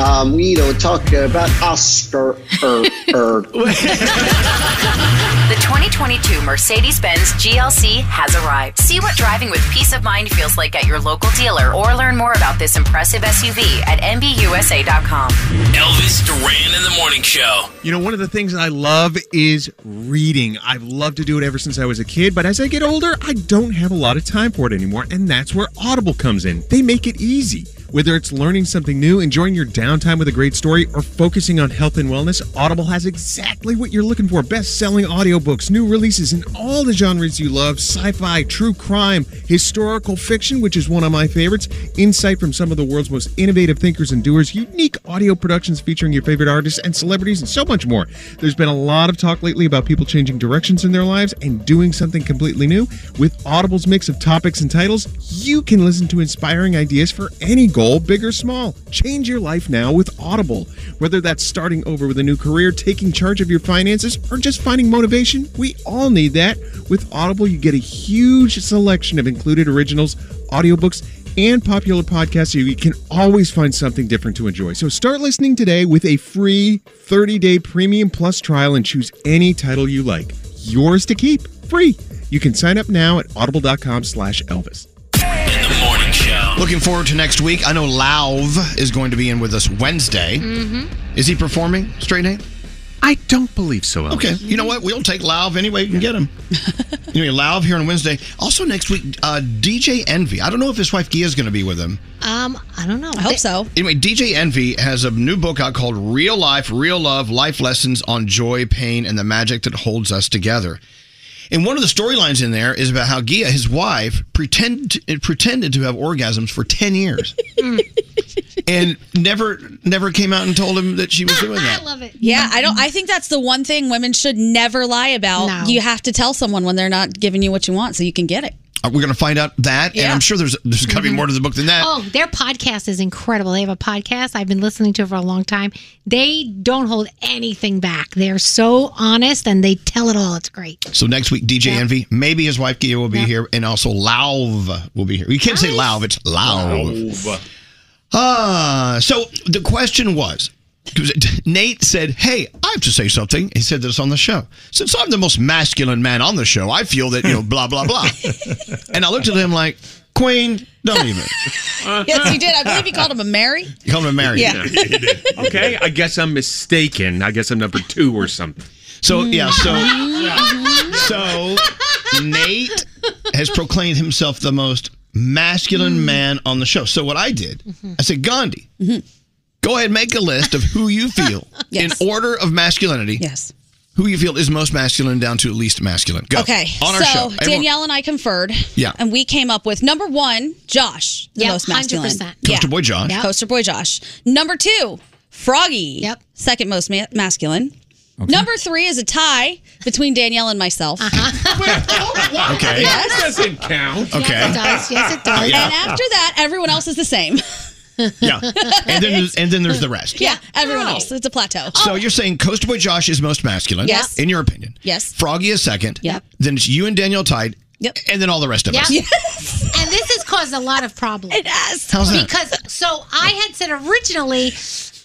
Um, we don't talk about Oscar. Er, er.
The 2022 Mercedes Benz GLC has arrived. See what driving with peace of mind feels like at your local dealer or learn more about this impressive SUV at MBUSA.com.
Elvis Duran in the morning show.
You know, one of the things that I love is reading. I've loved to do it ever since I was a kid, but as I get older, I don't have a lot of time for it anymore, and that's where Audible comes in. They make it easy. Whether it's learning something new, enjoying your downtime with a great story, or focusing on health and wellness, Audible has exactly what you're looking for best selling audiobooks, new releases in all the genres you love sci fi, true crime, historical fiction, which is one of my favorites, insight from some of the world's most innovative thinkers and doers, unique audio productions featuring your favorite artists and celebrities, and so much more. There's been a lot of talk lately about people changing directions in their lives and doing something completely new. With Audible's mix of topics and titles, you can listen to inspiring ideas for any goal, big or small. Change your life now with Audible. Whether that's starting over with a new career, taking charge of your finances, or just finding motivation, we all need that. With Audible, you get a huge selection of included originals, audiobooks, and popular podcasts so you can always find something different to enjoy. So start listening today with a free 30-day premium plus trial and choose any title you like. Yours to keep, free. You can sign up now at audible.com slash Elvis.
Looking forward to next week. I know Lauv is going to be in with us Wednesday. Is he performing straight name?
I don't believe so. Elvis.
Okay, you know what? We'll take Lauv any way we can get him. anyway, Lauv here on Wednesday. Also next week, uh, DJ Envy. I don't know if his wife Gia is going to be with him.
Um, I don't know. I hope so.
Anyway, DJ Envy has a new book out called Real Life, Real Love Life Lessons on Joy, Pain, and the Magic That Holds Us Together. And one of the storylines in there is about how Gia, his wife, pretend, pretended to have orgasms for 10 years and never never came out and told him that she was doing that.
Ah, love it.
Yeah, I don't. I think that's the one thing women should never lie about.
No.
You have to tell someone when they're not giving you what you want, so you can get it.
Uh, We're going to find out that, and
Yeah.
I'm sure there's, there's got to be more to the book than that.
Oh, their podcast is incredible. They have a podcast I've been listening to for a long time. They don't hold anything back. They're so honest and they tell it all. It's great.
So next week, DJ Envy, maybe his wife Gia will be here, and also Lauv will be here. You can't say Lauv, it's Lauv. Ah, so the question was, 'cause Nate said, "Hey, I have to say something." He said this on the show. Since I'm the most masculine man on the show, I feel that you know, blah blah blah. and I looked at him like, "Queen, don't even." Uh-huh.
yes, you did. I believe you called him a Mary.
You called him a Mary.
Yeah. Yeah, you
okay, I guess I'm mistaken. I guess I'm number two or something.
So yeah, so so Nate has proclaimed himself the most masculine
Mm-hmm.
man on the show. So what I did, I said, Gandhi,
Mm-hmm.
go ahead and make a list of who you feel in order of masculinity.
Yes.
Who you feel is most masculine down to least masculine. Go.
Okay.
On our
so
show. Everyone-
Danielle and I conferred.
Yeah.
And we came up with number one, Josh, the
Yeah,
most masculine.
100%. Coaster boy Josh. Yep.
Coaster boy Josh. Number two, Froggy. Yep. Second most ma- masculine. Number three is a tie between Danielle and myself.
Uh-huh. Okay.
Yes.
That doesn't count.
Okay. Yes, it does. Yes, it does. Oh, Yeah.
And after that, everyone else is the same.
Yeah. And then there's, and then there's the rest.
Yeah, everyone else. It's a plateau.
Oh,
So you're saying Coaster Boy Josh is most masculine,
Yes.
in your opinion.
Yes.
Froggy is second. Yep. Then it's you and Danielle tied. Yep. And then all the rest of us.
and this is caused a lot of problems. It has.
How's that?
Because so I had said originally.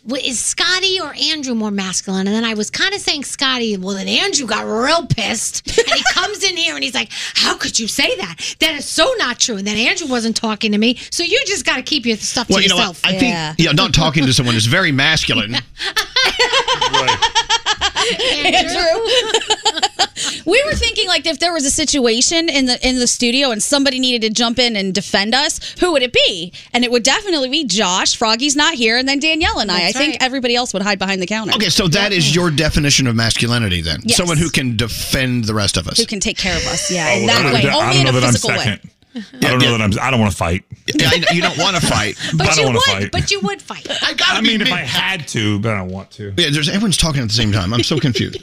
w- Is Scotty or Andrew more masculine? And then I was kind of saying Scotty. Well, then Andrew got real pissed, and he comes in here and he's like, "How could you say that? That is so not true." And then Andrew wasn't talking to me, so you just got to keep your stuff
Well,
to
you know what?
yourself.
I think yeah, not talking to someone is very masculine.
Andrew. we were thinking like if there was a situation in the in the studio and somebody needed to jump in and defend us, who would it be? And it would definitely be Josh. Froggy's not here, and then Danielle and I. I think everybody else would hide behind the counter.
Okay, so that is your definition of masculinity then.
Yes.
Someone who can defend the rest of us.
who can take care of us? Yeah,
Oh,
in
I
that
don't
way,
know that- I
only
don't
in a
know that I'm
physical way.
second.
I don't know that I'm. I don't want to fight.
Yeah, I know- you don't want to fight,
but I
but
don't
you
want
would,
to fight.
but you would fight. I
I mean, if I had to, but I don't want to.
Yeah, there's everyone's talking at the same time. I'm so confused.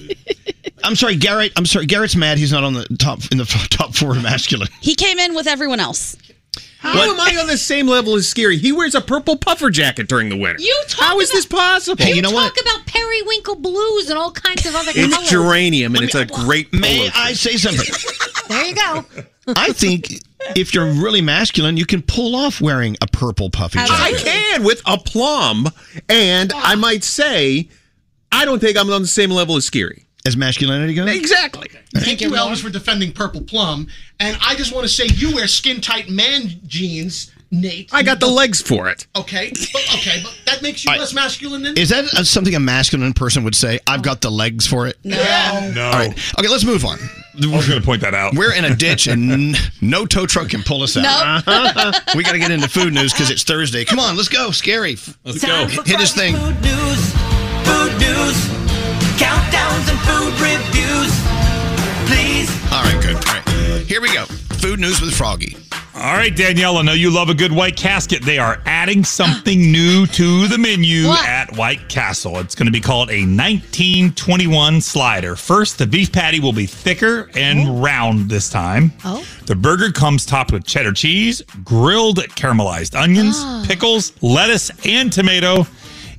I'm sorry, Garrett. I'm sorry, Garrett's mad. He's not on the top in the top four of masculine.
He came in with everyone else.
How am I on the same level as Scary? He wears a purple puffer jacket during the winter.
You talk
How is this possible?
You, talk about periwinkle blues and all kinds of other
It's
colors.
geranium and it's a great
May I say something?
There you go.
I think if you're really masculine, you can pull off wearing a purple puffy
I
jacket.
can with aplomb, and I might say, I don't think I'm on the same level as Scary.
As masculinity goes?
Exactly.
Thank you, Elvis, for defending Purple Plum. And I just want to say you wear skin tight man jeans, Nate.
I got the legs for it.
Okay, but, okay, but that makes you
I-
less masculine than
Is that uh, something a masculine person would say? I've got the legs for it.
Yeah.
No. All right. Okay, let's move on. I was going to point that out. We're in a ditch and n- no tow truck can pull us out.
Nope.
we got to get into food news because it's Thursday. Come on, let's go. Scary. Let's
Time
go.
for
Hit his thing.
Food news, food news, countdowns and food reviews. Please.
All right, good. All right. Here we go. Food news with Froggy.
All right, Danielle, I know you love a good White Casket. They are adding something new to the menu at White Castle. It's going to be called a 1921 slider. First, the beef patty will be thicker and round this time.
Oh.
The burger comes topped with cheddar cheese, grilled caramelized onions,
Ah.
pickles, lettuce, and tomato.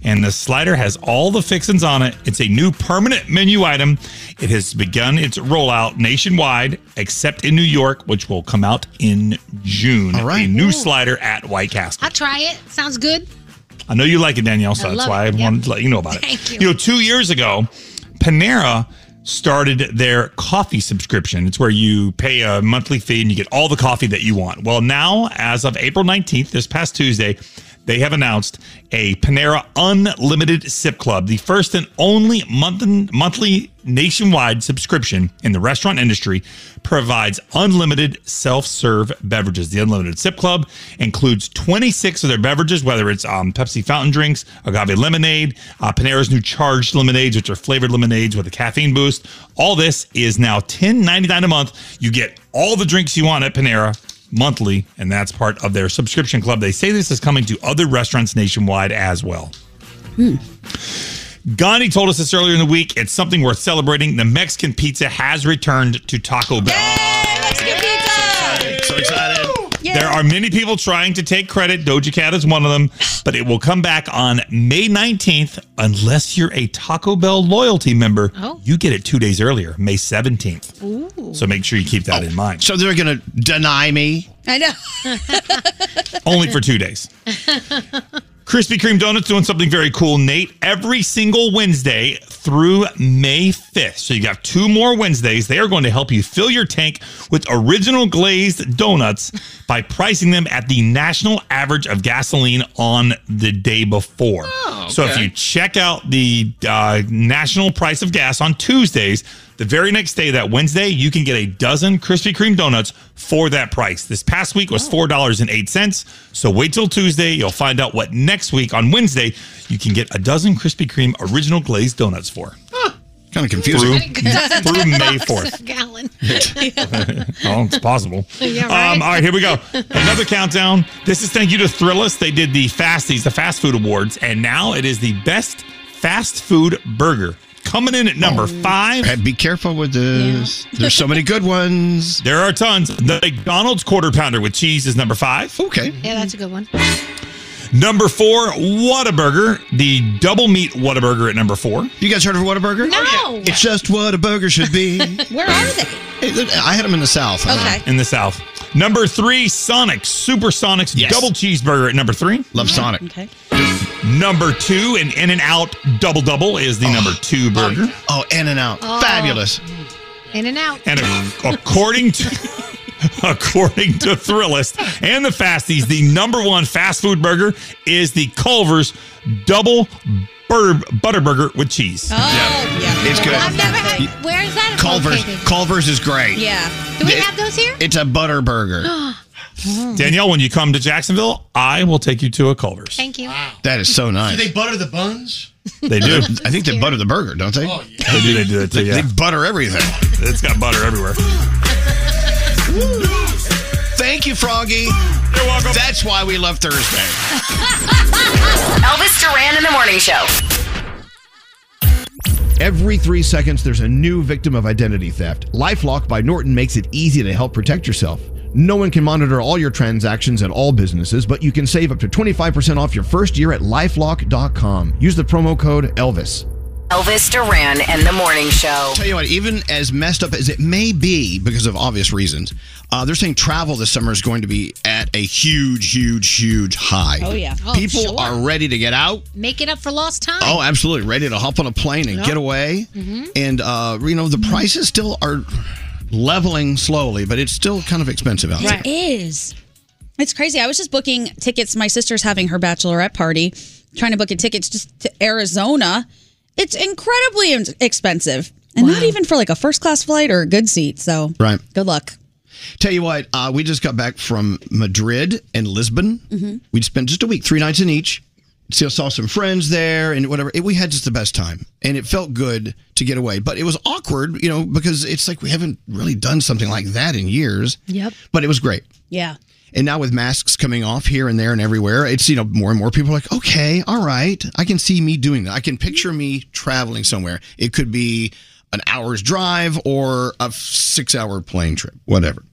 And the slider has all the fixings on it. It's a new permanent menu item. It has begun its rollout nationwide, except in New York, which will come out in June. All right. A new slider at White Castle.
I'll try it. Sounds good.
I know you like it, Danielle, so
I
that's
love
why
it.
I
Yep.
wanted to let you know about it.
Thank you.
know, two years ago, Panera started their coffee subscription. It's where you pay a monthly fee and you get all the coffee that you want. Well, now, as of April 19th, this past Tuesday, they have announced a Panera Unlimited Sip Club, the first and only month- monthly nationwide subscription in the restaurant industry, provides unlimited self-serve beverages. The Unlimited Sip Club includes 26 of their beverages, whether it's um, Pepsi fountain drinks, agave lemonade, uh, Panera's new charged lemonades, which are flavored lemonades with a caffeine boost. All this is now $10.99 a month. You get all the drinks you want at Panera monthly, and that's part of their subscription club. They say this is coming to other restaurants nationwide as well. Gandhi told us this earlier in the week. It's something worth celebrating. The Mexican pizza has returned to Taco Bell.
So excited.
There are many people trying to take credit. Doja Cat is one of them, but it will come back on May 19th unless you're a Taco Bell loyalty member.
Oh.
You get it 2 days earlier, May 17th. So make sure you keep that in mind.
So they're going to deny me
I know.
only for 2 days. Krispy Kreme Donuts doing something very cool, Nate. Every single Wednesday through May 5th. So you got two more Wednesdays. They are going to help you fill your tank with original glazed donuts by pricing them at the national average of gasoline on the day before. So if
okay.
you check out the uh, national price of gas on Tuesdays, the very next day, that Wednesday, you can get a dozen Krispy Kreme donuts for that price. This past week was four dollars and eight cents. So wait till Tuesday. You'll find out what next week on Wednesday you can get a dozen Krispy Kreme original glazed donuts for.
Kind of
Through,
Pretty good.
through May fourth.
A gallon.
oh, it's possible.
Yeah, right.
um, all right, here we go. Another countdown. This is thank you to Thrillist. They did the Fasties, the fast food awards, and now it is the best fast food burger. Coming in at number five.
Oh. be careful with this. There's so many good ones.
There are tons. The McDonald's quarter pounder with cheese is number five.
Okay.
Yeah, that's a good one.
Number four, Whataburger. The double meat Whataburger at number four.
You guys heard of Whataburger?
No.
It's just what a burger should be.
Where are they?
Hey, look, I had them in the South. Uh,
Okay.
In the South. Number three, Sonic. Supersonics double cheeseburger at number three. Love Sonic.
Okay.
Number two, an In and Out double double is the number two burger. Oh, In and Out.
Oh. Fabulous. In and out.
And ac- according to according to Thrillist and the Fasties, the number one fast food burger is the Culver's double bur- butter burger with cheese.
Oh,
yeah. It's good.
I've never had. Where is that?
Culver's
located?
Culver's is great.
Yeah. Do we
It-
have those here?
It's a butter burger.
Danielle, when you come to Jacksonville, I will take you to a Culver's.
Thank you.
That is so nice.
Do they butter the buns?
They do.
I think they butter the burger, don't they? Oh,
yeah. They do. They do that too.
They butter everything.
It's got butter everywhere.
Thank you, Froggy.
You're welcome.
That's why we love Thursday.
Elvis Duran in the morning show.
Every three seconds, there's a new victim of identity theft. Lifelock by Norton makes it easy to help protect yourself. No one can monitor all your transactions at all businesses, but you can save up to 25% off your first year at lifelock.com. Use the promo code ELVIS.
Elvis Duran and the morning show.
Tell you what, even as messed up as it may be because of obvious reasons, uh, they're saying travel this summer is going to be at a huge, huge, huge high.
Oh, yeah. Oh,
People
sure.
are ready to get out.
Make it up for lost time.
Oh, absolutely. Ready to hop on a plane and
Yeah.
get away.
Mhm.
And, uh, you know, the prices still are leveling slowly, but it's still kind of expensive out
It is. It's crazy. I was just booking tickets. My sister's having her bachelorette party, trying to book a tickets just to Arizona. It's incredibly in- expensive, and not even for like a first class flight or a good seat. So,
there. Right.
good luck.
Tell you what, uh, we just got back from Madrid and Lisbon. We'd spent just a week, three nights in each. Still saw some friends there and whatever. It- we had just the best time, and it felt good to get away. But it was awkward, you know, because it's like we haven't really done something like that in years.
Yep.
But it was great.
Yeah.
And now with masks coming off here and there and everywhere, it's you know more and more people are like, okay, all right, I can see me doing that. I can picture me traveling somewhere. It could be an hour's drive or a six-hour plane trip, whatever.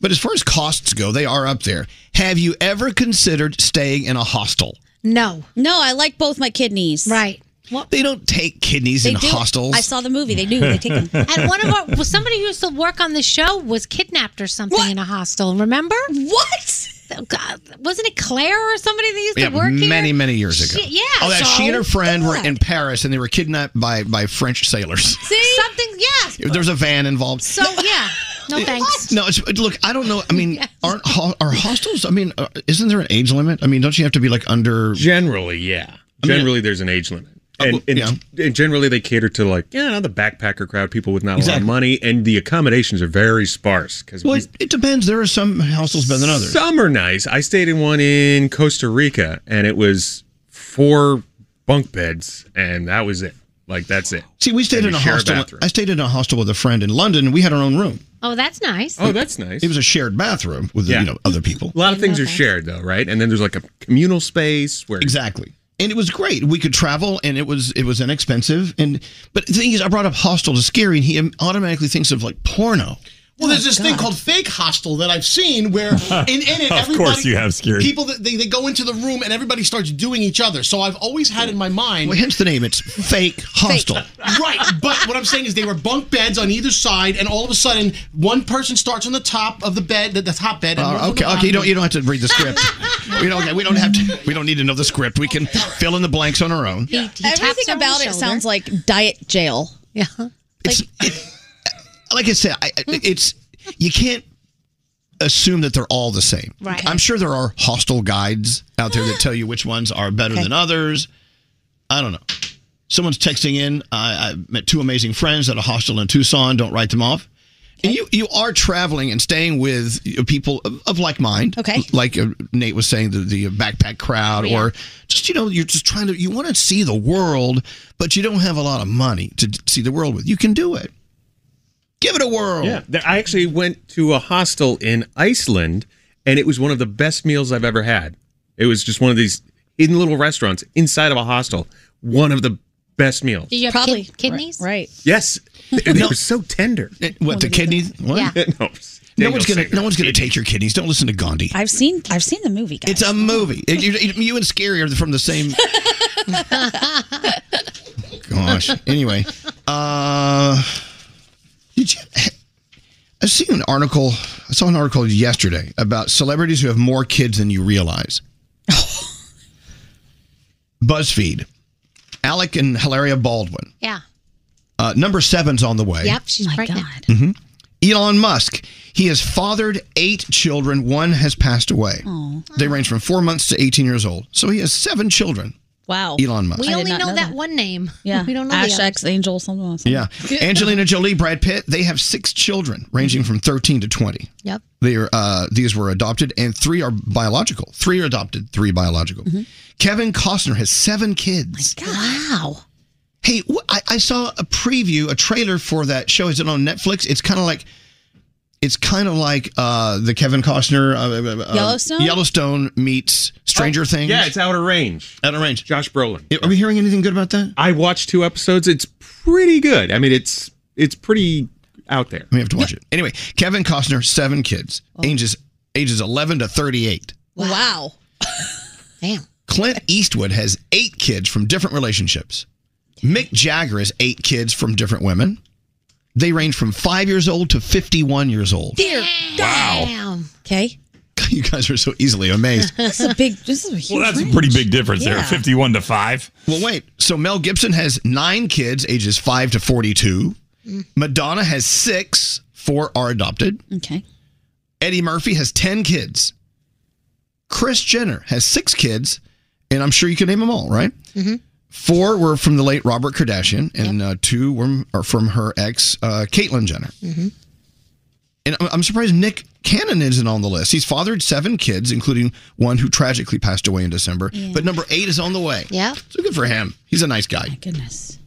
But as far as costs go, they are up there. Have you ever considered staying in a hostel?
No.
No, I like both my kidneys. Right.
They don't take kidneys in
do.
hostels.
I saw the movie. They do. They take them.
And one of our well, somebody who used to work on the show was kidnapped or something in a hostel. Remember Oh,
what?
God, wasn't it Claire or somebody that used
Yeah,
to work here?
many many years ago.
She- yeah,
Oh, that she and her
so-
friend were in Paris, and they were kidnapped by by French sailors.
See something? Yes.
There's a van involved.
So yeah. No thanks.
No, it's, look, I don't know. I mean, aren't ho- are hostels? I mean, uh, isn't there an age limit? I mean, don't you have to be like under?
Generally, yeah.
I mean-
Generally, there's an age limit.
Oh,
And, and, and generally, they cater to like, you know, the backpacker crowd, people with not a lot
Exactly.
of money, and the accommodations are very sparse. Because
Well, it, it depends. There are some hostels better than others.
some are nice. I stayed in one in Costa Rica, and it was four bunk beds, and that was it. Like, that's it.
See, we stayed
And
in
you
a
share
hostel.
bathroom.
I stayed in a hostel with a friend in London. and We had our own room.
Oh, that's nice.
nice.
It was a shared bathroom with you know other people.
A lot of things are shared, though, right? And then there's like a communal space where
exactly. And it was great. We could travel, and it was it was inexpensive. And but the thing is, I brought up hostel to scary, and he automatically thinks of like porno.
Well,
Oh,
there's this thing called fake hostel that I've seen where in, in it,
Of
everybody,
course you have, Scary.
people that they, they go into the room and everybody starts doing each other. So I've always had in my mind,
Well, hence the name. It's fake hostel.
right? But what I'm saying is they were bunk beds on either side, and all of a sudden one person starts on the top of the bed, the, the top bed. And
Uh,
one's on
okay,
the
okay. You don't
bottom.
you don't have to read the script. we don't we don't have to. We don't need to know the script. We can fill in the blanks on our own.
Everything about it sounds like diet jail.
Yeah.
Like I said, I, I- it's you can't assume that they're all the same.
Right.
I'm sure there are hostile guides out there that tell you which ones are better
Okay.
than others. I don't know. Someone's texting in. I, I met two amazing friends at a hostel in Tucson. Don't write them off. And you you are traveling and staying with you know, people of, of like mind.
Okay.
Like uh, Nate was saying, the, the backpack crowd,
Yeah.
or just you know, you're just trying to you want to see the world, but you don't have a lot of money to d- see the world with. You can do it. Give it a whirl.
Yeah, th- I actually went to a hostel in Iceland, and it was one of the best meals I've ever had. It was just one of these hidden little restaurants inside of a hostel. One of the best meals.
Do you have Probably. kidneys?
Right.
Yes, they were so tender.
what the kidney? What?
Yeah.
no,
No one's gonna no one's gonna take your kidneys. Don't listen to Gandhi.
I've seen. I've seen the movie. Guys.
It's a movie. It- you, you and Scary are from the same. Gosh. Anyway, uh, did you? I see an article. I saw an article yesterday about celebrities who have more kids than you realize. BuzzFeed, Alec and Hilaria Baldwin.
Yeah.
Uh, number seven's on the way.
Yep, she's pregnant.
hmm Elon Musk. He has fathered eight children. One has passed away.
Aw.
They range from four months to 18 years old. So he has seven children.
Wow.
Elon Musk.
We
I did
only know,
not
that, one name.
Yeah.
We don't know
Ash
the
X Angel, something else.
Yeah. Angelina Jolie, Brad Pitt, they have six children ranging from 13 to 20.
Yep.
They are, uh, these were adopted, and three are biological. Three are adopted, three biological.
Mm-hmm.
Kevin Costner has seven kids.
Wow.
Hey, wh- I, I saw a preview, a trailer for that show. Is it on Netflix? It's kind of like, it's kind of like uh, the Kevin Costner uh, uh, uh,
Yellowstone?
Yellowstone meets Stranger Things.
Oh, Yeah, it's Outer Range.
Outer Range.
Josh Brolin.
Are we hearing anything good about that?
I watched two episodes. It's pretty good. I mean, it's it's pretty out there.
We have to watch it anyway. Kevin Costner, seven kids, ages ages eleven to thirty eight.
Wow.
Damn.
Clint Eastwood has eight kids from different relationships. Mick Jagger has eight kids from different women. They range from five years old to fifty one years old.
Dear
Wow.
Damn.
Okay.
You guys are so easily amazed.
That's a big. This is a huge.
Well, that's a
range.
pretty big difference there,
Yeah.
51 to 5.
Well, wait. So Mel Gibson has nine kids, ages five to forty-two. Madonna has six. Four are adopted.
Okay.
Eddie Murphy has ten kids. Chris Jenner has six kids, and I'm sure you can name them all, right? Four were from the late Robert Kardashian, and uh, two were are from her ex, uh, Caitlyn Jenner. And I'm- I'm surprised Nick Cannon isn't on the list. He's fathered seven kids, including one who tragically passed away in December. But number eight is on the way.
Yeah.
So good for him. He's a nice guy.
goodness.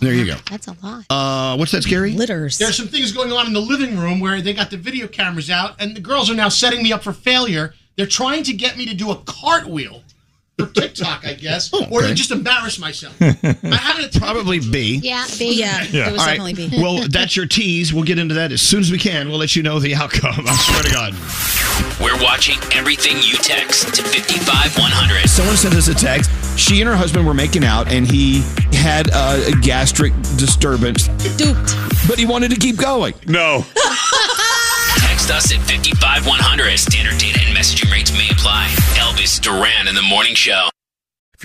There you go.
That's a lot.
Uh, what's that, Scary?
Litters.
There's some things going on in the living room where they got the video cameras out, and the girls are now setting me up for failure. They're trying to get me to do a cartwheel for TikTok, I guess, or to
okay.
just embarrass myself.
Probably B.
Yeah, B. Yeah, it was
All right.
definitely B.
well, that's your tease. We'll get into that as soon as we can. We'll let you know the outcome. I swear to God.
We're watching everything you text to 55100.
Someone sent us a text. She and her husband were making out, and he had uh, a gastric disturbance.
Duped.
But he wanted to keep going.
No.
Text us at 55100. Standard data and messaging rates may apply. Elvis Duran in the Morning Show.
If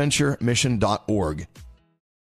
stbonaventuremission.org.